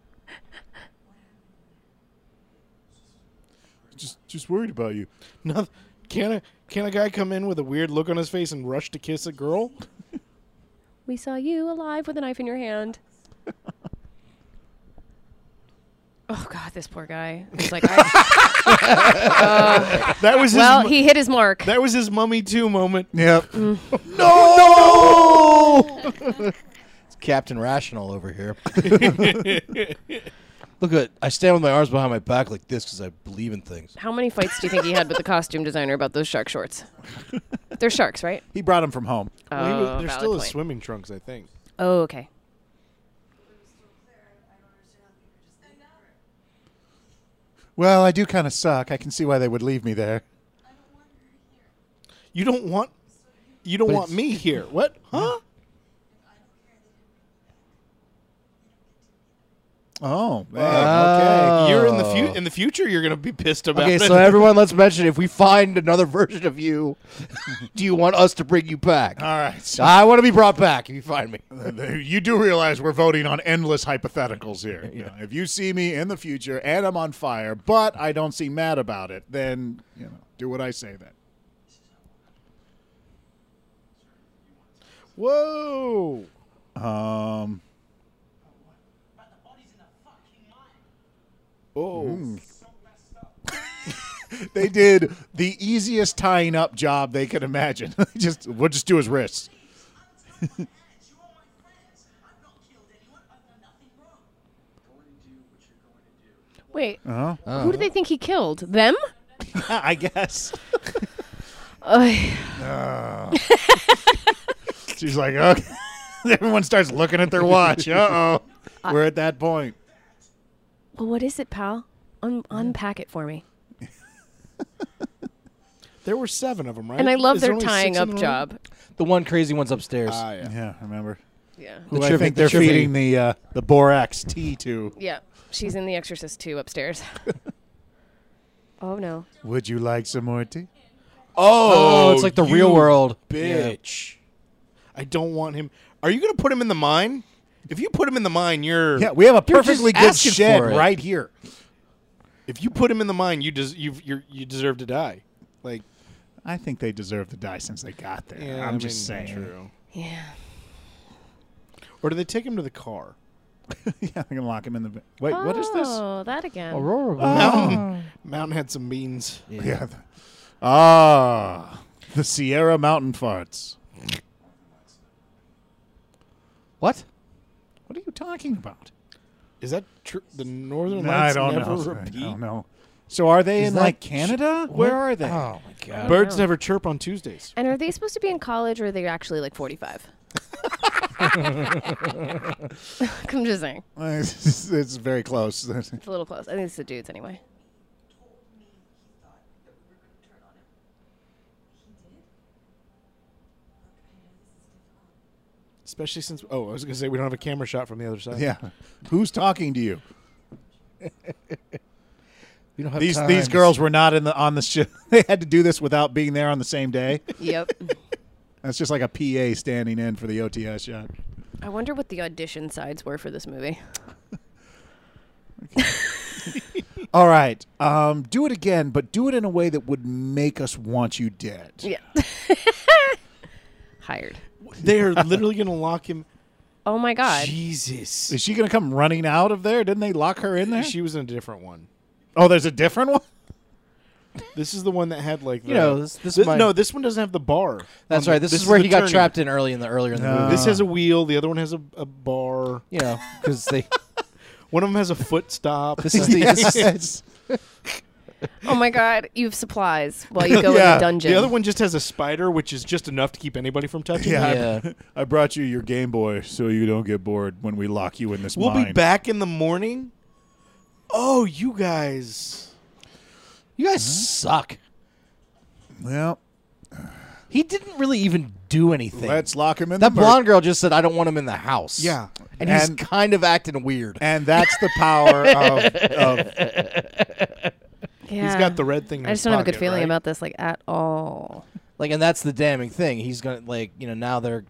Speaker 1: Just, just worried about you.
Speaker 2: No, can a can a guy come in with a weird look on his face and rush to kiss a girl?
Speaker 4: We saw you alive with a knife in your hand. oh god, this poor guy. He's like, I,
Speaker 2: That was his
Speaker 4: well,
Speaker 2: mo-
Speaker 4: he hit his mark.
Speaker 2: that was his mummy too moment.
Speaker 1: Yep. No. No.
Speaker 3: It's Captain Rational over here. Look at. I stand with my arms behind my back like this because I believe in things.
Speaker 4: How many fights do you think he had with the costume designer about those shark shorts? They're sharks, right?
Speaker 1: He brought him from home.
Speaker 2: Well, he was-
Speaker 4: Oh,
Speaker 2: they're
Speaker 4: valid
Speaker 2: still his
Speaker 4: point.
Speaker 2: swimming trunks, I think.
Speaker 4: Oh, okay.
Speaker 1: Well, I do kind of suck. I can see why they would leave me there.
Speaker 2: You don't want you don't
Speaker 3: But
Speaker 2: want
Speaker 3: it's-
Speaker 2: me here. What? Huh?
Speaker 1: Oh, man. okay.
Speaker 3: Oh.
Speaker 2: You're in the fu- in the future you're going to be pissed about
Speaker 3: Okay,
Speaker 2: it.
Speaker 3: so everyone, let's mention if we find another version of you, do you want us to bring you back?
Speaker 1: All right. So
Speaker 3: I want to be brought back if you find me.
Speaker 1: you do realize we're voting on endless hypotheticals here. You know, if you see me in the future and I'm on fire, but I don't seem mad about it, then you know, do what I say then.
Speaker 2: Whoa.
Speaker 1: Um,
Speaker 2: Oh.
Speaker 1: they did the easiest tying up job they could imagine. just we'll just do his wrists.
Speaker 4: Wait.
Speaker 1: Uh-huh.
Speaker 4: Who do they think he killed? Them?
Speaker 1: I guess.
Speaker 4: Ugh.
Speaker 1: She's like, okay. Everyone starts looking at their watch. Uh oh. We're at that point.
Speaker 4: well, what is it, pal? Un- unpack it for me.
Speaker 2: There were 7 of them, right?
Speaker 4: And I love
Speaker 2: Is there
Speaker 4: their
Speaker 2: only
Speaker 4: tying
Speaker 2: six in
Speaker 4: up
Speaker 2: the room?
Speaker 4: job.
Speaker 3: The one crazy one's upstairs.
Speaker 2: Ah, yeah.
Speaker 1: Yeah, I remember.
Speaker 4: Yeah.
Speaker 1: Who I
Speaker 3: chivvy-
Speaker 1: think
Speaker 3: the
Speaker 1: they're
Speaker 3: chivvy.
Speaker 1: feeding the uh, the borax tea to.
Speaker 4: Yeah. She's in The Exorcist too upstairs. oh, no.
Speaker 1: Would you like some more tea?
Speaker 3: oh, it's like the
Speaker 2: you
Speaker 3: real world.
Speaker 2: Bitch. I don't want him. Are you going to put him in the mine? If you put him in the mine, you're
Speaker 1: Yeah, we have a
Speaker 3: You're just
Speaker 1: perfectly good
Speaker 3: asking
Speaker 1: shed
Speaker 3: for it.
Speaker 1: right here.
Speaker 2: If you put him in the mine, you des- you you you deserve to die. Like
Speaker 1: I think they deserve to die since they got there.
Speaker 2: yeah,
Speaker 1: I'm
Speaker 2: I
Speaker 1: just
Speaker 2: mean,
Speaker 1: saying.
Speaker 2: True.
Speaker 4: Yeah.
Speaker 2: Or do they take him to the car?
Speaker 1: yeah, they're gonna lock him in the. Wait, what is this?
Speaker 4: Oh, that again.
Speaker 3: Aurora.
Speaker 2: Mountain, Mountain had some beans.
Speaker 1: Yeah. the- Ah, the Sierra Mountain farts.
Speaker 3: What?
Speaker 1: What are you talking about?
Speaker 2: Is that true? The Northern
Speaker 1: I
Speaker 2: Lights
Speaker 1: don't
Speaker 2: never
Speaker 1: know. I
Speaker 2: repeat.
Speaker 1: don't know. So are they
Speaker 3: Is
Speaker 1: in
Speaker 3: that
Speaker 1: like
Speaker 3: ch-
Speaker 1: Canada? Where
Speaker 3: what?
Speaker 1: are they?
Speaker 3: Oh my god.
Speaker 2: Birds
Speaker 4: know.
Speaker 2: never chirp on Tuesdays.
Speaker 4: And are they supposed to be in college or are they actually like 45? I'm just saying.
Speaker 1: it's, it's very close.
Speaker 4: It's a little close. I think it's the dudes anyway.
Speaker 2: Especially since oh, I was gonna say we don't have a camera shot from the other side.
Speaker 1: yeah. Who's talking to you?
Speaker 3: We don't have
Speaker 1: These these
Speaker 3: times.
Speaker 1: girls were not in the on the ship. they had to do this without being there on the same day.
Speaker 4: Yep.
Speaker 1: That's just like a PA standing in for the OTS shot.
Speaker 4: I wonder what the audition sides were for this movie.
Speaker 1: All right, um, do it again, but do it in a way that would make us want you dead.
Speaker 4: Yeah. Hired.
Speaker 2: they are literally gonna lock him.
Speaker 4: Oh my God.
Speaker 2: Jesus,
Speaker 1: Is she gonna come running out of there? Didn't they lock her in there?
Speaker 2: she was in a different one.
Speaker 1: oh, there's a different one.
Speaker 2: This is the one that had like
Speaker 3: You
Speaker 2: the-
Speaker 3: know, this- this
Speaker 2: Thi-
Speaker 3: might-
Speaker 2: no, this one doesn't have the bar.
Speaker 3: That's
Speaker 2: on the-
Speaker 3: right. This, is where
Speaker 2: the
Speaker 3: he got
Speaker 2: turning.
Speaker 3: trapped Uh. in early in the earlier in the
Speaker 1: No.
Speaker 3: movie.
Speaker 2: This has a wheel. The other one has a, a bar.
Speaker 3: you know, because they.
Speaker 2: One of them has a foot stop.
Speaker 3: This is the. This is,
Speaker 1: Yes.
Speaker 4: Oh my God. You have supplies while you go in
Speaker 1: Yeah.
Speaker 4: the dungeon.
Speaker 2: The other one just has a spider, which is just enough to keep anybody from touching. it.
Speaker 1: Yeah, I-
Speaker 3: Yeah.
Speaker 1: I, brought you your Game Boy so you don't get bored when we lock you in this.
Speaker 2: We'll be
Speaker 1: mine.
Speaker 2: back in the morning. Oh, you guys.
Speaker 3: you guys
Speaker 2: Uh-huh.
Speaker 3: suck.
Speaker 1: Well,
Speaker 3: He didn't really even do anything.
Speaker 1: let's lock him in
Speaker 3: that
Speaker 1: the mur-
Speaker 3: blonde girl just said, "I don't want him in the house."
Speaker 2: Yeah.
Speaker 3: and he's
Speaker 1: And-
Speaker 3: kind of acting weird.
Speaker 1: And that's the power of, of
Speaker 4: Yeah.
Speaker 2: He's got the red thing. in
Speaker 4: I
Speaker 2: his
Speaker 4: just don't have a good
Speaker 2: pocket,
Speaker 4: feeling
Speaker 2: right?
Speaker 4: about this, like at all.
Speaker 3: Like, and that's the damning thing. He's gonna like, you know, now they're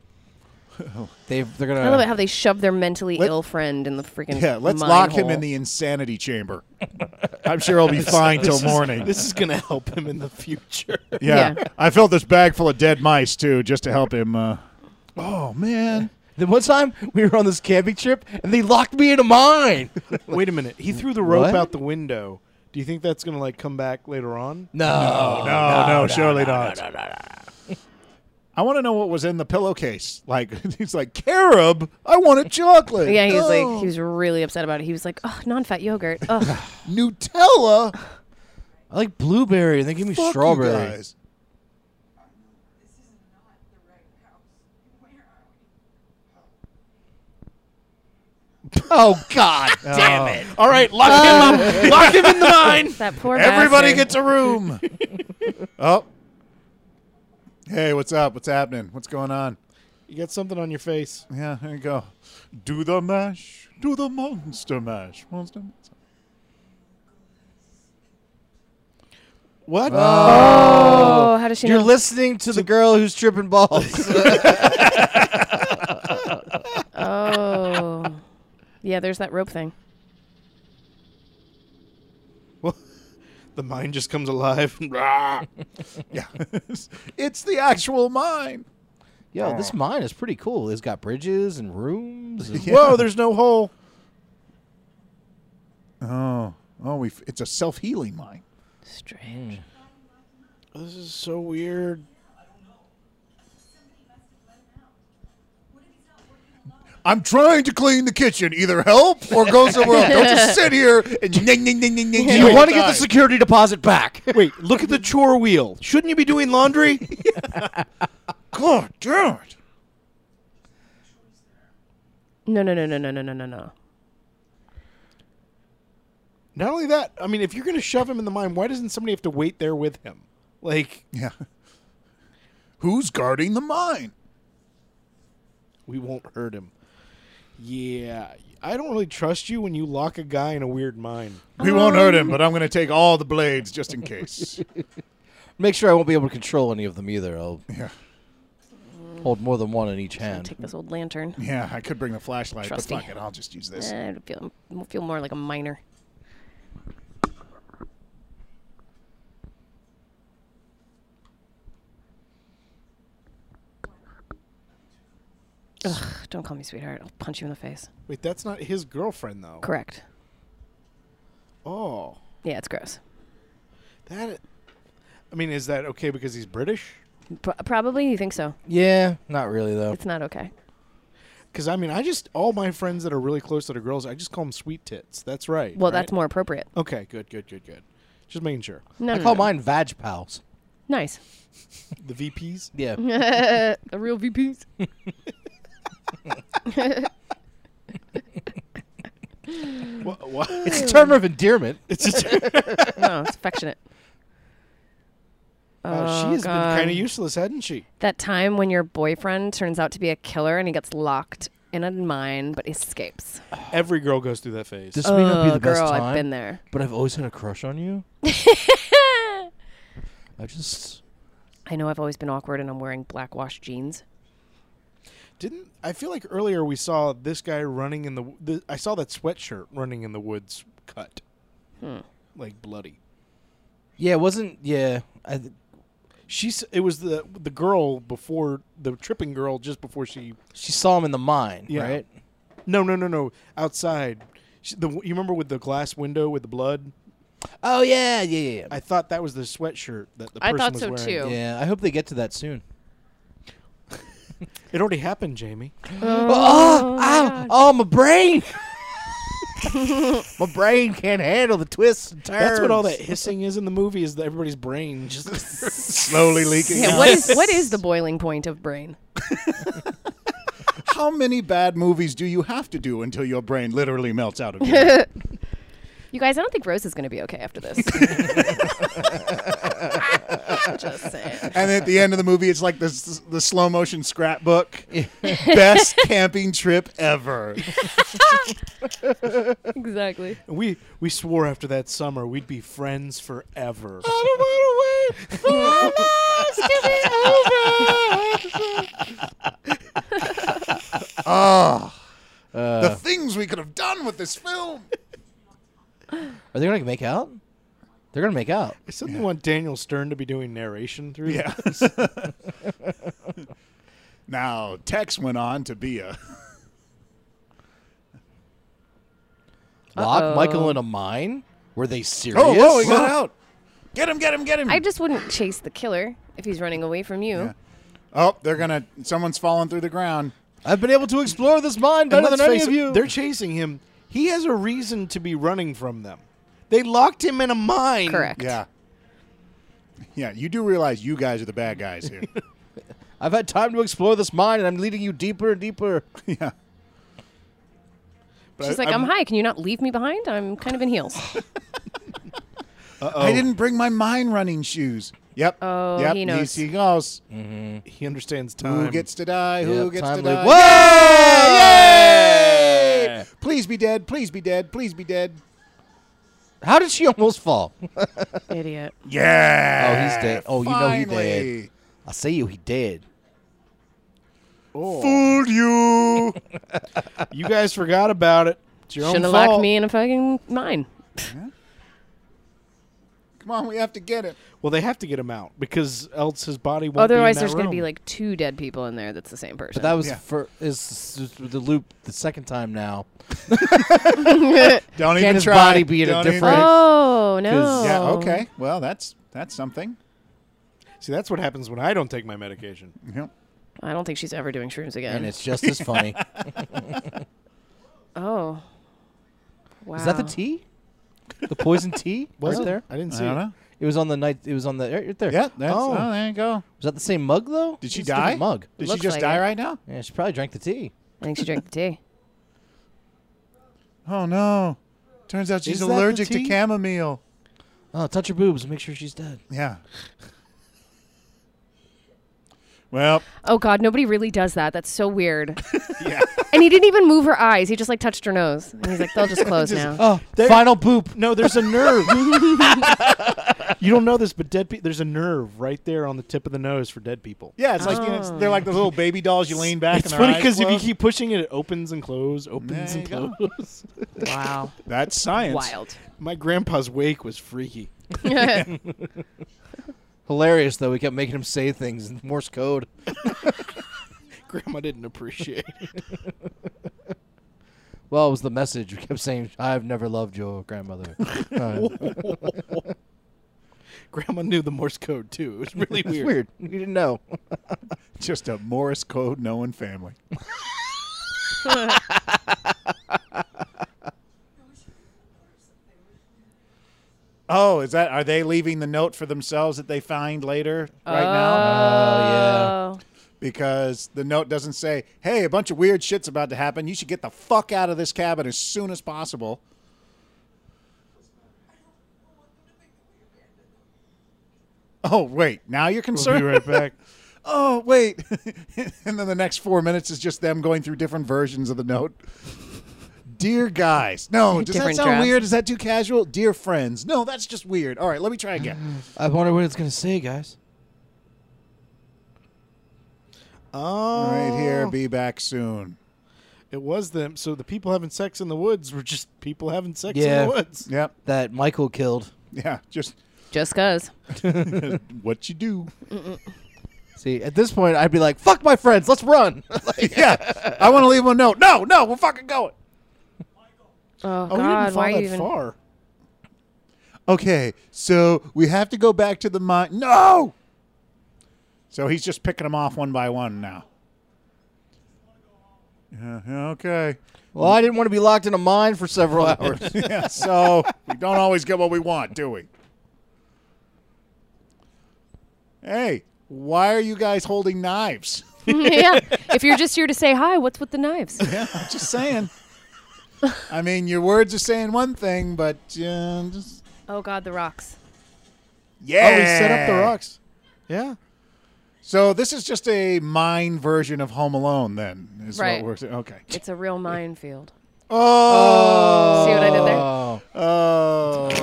Speaker 3: they they're gonna.
Speaker 4: I love it how they shove their mentally
Speaker 1: Let-
Speaker 4: ill friend in the freaking
Speaker 1: yeah. Let's
Speaker 4: mine
Speaker 1: lock him
Speaker 4: hole.
Speaker 1: in the insanity chamber. I'm sure he'll be fine till morning.
Speaker 2: This is gonna help him in the future.
Speaker 1: Yeah.
Speaker 4: Yeah.
Speaker 1: I filled this bag full of dead mice too, just to help him. Uh... Oh man,
Speaker 3: Then one time we were on this camping trip and they locked me in a mine.
Speaker 2: Wait a minute. He threw the rope
Speaker 3: What?
Speaker 2: out the window. Do you think that's gonna like come back later on?
Speaker 3: No,
Speaker 1: no, Oh, no, surely not. I want to know what was in the pillowcase. Like he's like carob. I want a chocolate.
Speaker 4: Yeah, he was
Speaker 1: Oh,
Speaker 4: like, he was really upset about it. He was like, oh, non-fat yogurt. Ugh.
Speaker 1: Nutella.
Speaker 3: I like blueberry and they give me
Speaker 1: Fuck you
Speaker 3: strawberry.
Speaker 1: guys.
Speaker 5: This is not the right house. Where are we?
Speaker 1: Oh God, damn it!
Speaker 2: All right, lock
Speaker 3: Uh,
Speaker 2: him up. Lock him in the mine.
Speaker 4: That poor
Speaker 1: Everybody
Speaker 4: bastard.
Speaker 1: gets a room. oh. Hey, what's up? What's happening? What's going on?
Speaker 2: You got something on your face.
Speaker 1: Yeah, there you go. Do the mash. Do the monster mash. Monster mash.
Speaker 3: What?
Speaker 4: Oh, how does she
Speaker 3: You're
Speaker 4: know?
Speaker 3: listening to the girl who's tripping balls.
Speaker 4: oh. Yeah, there's that rope thing.
Speaker 2: The mine just comes alive.
Speaker 1: Yeah. it's the actual mine.
Speaker 3: Yo, this mine is pretty cool. It's got bridges and rooms. and-
Speaker 2: Whoa, there's no hole.
Speaker 1: Oh. Oh, we have it's a self-healing mine.
Speaker 4: Strange.
Speaker 2: This is so weird.
Speaker 1: I'm trying to clean the kitchen. Either help or go somewhere else. Don't just sit here and ning, ning, ning, ning, ning,
Speaker 3: Do you want to get the security deposit back?
Speaker 2: Wait, look at the chore wheel. Shouldn't you be doing laundry?
Speaker 1: God damn it.
Speaker 4: No, no, no, no, no, no, no, no, no.
Speaker 2: Not only that, I mean, if you're going to shove him in the mine, why doesn't somebody have to wait there with him? Like,
Speaker 1: Yeah. Who's guarding the mine?
Speaker 2: we won't hurt him. Yeah, I don't really trust you when you lock a guy in a weird mine.
Speaker 1: We won't hurt him, but I'm going to take all the blades just in case.
Speaker 3: Make sure I won't be able to control any of them either. I'll
Speaker 1: yeah.
Speaker 3: hold more than one in each
Speaker 4: I'll
Speaker 3: hand.
Speaker 4: take this old lantern.
Speaker 1: Yeah, I could bring the flashlight,
Speaker 4: Trusty.
Speaker 1: but fuck it, I'll just use this.
Speaker 4: Eh, I'd feel, I'd feel more like a miner. Ugh, don't call me sweetheart. I'll punch you in the face.
Speaker 2: Wait, that's not his girlfriend, though.
Speaker 4: Correct.
Speaker 2: Oh,
Speaker 4: Yeah, it's gross.
Speaker 2: that. I mean, is that okay because he's British?
Speaker 4: Pro- probably you think so.
Speaker 3: Yeah, not really though.
Speaker 4: It's not okay.
Speaker 2: Because, I mean, I just. All my friends that are really close that are girls, I just call them sweet tits. That's right.
Speaker 4: Well,
Speaker 2: right?
Speaker 4: that's more appropriate.
Speaker 2: Okay, good, good, good, good. Just making sure.
Speaker 4: No,
Speaker 3: I
Speaker 4: no,
Speaker 3: call
Speaker 4: no.
Speaker 3: mine vag pals.
Speaker 4: nice.
Speaker 2: The VPs?
Speaker 3: Yeah.
Speaker 4: Mm-hmm. the real VPs.
Speaker 2: Wha- wha-
Speaker 3: It's a term of endearment.
Speaker 2: It's just-
Speaker 4: No, it's affectionate.
Speaker 2: Oh, she has
Speaker 4: God.
Speaker 2: been kind of useless, hasn't she?
Speaker 4: That time when your boyfriend turns out to be a killer and he gets locked in a mine but escapes.
Speaker 2: Every girl goes through that phase.
Speaker 3: This may not be
Speaker 4: Oh,
Speaker 3: the best
Speaker 4: girl,
Speaker 3: time,
Speaker 4: I've been there.
Speaker 3: but I've always had a crush on you. I just
Speaker 4: I know I've always been awkward and I'm wearing black wash jeans.
Speaker 2: Didn't I feel like earlier we saw this guy running in the, the I saw that sweatshirt running in the woods cut.
Speaker 4: Hmm.
Speaker 2: Like bloody.
Speaker 3: yeah, it wasn't yeah. I th-
Speaker 2: She's it was the the girl before the tripping girl just before she
Speaker 3: she saw him in the mine,
Speaker 2: Yeah.
Speaker 3: right?
Speaker 2: No, no, no, no. Outside. She, the you remember with the glass window with the blood?
Speaker 3: Oh yeah, yeah, yeah.
Speaker 2: I thought that was the sweatshirt that the
Speaker 4: I
Speaker 2: person
Speaker 4: thought
Speaker 2: was
Speaker 4: so,
Speaker 2: wearing.
Speaker 4: too.
Speaker 3: yeah. yeah I hope they get to that soon.
Speaker 2: It already happened, Jamie.
Speaker 3: Oh, ow, oh, my brain. my brain can't handle the twists and turns.
Speaker 2: That's what all that hissing is in the movie is that everybody's brain just
Speaker 1: Slowly leaking.
Speaker 4: Yeah,
Speaker 1: out.
Speaker 4: what is what is the boiling point of brain?
Speaker 1: How many bad movies do you have to do until your brain literally melts out of you?
Speaker 4: You guys, I don't think Rose is going to be okay after this. Just saying.
Speaker 1: and at the end of the movie, it's like this the slow motion scrapbook. Best camping trip ever.
Speaker 4: Exactly.
Speaker 2: we we swore after that summer we'd be friends forever.
Speaker 4: Oh,
Speaker 1: the things we could have done with this film.
Speaker 3: Are they gonna make out? They're gonna make out.
Speaker 2: I suddenly want Daniel Stern to be doing narration through.
Speaker 1: Yeah. now, Tex went on to be a.
Speaker 3: Lock Michael in a mine? Were they serious?
Speaker 1: Oh, whoa, he got out. Get him, get him, get him.
Speaker 4: I just wouldn't chase the killer if he's running away from you.
Speaker 1: oh, they're going to. Someone's falling through the ground.
Speaker 3: I've been able to explore this mine
Speaker 2: And
Speaker 3: better than
Speaker 2: let's
Speaker 3: any
Speaker 2: face
Speaker 3: of
Speaker 2: it,
Speaker 3: you.
Speaker 2: They're chasing him. He has a reason to be running from them. They locked him in a mine.
Speaker 4: Correct.
Speaker 1: Yeah. Yeah, you do realize you guys are the bad guys here.
Speaker 3: I've had time to explore this mine, and I'm leading you deeper and deeper.
Speaker 1: yeah.
Speaker 2: But
Speaker 4: She's
Speaker 2: I,
Speaker 4: like, I'm, high. Can you not leave me behind? I'm kind of in heels.
Speaker 1: I didn't bring my mine running shoes. Yep.
Speaker 4: Oh,
Speaker 1: yep.
Speaker 4: he knows.
Speaker 1: He goes.
Speaker 2: He understands time.
Speaker 1: Who gets to die? Who
Speaker 3: Yep,
Speaker 1: gets
Speaker 3: time
Speaker 1: to die?
Speaker 3: loop. Whoa!
Speaker 1: Yay! Please be dead. Please be dead. Please be dead.
Speaker 3: How did she almost fall? oh,
Speaker 4: Idiot.
Speaker 1: Yeah.
Speaker 3: he's dead. Oh, you know he did.
Speaker 1: Finally.
Speaker 3: I see you. He did.
Speaker 1: Fooled you.
Speaker 2: you guys forgot about it. It's your
Speaker 4: Shouldn't
Speaker 2: own
Speaker 4: have
Speaker 2: fault.
Speaker 4: locked me in a fucking mine.
Speaker 1: Come on, we have to get it.
Speaker 2: Well, they have to get him out because else his body won't.
Speaker 4: Otherwise,
Speaker 2: be in
Speaker 4: there's
Speaker 2: that
Speaker 4: going to
Speaker 2: room.
Speaker 4: be like two dead people in there that's the same person.
Speaker 3: But that was
Speaker 1: Yeah.
Speaker 3: for is is the loop the second time now.
Speaker 1: Don't
Speaker 3: Can
Speaker 1: even
Speaker 3: his
Speaker 1: try.
Speaker 3: body be in a
Speaker 1: Don't even-
Speaker 3: different-
Speaker 4: oh, no.
Speaker 3: 'Cause-
Speaker 1: Yeah. Okay. Well, that's that's something.
Speaker 2: See, that's what happens when I don't take my medication.
Speaker 1: Yep.
Speaker 4: I don't think she's ever doing shrooms again.
Speaker 3: And it's just as funny.
Speaker 4: oh. Wow.
Speaker 3: Is that the tea? The poison tea?
Speaker 2: Was
Speaker 3: Right
Speaker 2: it
Speaker 3: there?
Speaker 2: I didn't
Speaker 1: I
Speaker 2: see.
Speaker 1: don't
Speaker 2: it.
Speaker 1: know.
Speaker 3: It was on the night. It was on the right there.
Speaker 1: Yeah. That's,
Speaker 3: oh,
Speaker 1: oh. there you go.
Speaker 3: was that the same mug though?
Speaker 1: Did she
Speaker 3: It's a different
Speaker 1: die?
Speaker 3: Mug.
Speaker 1: Did she
Speaker 4: Looks
Speaker 1: just
Speaker 4: like
Speaker 1: die
Speaker 4: it.
Speaker 1: right now?
Speaker 3: Yeah, she probably drank the tea.
Speaker 4: I think she drank the tea.
Speaker 1: Oh no! Turns out she's
Speaker 2: Is that the
Speaker 1: allergic to
Speaker 2: tea?
Speaker 1: chamomile.
Speaker 3: Oh, touch her boobs and make sure she's dead.
Speaker 1: Yeah. well,
Speaker 4: Oh, God. Nobody really does that. That's so weird.
Speaker 1: yeah.
Speaker 4: and he didn't even move her eyes. He just like touched her nose. And he's like, they'll just close now.
Speaker 3: Oh, final boop.
Speaker 2: No, there's a nerve. you don't know this, but dead people. There's a nerve right there on the tip of the nose for dead people.
Speaker 1: Yeah, it's like you know, it's- they're like the little baby dolls you lean back. and
Speaker 2: It's
Speaker 1: their
Speaker 2: funny
Speaker 1: eyes
Speaker 2: because if you
Speaker 1: close.
Speaker 2: keep pushing it, it opens and closes, opens
Speaker 1: There
Speaker 2: and
Speaker 1: you
Speaker 2: closes.
Speaker 4: Wow.
Speaker 1: that's science.
Speaker 4: Wild.
Speaker 2: My grandpa's wake was freaky.
Speaker 3: Hilarious though. We kept making him say things in Morse code.
Speaker 2: Grandma didn't appreciate it.
Speaker 3: Well, it was the message. We kept saying, "I've never loved your grandmother." Uh,
Speaker 2: Grandma knew the Morse code too. It was really
Speaker 3: it's
Speaker 2: weird.
Speaker 3: weird. We didn't know.
Speaker 1: Just a Morris code knowing family. oh, is that? Are they leaving the note for themselves that they find later right now?
Speaker 3: Oh,
Speaker 4: Oh.
Speaker 1: Because the note doesn't say, "Hey, a bunch of weird shit's about to happen. You should get the fuck out of this cabin as soon as possible." Oh wait, now you're concerned.
Speaker 2: right back.
Speaker 1: oh wait and then the next four minutes is just them going through different versions of the note dear guys no does that
Speaker 4: Different
Speaker 1: sound
Speaker 4: drafts.
Speaker 1: weird is that too casual dear friends no that's just weird all right let me try again
Speaker 3: I wonder what it's gonna say, guys.
Speaker 2: Oh,
Speaker 1: right here be back soon
Speaker 2: It was them. So the people having sex in the woods were just people having sex
Speaker 3: Yeah.
Speaker 2: in the woods.
Speaker 1: yep
Speaker 3: That Michael killed.
Speaker 1: yeah just
Speaker 4: Just cuz.
Speaker 1: what you do
Speaker 3: See, at this point, I'd be like, "Fuck my friends, let's run."
Speaker 1: yeah i want to leave him a note no no we're fucking going
Speaker 4: Oh,
Speaker 2: Oh, we didn't
Speaker 4: God.
Speaker 2: fall
Speaker 4: Why
Speaker 2: that
Speaker 4: are you even.
Speaker 2: far.
Speaker 1: okay so we have to go back to the mine no so he's just picking them off one by one now yeah, yeah, okay
Speaker 3: well, I didn't want to be locked in a mine for several hours.
Speaker 1: yeah, so we don't always get what we want, do we? Hey, why are you guys holding knives?
Speaker 4: yeah. If you're just here to say hi, what's with the knives?
Speaker 1: Yeah, I'm just saying. I mean, your words are saying one thing, but uh, just
Speaker 4: Oh, God, the rocks.
Speaker 1: yeah.
Speaker 2: Oh, he set up the rocks. Yeah.
Speaker 1: So this is just a mine version of Home Alone, then, is
Speaker 4: Right.
Speaker 1: what we're saying. Okay.
Speaker 4: It's a real minefield.
Speaker 1: Oh.
Speaker 4: See what I did there?
Speaker 3: Oh,
Speaker 1: Oh.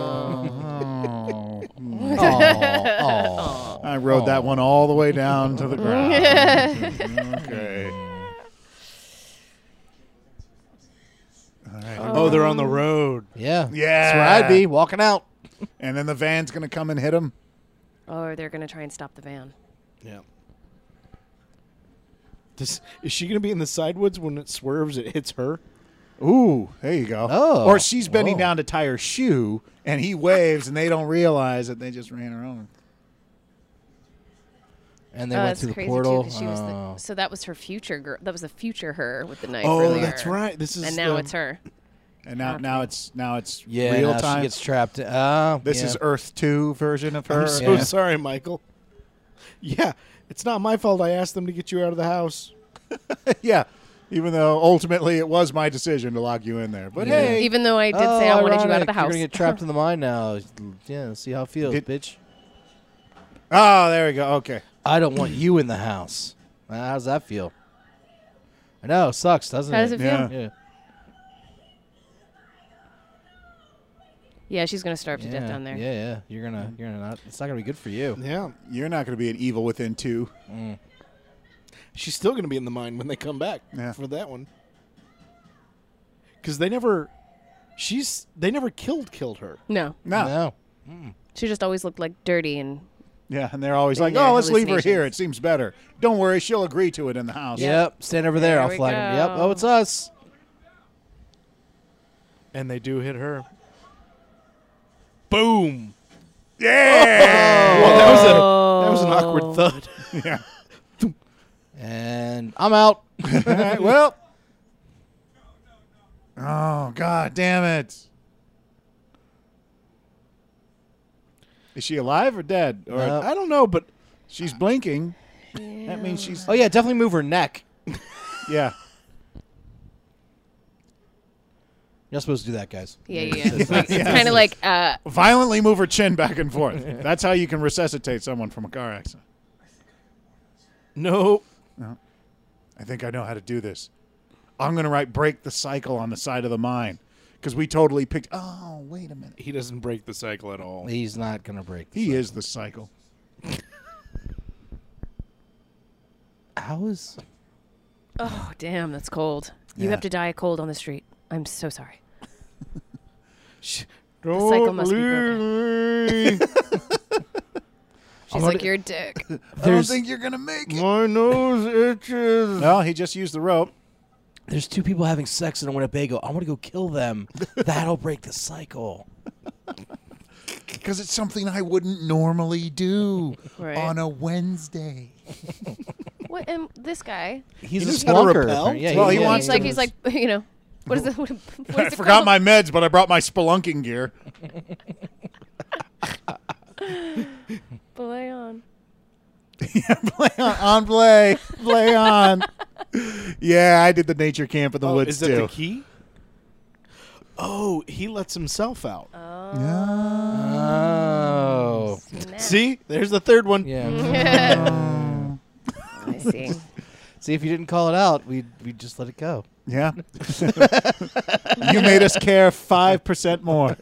Speaker 3: oh,
Speaker 1: I rode that one all the way down to the ground. okay. All right.
Speaker 2: Oh, they're on the road.
Speaker 3: yeah,
Speaker 1: Yeah.
Speaker 3: That's where I'd be walking out.
Speaker 1: And then the van's going to come and hit him.
Speaker 4: Or Oh, they're going to try and stop the van.
Speaker 2: Yeah. This, is she going to be in the side woods when it swerves? It hits her.
Speaker 1: Ooh, there you go.
Speaker 3: Oh,
Speaker 1: or she's bending
Speaker 3: whoa.
Speaker 1: down to tie her shoe, and he waves, and they don't realize that they just ran her over.
Speaker 3: And they
Speaker 4: oh,
Speaker 3: went
Speaker 4: that's
Speaker 3: through the
Speaker 4: crazy,
Speaker 3: portal.
Speaker 4: too, 'cause she was
Speaker 3: Oh.
Speaker 4: the, so that was her future girl. That was the future her with the knife
Speaker 2: Oh,
Speaker 4: earlier.
Speaker 2: that's right. This is
Speaker 4: And now
Speaker 2: the-
Speaker 4: it's her.
Speaker 1: And now,
Speaker 4: Okay.
Speaker 1: now it's now it's
Speaker 3: yeah,
Speaker 1: real
Speaker 3: now
Speaker 1: time.
Speaker 3: she gets trapped. Uh,
Speaker 1: this is Earth Two version of her.
Speaker 2: I'm so
Speaker 3: Yeah.
Speaker 2: Oh, sorry, Michael. Yeah, it's not my fault. I asked them to get you out of the house.
Speaker 1: yeah. Even though ultimately it was my decision to lock you in there. But
Speaker 3: Yeah.
Speaker 1: hey,
Speaker 4: Even though I did say I wanted you out of the
Speaker 3: Oh, You're
Speaker 4: house.
Speaker 3: gonna get trapped in the mine now. Yeah, see how it feels,
Speaker 1: Did-
Speaker 3: bitch.
Speaker 1: oh, there we go. Okay.
Speaker 3: I don't want you in the house. Uh, How's that feel? I know, it sucks, doesn't
Speaker 4: How
Speaker 3: it?
Speaker 4: does it feel?
Speaker 1: Yeah.
Speaker 4: Yeah,
Speaker 3: yeah.
Speaker 4: she's gonna starve to
Speaker 3: yeah,
Speaker 4: death down there.
Speaker 3: Yeah, yeah. You're gonna, you're gonna not. It's not gonna be good for you.
Speaker 2: Yeah.
Speaker 1: You're not going to be an evil within two.
Speaker 2: She's still going to be in the mine when they come back
Speaker 1: Yeah.
Speaker 2: for that one. Because they never, she's they never killed killed her.
Speaker 4: No,
Speaker 1: No.
Speaker 3: No.
Speaker 4: she just always looked like dirty and
Speaker 1: Yeah, and they're always like,
Speaker 4: Yeah,
Speaker 1: "Oh, let's leave her here. It
Speaker 4: hallucinations.
Speaker 1: seems better. Don't worry, she'll agree to it in the house."
Speaker 3: Yep. Stand over there.
Speaker 4: There
Speaker 3: I'll
Speaker 4: we
Speaker 3: flag him. Yep.
Speaker 4: go.
Speaker 3: Oh, it's us.
Speaker 2: And they do hit her. Boom!
Speaker 1: Yeah.
Speaker 2: Well, that was a that was an
Speaker 4: Oh.
Speaker 2: awkward thud.
Speaker 1: yeah.
Speaker 3: And I'm out.
Speaker 1: All right, well. Oh God, damn it! Is she alive or dead? Or
Speaker 3: No.
Speaker 2: I don't know, but
Speaker 1: she's blinking. That means she's
Speaker 3: Oh yeah, definitely move her neck.
Speaker 1: yeah.
Speaker 3: You're not supposed to do that, guys.
Speaker 4: yeah, yeah. yeah. It's, like, it's kind of like uh,
Speaker 1: Violently move her chin back and forth. That's how you can resuscitate someone from a car accident.
Speaker 2: no.
Speaker 1: I think I know how to do this. I'm gonna write "break the cycle" on the side of the mine because we totally picked. Oh, wait a minute.
Speaker 2: He doesn't break the cycle at all.
Speaker 3: He's not gonna break.
Speaker 1: He is the cycle.
Speaker 3: How is?
Speaker 4: oh damn, that's cold. You
Speaker 1: Yeah.
Speaker 4: have to die of cold on the street. I'm so sorry.
Speaker 2: Sh-
Speaker 4: cycle
Speaker 2: "Don't
Speaker 4: must be
Speaker 2: leave me.
Speaker 4: She's like, you're a dick.
Speaker 1: I don't
Speaker 3: There's-
Speaker 1: think you're gonna make it.
Speaker 2: My nose itches.
Speaker 1: No, he just used the rope.
Speaker 3: There's two people having sex in a Winnebago. I want to go kill them. That'll break the cycle.
Speaker 1: because it's something I wouldn't normally do
Speaker 4: Right.
Speaker 1: on a Wednesday.
Speaker 4: what? And this guy,
Speaker 3: He's
Speaker 2: He
Speaker 3: a
Speaker 2: knows how to
Speaker 3: splunker.
Speaker 2: rappel?
Speaker 3: apparently. Yeah,
Speaker 1: Well, Oh, he
Speaker 3: yeah,
Speaker 1: wants
Speaker 4: he's like,
Speaker 1: to-
Speaker 4: he's like, you know, what is it? What, what
Speaker 1: I
Speaker 4: is it
Speaker 1: forgot
Speaker 4: called?
Speaker 1: my meds, but I brought my spelunking gear.
Speaker 4: Belay on.
Speaker 1: play on, on play, play on. yeah, I did the nature camp in the
Speaker 2: Oh,
Speaker 1: woods
Speaker 2: is that
Speaker 1: too.
Speaker 2: the key? Oh, he lets himself out.
Speaker 3: Oh.
Speaker 4: Snap.
Speaker 2: See, there's the third one.
Speaker 4: "Mm,
Speaker 3: Yeah.
Speaker 4: I see.
Speaker 3: See, if you didn't call it out, we we just let it go.
Speaker 1: yeah, you made us care five percent more.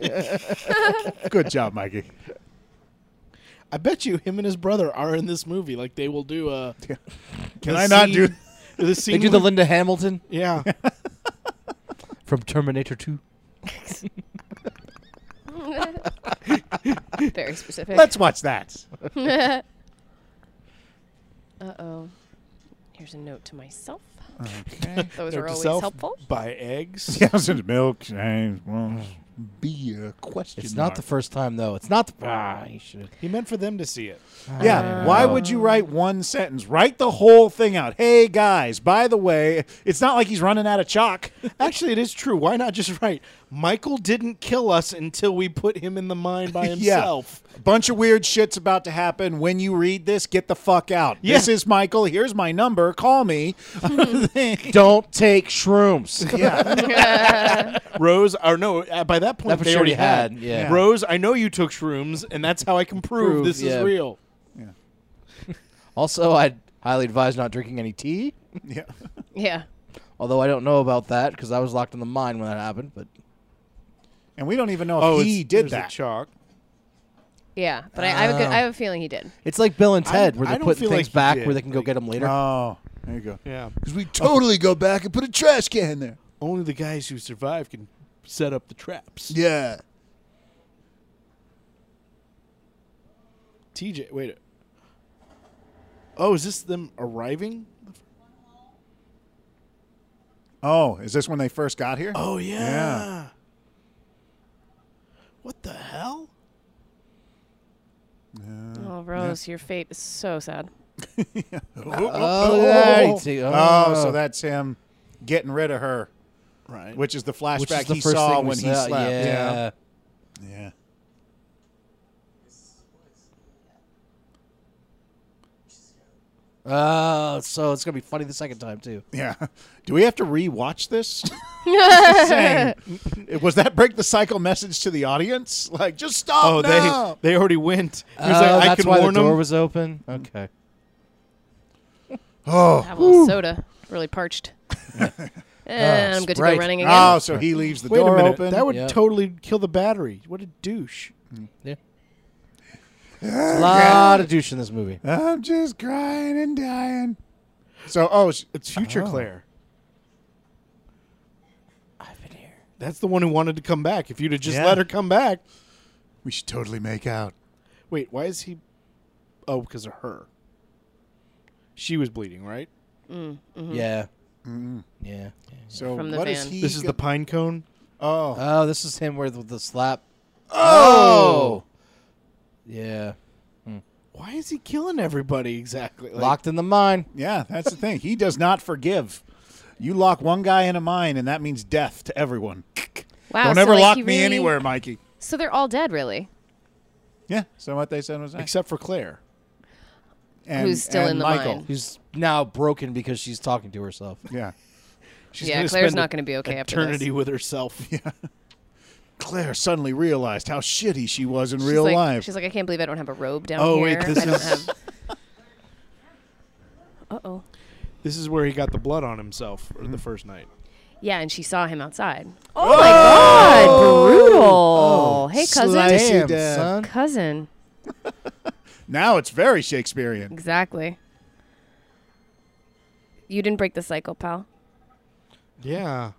Speaker 1: Good job, Mikey.
Speaker 2: I bet you him and his brother are in this movie. Like they will do a.
Speaker 1: Yeah. Can I not do?
Speaker 2: the scene?
Speaker 3: They do the
Speaker 2: where-
Speaker 3: Linda Hamilton
Speaker 2: yeah.
Speaker 3: from Terminator 2.
Speaker 4: Very specific.
Speaker 1: Let's watch that.
Speaker 4: uh oh. Here's a note to myself.
Speaker 1: Okay.
Speaker 4: Those
Speaker 2: Note
Speaker 4: are
Speaker 2: to
Speaker 4: always
Speaker 2: self,
Speaker 4: helpful.
Speaker 2: Buy eggs.
Speaker 1: Thousands milk change won't be a question.
Speaker 3: It's not the first time, though. It's not the. Ah, you should.
Speaker 2: He meant for them to see it.
Speaker 1: Yeah. Why would you write one sentence? Write the whole thing out. Hey guys, by the way, it's not like he's running out of chalk.
Speaker 2: Actually, it is true. Why not just write? Michael didn't kill us until we put him in the mine by himself.
Speaker 1: Yeah. Bunch of weird shit's about to happen. When you read this, get the fuck out.
Speaker 2: Yeah.
Speaker 1: This is Michael. Here's my number. Call me.
Speaker 3: Don't take shrooms.
Speaker 1: yeah.
Speaker 2: Rose, or no, uh, by that point
Speaker 3: That
Speaker 2: they
Speaker 3: she
Speaker 2: already
Speaker 3: already
Speaker 2: had.
Speaker 3: had, yeah.
Speaker 2: Rose, I know you took shrooms, and that's how I can prove,
Speaker 3: Prove,
Speaker 2: this
Speaker 3: yeah.
Speaker 2: is real.
Speaker 3: also, I'd highly advise not drinking any tea.
Speaker 1: yeah.
Speaker 4: Yeah.
Speaker 3: Although I don't know about that because I was locked in the mine when that happened. But
Speaker 1: And we don't even know if
Speaker 2: Oh,
Speaker 1: he
Speaker 2: it's-
Speaker 1: did
Speaker 2: there's the
Speaker 1: that.
Speaker 2: chalk.
Speaker 4: Yeah. But I, I, have a good, I have a feeling he did.
Speaker 3: it's like Bill and Ted,
Speaker 2: I-
Speaker 3: where
Speaker 2: I
Speaker 3: they're
Speaker 2: don't
Speaker 3: putting
Speaker 2: feel
Speaker 3: things
Speaker 2: like
Speaker 3: back
Speaker 2: he did.
Speaker 3: where they can go get them later.
Speaker 1: Oh, there you go.
Speaker 2: Yeah.
Speaker 1: Because we totally go back and put a trash can there.
Speaker 2: Only the guys who survive can set up the traps.
Speaker 1: Yeah.
Speaker 2: TJ, wait. Oh, is this them arriving?
Speaker 1: Oh, is this when they first got here?
Speaker 2: Oh yeah.
Speaker 1: Yeah.
Speaker 2: What the hell?
Speaker 4: Oh, Rose, your fate is so sad.
Speaker 3: Oh, there you see.
Speaker 1: uh, Oh, so that's him getting rid of her.
Speaker 2: Right.
Speaker 1: which is the
Speaker 3: which
Speaker 1: flashback
Speaker 3: is the
Speaker 1: he
Speaker 3: first
Speaker 1: saw
Speaker 3: thing we
Speaker 1: when he
Speaker 3: saw.
Speaker 1: slept.
Speaker 3: Yeah.
Speaker 1: yeah. Yeah.
Speaker 3: Oh, so it's gonna be funny the second time too.
Speaker 1: Yeah. Do we have to re-watch this? Just saying. It- Was that break the cycle message to the audience? Like, just stop
Speaker 2: Oh,
Speaker 1: now.
Speaker 2: they they already went. He was
Speaker 3: Oh,
Speaker 2: like, I
Speaker 3: that's
Speaker 2: can
Speaker 3: why
Speaker 2: warn
Speaker 3: the door
Speaker 2: them.
Speaker 3: was open. Okay.
Speaker 1: oh,
Speaker 4: Have a little soda. Really parched. and I'm good to
Speaker 3: Sprite.
Speaker 4: go running again.
Speaker 1: oh, so he leaves the
Speaker 2: Wait a
Speaker 1: door
Speaker 2: minute.
Speaker 1: open.
Speaker 2: That would
Speaker 3: Yep.
Speaker 2: totally kill the battery. What a douche.
Speaker 3: Yeah. A lot of douche in this movie.
Speaker 1: I'm just crying and dying. So, oh, sh-
Speaker 2: It's future
Speaker 1: Oh.
Speaker 2: Claire.
Speaker 3: I've been here.
Speaker 2: That's the one who wanted to come back. If you'd have just
Speaker 1: Yeah.
Speaker 2: let her come back.
Speaker 1: we should totally make out.
Speaker 2: Wait, why is he? Oh, because of her. She was bleeding, right?
Speaker 3: Yeah. Mm-hmm. Yeah.
Speaker 1: So,
Speaker 4: From the
Speaker 1: what is
Speaker 4: van.
Speaker 1: he?
Speaker 2: This is
Speaker 1: go-
Speaker 2: the pine cone.
Speaker 1: oh,
Speaker 3: Oh, this is him with the slap.
Speaker 1: oh,
Speaker 3: Yeah.
Speaker 2: Why is he killing everybody exactly? Like,
Speaker 3: Locked in the mine.
Speaker 1: yeah. That's the thing. He does not forgive. You lock one guy in a mine, and that means death to everyone.
Speaker 4: Wow,
Speaker 1: Don't
Speaker 4: so,
Speaker 1: ever
Speaker 4: like,
Speaker 1: lock
Speaker 4: he
Speaker 1: me
Speaker 4: really-
Speaker 1: anywhere, Mikey.
Speaker 4: So they're all dead, really.
Speaker 1: Yeah. So what they said was nice.
Speaker 2: except for Claire.
Speaker 1: And,
Speaker 4: Who's still
Speaker 1: and
Speaker 4: in the
Speaker 1: Michael.
Speaker 4: mine.
Speaker 3: Who's now broken because she's talking to herself.
Speaker 1: Yeah.
Speaker 2: She's
Speaker 4: Yeah,
Speaker 2: gonna
Speaker 4: Claire's
Speaker 2: spend
Speaker 4: not
Speaker 2: a-
Speaker 4: gonna be okay after this.
Speaker 2: Eternity with herself.
Speaker 1: Claire suddenly realized how shitty she was in
Speaker 4: She's
Speaker 1: real
Speaker 4: like,
Speaker 1: life.
Speaker 4: She's like, I can't believe I don't have a robe down
Speaker 2: Oh,
Speaker 4: here.
Speaker 2: wait, this
Speaker 4: I don't
Speaker 2: is-
Speaker 4: have. Uh oh.
Speaker 2: This is where he got the blood on himself or the first night.
Speaker 4: Yeah, and she saw him outside. Oh my god, brutal. hey cousin.
Speaker 1: slice
Speaker 3: Damn,
Speaker 1: Damn,
Speaker 3: son.
Speaker 4: Cousin.
Speaker 1: now it's very Shakespearean.
Speaker 4: Exactly. You didn't break the cycle, pal.
Speaker 2: Yeah.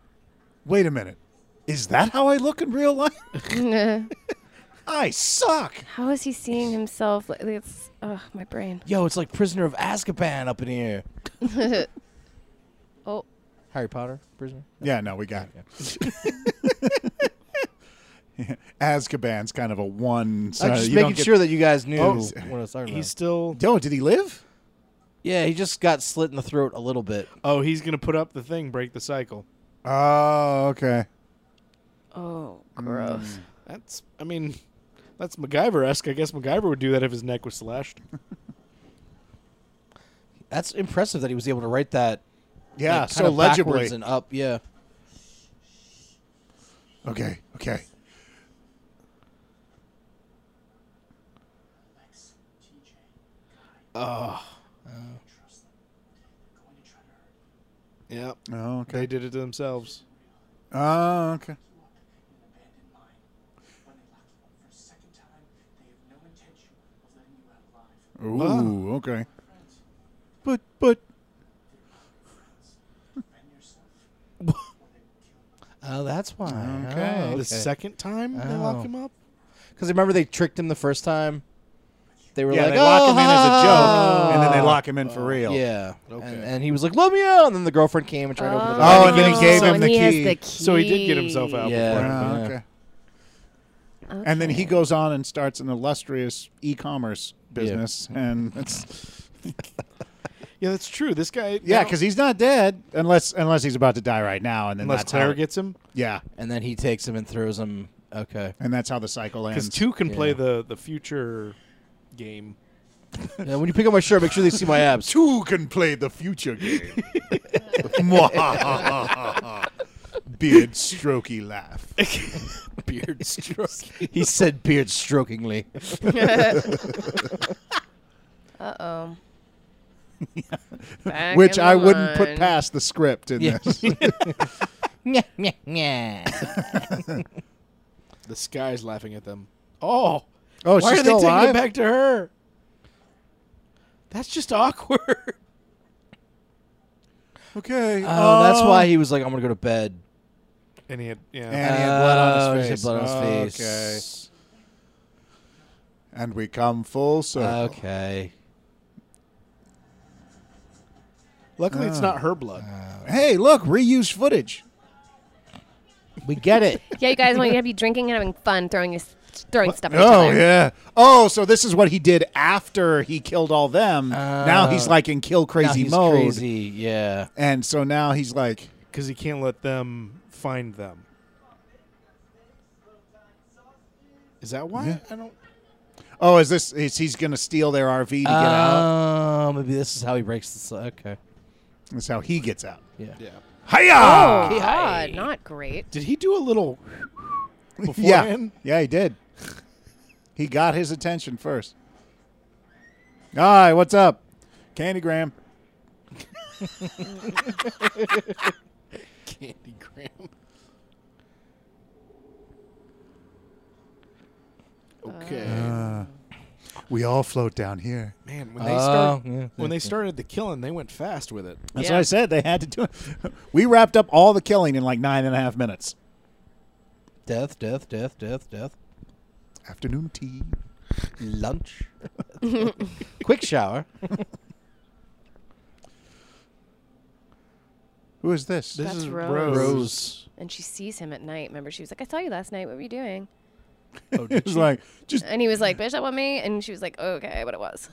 Speaker 1: Wait a minute. Is that how I look in real life?
Speaker 4: How
Speaker 1: I suck.
Speaker 4: is he seeing himself? Like, It's oh, my brain.
Speaker 3: Yo, it's like Prisoner of Azkaban up in here.
Speaker 4: Oh,
Speaker 3: Harry Potter, Prisoner.
Speaker 1: Yeah, no, we got it. Azkaban's kind of a one.
Speaker 3: I'm Uh, just making sure that you guys knew
Speaker 1: Oh.
Speaker 3: what I was talking
Speaker 2: He's
Speaker 3: about.
Speaker 2: still.
Speaker 1: Oh, did he live?
Speaker 3: Yeah, he just got slit in the throat a little bit.
Speaker 2: Oh, he's gonna put up the thing, break the cycle.
Speaker 1: Oh, okay.
Speaker 4: oh, gross.
Speaker 2: That's. I mean, that's MacGyver-esque. I guess MacGyver would do that if his neck was slashed.
Speaker 3: That's impressive that he was able to write that.
Speaker 1: Yeah,
Speaker 3: like,
Speaker 1: so
Speaker 3: kinda
Speaker 1: legibly.
Speaker 3: backwards and up. Yeah.
Speaker 1: okay, okay.
Speaker 2: Yeah.
Speaker 1: Oh, okay.
Speaker 2: They did it to themselves.
Speaker 1: Oh, okay.
Speaker 5: abandoned mine. When they lock you up for a second time, they have no intention of letting you out alive.
Speaker 1: Ooh, okay.
Speaker 2: But but
Speaker 5: Defend yourself.
Speaker 3: Oh, that's why.
Speaker 1: Okay.
Speaker 3: Oh,
Speaker 2: the second time they
Speaker 3: Oh.
Speaker 2: lock him up.
Speaker 3: Because remember they tricked him the first time. They were
Speaker 1: yeah,
Speaker 3: like,
Speaker 1: they lock him in as a
Speaker 3: "Oh,
Speaker 1: joke, and then they
Speaker 3: ha,
Speaker 1: lock him in for real.
Speaker 3: ha." Yeah.
Speaker 2: Okay.
Speaker 3: And, and he was like, "Let me out!" And then the girlfriend came and tried to open the door.
Speaker 1: Oh, and then he gave
Speaker 4: so
Speaker 1: him the
Speaker 4: he has
Speaker 1: key.
Speaker 4: the
Speaker 2: So he did get himself
Speaker 4: key.
Speaker 2: out.
Speaker 3: Yeah.
Speaker 2: before.
Speaker 1: Oh,
Speaker 3: Yeah.
Speaker 1: okay. And then he goes on and starts an illustrious e-commerce business, and it's
Speaker 2: Yeah, that's true. This guy.
Speaker 1: yeah,
Speaker 2: now-
Speaker 1: because he's not dead unless unless he's about to die right now, and then
Speaker 2: unless
Speaker 1: that's how
Speaker 2: Claire
Speaker 1: it-
Speaker 2: gets him,
Speaker 1: yeah,
Speaker 3: And then he takes him and throws him. Okay.
Speaker 1: and that's how the cycle
Speaker 2: because
Speaker 1: ends.
Speaker 2: two can play
Speaker 3: Yeah.
Speaker 2: the the future game.
Speaker 3: Now, when you pick up my shirt, make sure they see my abs.
Speaker 1: two can play the future game. Mwahahahaha. Beard strokey laugh.
Speaker 3: beard stroke. he said beard strokingly.
Speaker 4: Uh oh. Back
Speaker 1: Which
Speaker 4: in
Speaker 1: I
Speaker 4: the
Speaker 1: wouldn't put
Speaker 4: line.
Speaker 1: past the script in
Speaker 3: Yeah.
Speaker 1: this.
Speaker 3: Nyah, nyah, nyah.
Speaker 2: The sky's laughing at them. Oh,
Speaker 1: Oh,
Speaker 2: why
Speaker 1: she's
Speaker 2: are
Speaker 1: still
Speaker 2: they taking
Speaker 1: alive?
Speaker 2: it back to her? That's just awkward.
Speaker 1: Okay.
Speaker 3: Oh, that's
Speaker 1: um,
Speaker 3: why he was like, "I'm gonna go to bed."
Speaker 2: And he had yeah.
Speaker 1: And he had blood on
Speaker 3: Oh,
Speaker 1: his
Speaker 3: he had
Speaker 1: face.
Speaker 3: blood on his
Speaker 1: "Oh, Okay.
Speaker 3: face.
Speaker 1: And we come full circle.
Speaker 3: Okay.
Speaker 2: Luckily, it's not her blood.
Speaker 1: Hey, look, reused footage.
Speaker 3: We get it.
Speaker 4: Yeah, you guys want you to be drinking and having fun, throwing your, throwing stuff. At
Speaker 1: Oh
Speaker 4: each other.
Speaker 1: yeah. Oh, so this is what he did after he killed all them. now he's like in kill
Speaker 3: Now
Speaker 1: crazy
Speaker 3: he's
Speaker 1: mode,
Speaker 3: Crazy. Yeah.
Speaker 1: and so now he's like,
Speaker 2: because he can't let them find them. Is that why? I don't.
Speaker 1: oh, is this? Is he's gonna steal their RV to get out?
Speaker 3: oh, maybe this is how he breaks this. Okay.
Speaker 1: That's how he gets out.
Speaker 3: Yeah.
Speaker 2: Yeah.
Speaker 4: Oh,
Speaker 1: Hiya!
Speaker 4: God, not great.
Speaker 2: Did he do a little
Speaker 1: yeah.
Speaker 2: beforehand?
Speaker 1: yeah, he did. He got his attention first. Hi, what's up? Candygram.
Speaker 6: Candy Graham. Okay.
Speaker 2: Uh,
Speaker 1: We all float down here.
Speaker 6: Man, when they
Speaker 3: Oh,
Speaker 6: start
Speaker 3: yeah,
Speaker 6: when they started the killing, they went fast with it.
Speaker 1: That's
Speaker 4: Yeah.
Speaker 1: what I said. They had to do it. We wrapped up all the killing in like nine and a half minutes.
Speaker 3: Death, death, death, death, death.
Speaker 1: Afternoon tea.
Speaker 3: Lunch. Quick shower.
Speaker 1: Who is this?
Speaker 6: This
Speaker 4: That's
Speaker 6: is
Speaker 4: Rose.
Speaker 6: Rose.
Speaker 3: Rose.
Speaker 4: And she sees him at night. Remember, she was like, "I saw you last night. What were you doing?"
Speaker 3: Oh, did
Speaker 1: It's
Speaker 3: she?
Speaker 1: like just
Speaker 4: And he was like, "Bitch, that wasn't me." And she was like, "Okay, what it was."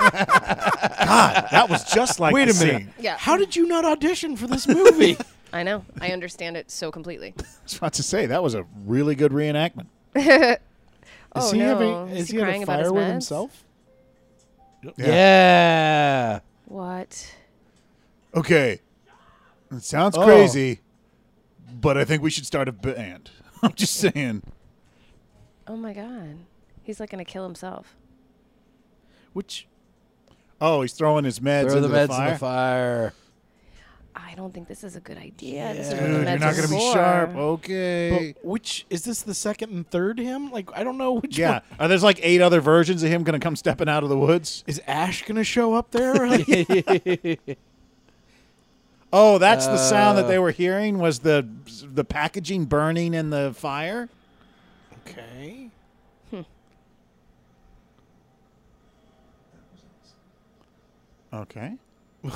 Speaker 1: ah, that was just like
Speaker 2: Wait a
Speaker 1: the
Speaker 2: minute.
Speaker 1: scene.
Speaker 4: Yeah.
Speaker 2: How did you not audition for this movie?
Speaker 4: I know. I understand it so completely.
Speaker 1: I was about to say that was a really good reenactment.
Speaker 4: Oh
Speaker 6: is he
Speaker 4: no!
Speaker 6: having
Speaker 4: is,
Speaker 6: is he,
Speaker 4: crying
Speaker 6: having a
Speaker 4: about his
Speaker 6: fire with
Speaker 4: meds?
Speaker 6: himself?
Speaker 3: Yeah.
Speaker 4: What?
Speaker 1: Okay, it sounds
Speaker 6: Oh.
Speaker 1: crazy, but I think we should start a band. I'm just saying.
Speaker 4: Oh my god! He's like gonna kill himself.
Speaker 2: Which
Speaker 1: Oh, he's throwing his meds
Speaker 3: Throw
Speaker 1: into
Speaker 3: the meds
Speaker 1: fire.
Speaker 3: in the fire.
Speaker 4: I don't think this is a good idea. This is what
Speaker 1: Dude,
Speaker 4: the
Speaker 1: you're
Speaker 4: meds
Speaker 1: not
Speaker 4: are
Speaker 1: gonna be
Speaker 4: for.
Speaker 1: sharp. Oh. Okay.
Speaker 2: but which is this the second and third him? Like I don't know which
Speaker 1: yeah.
Speaker 2: one.
Speaker 1: Are there's like eight other versions of him gonna come stepping out of the woods?
Speaker 2: Is Ash gonna show up there? Like,
Speaker 1: Oh, that's the sound that
Speaker 3: Uh.
Speaker 1: they were hearing was the the packaging burning and the fire.
Speaker 2: okay.
Speaker 1: Okay.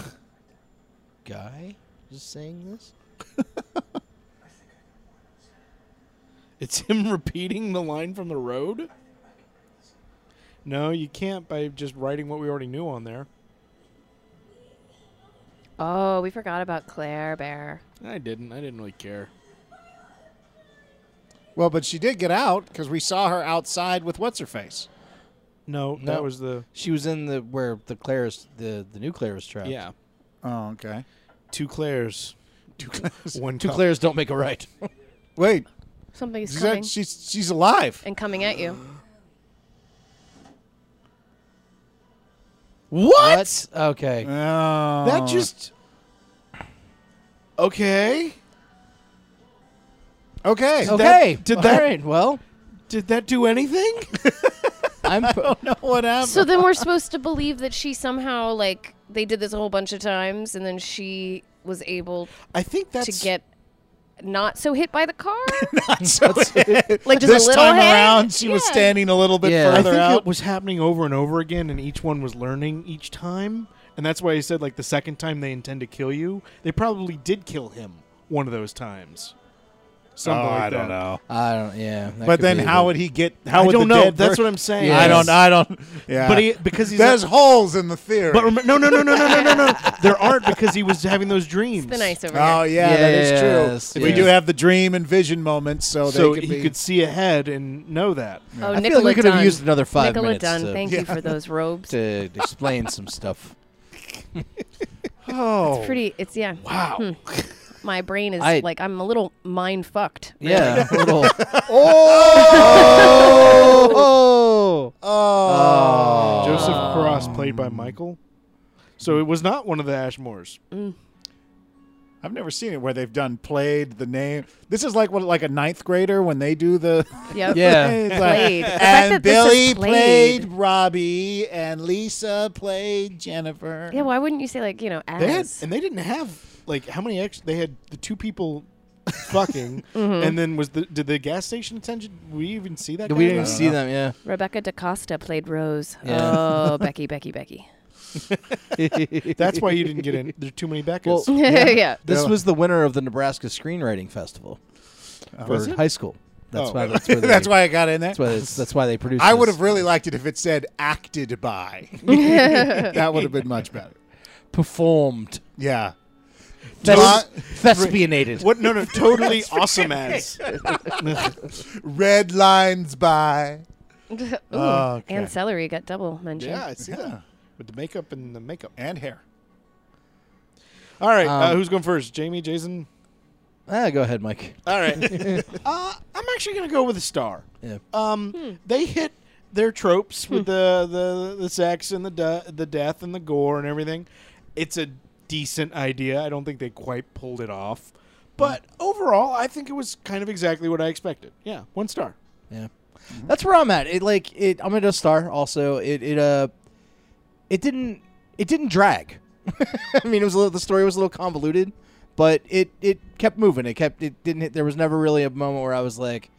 Speaker 3: Guy just saying this?
Speaker 2: It's him repeating the line from the road. No, you can't by just writing what we already knew on there.
Speaker 4: Oh, we forgot about Claire Bear.
Speaker 2: I didn't. I didn't really care.
Speaker 1: Well, but she did get out because we saw her outside with what's her face.
Speaker 2: No,
Speaker 3: No.
Speaker 2: that was the
Speaker 3: She was in the where the Claire's the the new Claire is trapped.
Speaker 2: yeah.
Speaker 1: Oh, okay.
Speaker 2: Two Claires,
Speaker 1: Two classes.
Speaker 2: one
Speaker 3: Two
Speaker 2: cup.
Speaker 3: Claires don't make a right.
Speaker 1: Wait,
Speaker 4: Somebody's
Speaker 1: she's,
Speaker 4: coming
Speaker 1: act- she's she's alive.
Speaker 4: and coming at you.
Speaker 2: What?
Speaker 3: Okay.
Speaker 1: Oh.
Speaker 3: Uh,
Speaker 2: That just okay.
Speaker 1: okay.
Speaker 2: Oh.
Speaker 3: okay.
Speaker 2: did
Speaker 3: All
Speaker 2: that-
Speaker 3: right, well,
Speaker 2: Did that do anything?
Speaker 3: I'm
Speaker 1: No, what happened?
Speaker 4: So then we're supposed to believe that she somehow like they did this a whole bunch of times and then she was able
Speaker 2: I think that's
Speaker 4: to get not so hit by the car.
Speaker 1: So
Speaker 4: like just
Speaker 1: this
Speaker 4: a little
Speaker 1: time
Speaker 4: hit?
Speaker 1: around, she was
Speaker 4: Yeah.
Speaker 1: standing a little bit
Speaker 3: Yeah. I
Speaker 2: I
Speaker 1: further
Speaker 2: think
Speaker 1: out.
Speaker 2: it was happening over and over again, and each one was learning each time. And that's why I said, like, the second time they intend to kill you, they probably did kill him one of those times. Something like that.
Speaker 1: Oh, know.
Speaker 3: I don't. Yeah. that
Speaker 1: But
Speaker 3: could
Speaker 1: then,
Speaker 3: be a
Speaker 1: how
Speaker 3: bit-
Speaker 1: would he get? How
Speaker 2: I
Speaker 1: would
Speaker 2: don't
Speaker 1: the
Speaker 2: know.
Speaker 1: dead
Speaker 2: That's
Speaker 1: per-
Speaker 2: what I'm saying.
Speaker 1: I
Speaker 3: Yes.
Speaker 1: don't. I don't. Yeah.
Speaker 2: But he, because he's.
Speaker 1: there's holes in the theory.
Speaker 2: but remember, no, no, no, no, no, no, no, no. There aren't because he was having those dreams.
Speaker 4: the nice over
Speaker 1: oh yeah,
Speaker 4: here.
Speaker 1: that is true.
Speaker 3: Yes,
Speaker 1: We
Speaker 3: yes.
Speaker 1: do have the dream and vision moments, so,
Speaker 2: So
Speaker 1: they could
Speaker 2: he
Speaker 1: be,
Speaker 2: could see ahead and know that.
Speaker 4: Oh,
Speaker 3: I feel
Speaker 4: Nicola
Speaker 3: like we could
Speaker 4: Dunn.
Speaker 3: have used another five
Speaker 4: Nicola
Speaker 3: minutes
Speaker 4: Dunn,
Speaker 3: to,
Speaker 4: thank you for those robes.
Speaker 3: to explain some stuff.
Speaker 1: Oh,
Speaker 4: It's pretty. It's yeah. Wow. My brain is
Speaker 3: I-
Speaker 4: like I'm a little mind fucked.
Speaker 3: Yeah. a little-
Speaker 1: Oh! oh.
Speaker 2: Joseph Cross, played by Michael. So it was not one of the Ashmores.
Speaker 1: I've never seen it where they've done played the name. This is like what like a ninth grader when they do the
Speaker 4: Yep.
Speaker 3: Yeah.
Speaker 1: It's like,
Speaker 4: Played. The fact
Speaker 1: and
Speaker 4: that this
Speaker 1: Billy
Speaker 4: is played-
Speaker 1: played Robbie and Lisa played Jennifer.
Speaker 4: Yeah. Why wouldn't you say like you know
Speaker 2: They had,
Speaker 4: as?
Speaker 2: and they didn't have like how many ex? They had the two people fucking,
Speaker 1: Mm-hmm.
Speaker 2: and then was the did the gas station attention? Did we even see that?
Speaker 3: we
Speaker 2: guy?
Speaker 3: didn't even see them. Yeah.
Speaker 4: Rebecca DaCosta played Rose.
Speaker 3: Yeah.
Speaker 4: Oh, Becky, Becky, Becky.
Speaker 2: That's why you didn't get in. There's too many Beccas.
Speaker 3: Well-
Speaker 4: yeah.
Speaker 3: This
Speaker 1: Yeah.
Speaker 3: was the winner of the Nebraska Screenwriting Festival
Speaker 1: was
Speaker 3: for high school. That's
Speaker 1: Oh.
Speaker 3: why. That's, where they,
Speaker 1: that's why I got in there.
Speaker 3: That's why. That's, that's why they produced.
Speaker 1: I would
Speaker 3: this.
Speaker 1: have really liked it if it said acted by. that would have been much better.
Speaker 3: performed.
Speaker 1: Yeah.
Speaker 3: Thes-
Speaker 1: Dra-
Speaker 3: Thespionated.
Speaker 2: what? No, no, totally awesome as.
Speaker 1: Red lines by.
Speaker 4: Ooh,
Speaker 1: Okay.
Speaker 4: And celery got double mention.
Speaker 2: yeah, I see that. with the makeup and the makeup.
Speaker 1: and hair.
Speaker 7: All right, uh,
Speaker 3: Um,
Speaker 7: who's going first? Jamie, Jason.
Speaker 3: Ah, go ahead, Mike.
Speaker 7: All right,
Speaker 2: Uh, I'm actually gonna go with a star.
Speaker 3: Yeah.
Speaker 2: Um,
Speaker 7: Hmm.
Speaker 2: they hit their tropes with the, the the sex and the de- the death and the gore and everything. It's a decent idea. I don't think they quite pulled it
Speaker 7: Hmm.
Speaker 2: off, but overall, I think it was kind of exactly what I expected. Yeah, one star.
Speaker 3: Yeah,
Speaker 2: Mm-hmm.
Speaker 3: that's where I'm at. It like it. I'm at a star. Also, it it uh, it didn't it didn't drag. I mean, it was a little, the story was a little convoluted, but it it kept moving. It kept it didn't. Hit, there was never really a moment where I was like,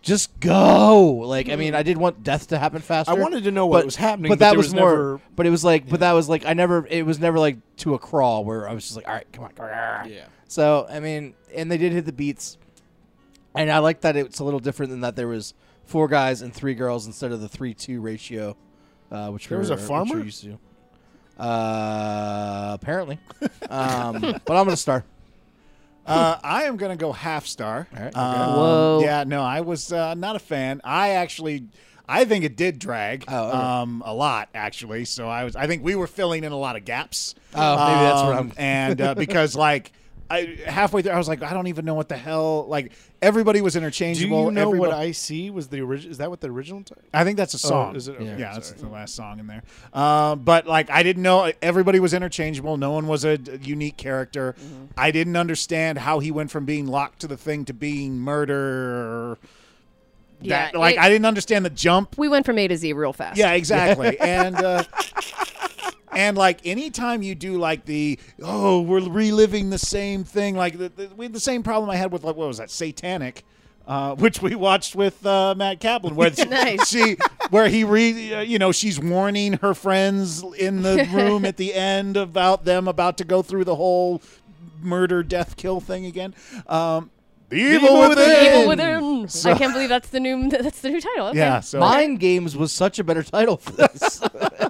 Speaker 3: just go. Like I mean, I did want death to happen faster.
Speaker 2: Mm-hmm. wanted to know what
Speaker 3: but-
Speaker 2: was happening,
Speaker 3: but
Speaker 2: but
Speaker 3: that
Speaker 2: there
Speaker 3: was,
Speaker 2: was
Speaker 3: more.
Speaker 2: never-
Speaker 3: but it was like, but that was like, I never. It was never like to a crawl where I was just like, all right, come on. Yeah. So I mean, and they did hit the beats. And I like that it's a little different than that. There was four guys and three girls instead of the three two ratio, uh, which
Speaker 2: There was
Speaker 3: we're-
Speaker 2: a
Speaker 3: which
Speaker 2: farmer?
Speaker 3: we're used to. Uh, apparently. um, but I'm gonna star.
Speaker 1: Uh, I am going to go half star.
Speaker 3: All right, okay.
Speaker 1: Um,
Speaker 4: Whoa.
Speaker 1: Yeah, no, I was uh, not a fan. I actually, I think it did drag
Speaker 3: Oh, okay.
Speaker 1: um, a lot actually. So I was, I think we were filling in a lot of gaps.
Speaker 3: Oh, maybe that's where
Speaker 1: Um,
Speaker 3: I'm-
Speaker 1: And uh, because like. I, halfway through, I was like, I don't even know what the hell. Like everybody was
Speaker 2: Do
Speaker 1: interchangeable.
Speaker 2: you know what
Speaker 1: everybody-
Speaker 2: I see was the original? Is that what the original? T-
Speaker 1: I think that's a song.
Speaker 2: Oh, is it? Okay,
Speaker 1: yeah,
Speaker 2: sorry.
Speaker 1: that's the last song in there. Um, but like, I didn't know everybody was interchangeable. No one was a d- unique character.
Speaker 2: Mm-hmm.
Speaker 1: I didn't understand how he went from being locked to the thing to being murder.
Speaker 4: Yeah,
Speaker 1: That like
Speaker 4: it-
Speaker 1: I didn't understand the jump.
Speaker 4: We went from A to Z real fast.
Speaker 1: Yeah, exactly. and uh, and like anytime you do like the oh we're reliving the same thing like the, the, we had the same problem I had with like what was that Satanic. Uh, which we watched with uh, Matt Kaplan, where she-
Speaker 4: Nice.
Speaker 1: she, where he re, uh, you know, she's warning her friends in the room at the end about them about to go through the whole murder, death, kill thing again. Um, the evil,
Speaker 2: Evil
Speaker 1: within.
Speaker 2: Within.
Speaker 4: Evil Within. "Hmm, I can't believe that's the new that's the new title. Okay.
Speaker 1: Yeah, so uh,
Speaker 3: Mind Games was such a better title for this.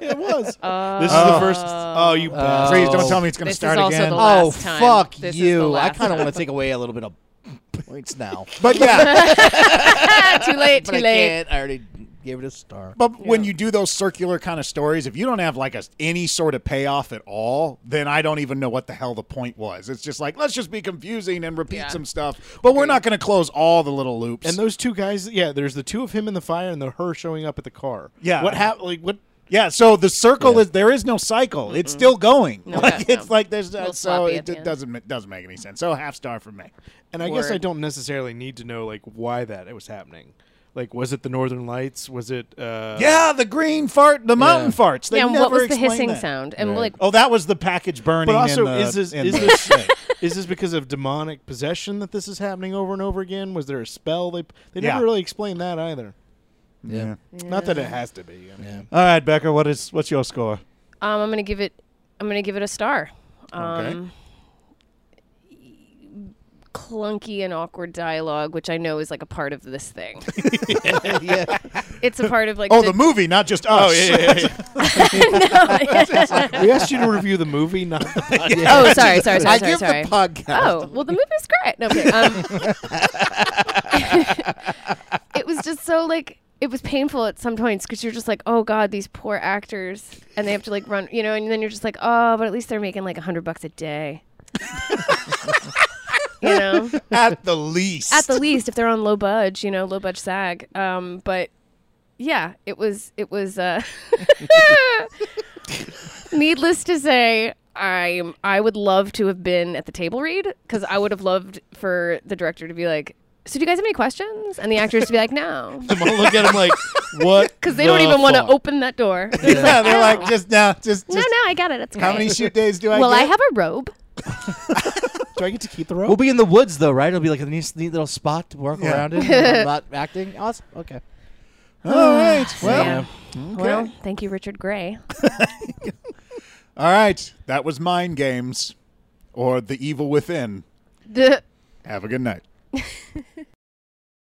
Speaker 2: it was.
Speaker 4: Uh,
Speaker 2: this is the first. Oh, you. bastard.
Speaker 1: please don't tell me it's going to
Speaker 4: This is
Speaker 1: start
Speaker 4: also
Speaker 1: again.
Speaker 4: the
Speaker 3: oh
Speaker 4: last time.
Speaker 3: fuck
Speaker 4: This is the
Speaker 3: you! I
Speaker 4: last
Speaker 3: kind of
Speaker 4: time.
Speaker 3: want to take away a little bit of points now.
Speaker 1: but yeah,
Speaker 4: too late. Too
Speaker 3: but I
Speaker 4: late.
Speaker 3: can't. I already gave it a star.
Speaker 1: But when you do those circular kind of stories, if you don't have like a, any sort of payoff at all, then I don't even know what the hell the point was. It's just like let's just be confusing and repeat
Speaker 4: Yeah.
Speaker 1: some stuff. But we're not going to close all the little loops.
Speaker 2: And those two guys, yeah. There's the two of him in the fire, and the her showing up at the car.
Speaker 1: Yeah.
Speaker 2: What happened? Like what?
Speaker 1: yeah, so the circle is there is no cycle. It's still going.
Speaker 4: No,
Speaker 1: like
Speaker 4: no,
Speaker 1: it's
Speaker 4: no.
Speaker 1: like there's uh,
Speaker 4: Little
Speaker 1: so
Speaker 4: sloppy
Speaker 1: it
Speaker 4: at the
Speaker 1: d-
Speaker 4: end.
Speaker 1: doesn't ma- doesn't make any sense. So half star for me.
Speaker 2: And I guess I
Speaker 4: Word.
Speaker 2: don't necessarily need to know like why that it was happening. Like, was it the Northern Lights? Was it? Uh,
Speaker 1: yeah, the green fart, the mountain farts. They
Speaker 4: yeah, and
Speaker 1: never
Speaker 4: what was the
Speaker 1: explained
Speaker 4: hissing
Speaker 1: that.
Speaker 4: sound? And
Speaker 3: Right.
Speaker 4: like,
Speaker 1: Oh, that was the package burning.
Speaker 2: But also,
Speaker 1: and the-
Speaker 2: is this
Speaker 1: and
Speaker 2: is
Speaker 1: the-
Speaker 2: this is this because of demonic possession that this is happening over and over again? Was there a spell? They they
Speaker 1: Yeah.
Speaker 2: never really explained that either.
Speaker 3: Yeah.
Speaker 2: Not that it has to be. I mean.
Speaker 3: Yeah.
Speaker 1: All right, Becker, what is what's your score?
Speaker 4: um, I'm gonna give it. I'm gonna give it a star. Um, Clunky and awkward dialogue, which I know is like a part of this thing.
Speaker 3: yeah.
Speaker 4: it's a part of like
Speaker 1: Oh, the movie, not just us.
Speaker 2: we asked you to review the movie, not the podcast.
Speaker 4: oh, sorry, sorry, sorry,
Speaker 3: I
Speaker 4: sorry,
Speaker 3: give
Speaker 4: sorry.
Speaker 3: the podcast.
Speaker 4: Oh, well, the movie's great. No, okay, um, it was just so like it was painful at some points because you're just like, oh god, these poor actors, and they have to like run, you know, and then you're just like, oh, but at least they're making like a hundred bucks a day. you know,
Speaker 1: At the least.
Speaker 4: at the least, if they're on low budge, you know, low budge SAG. Um, but yeah, it was it was. Uh, needless to say, I'm I would love to have been at the table read because I would have loved for the director to be like, "So do you guys have any questions?" and the actors to be like, "No,"
Speaker 2: I'm gonna look at him like, what?
Speaker 4: because they don't
Speaker 2: the
Speaker 4: even want to
Speaker 2: fuck?
Speaker 4: open that door. They're just
Speaker 1: yeah, they're
Speaker 4: "No."
Speaker 1: like just now, just,
Speaker 4: "No,
Speaker 1: just
Speaker 4: no, I got it. It's
Speaker 1: how
Speaker 4: great."
Speaker 1: many shoot days do I
Speaker 4: well,
Speaker 1: get?
Speaker 4: I have a robe.
Speaker 2: Do I get to keep the rope?
Speaker 3: We'll be in the woods though, right? It'll be like a nice, neat little spot to walk
Speaker 1: Yeah.
Speaker 3: around in. and I'm not acting. Awesome. Okay.
Speaker 1: All right, well,
Speaker 4: Yeah. Well, thank you, Richard Gray.
Speaker 1: all right. That was Mind Games, or The Evil Within.
Speaker 4: The-
Speaker 1: Have a good night.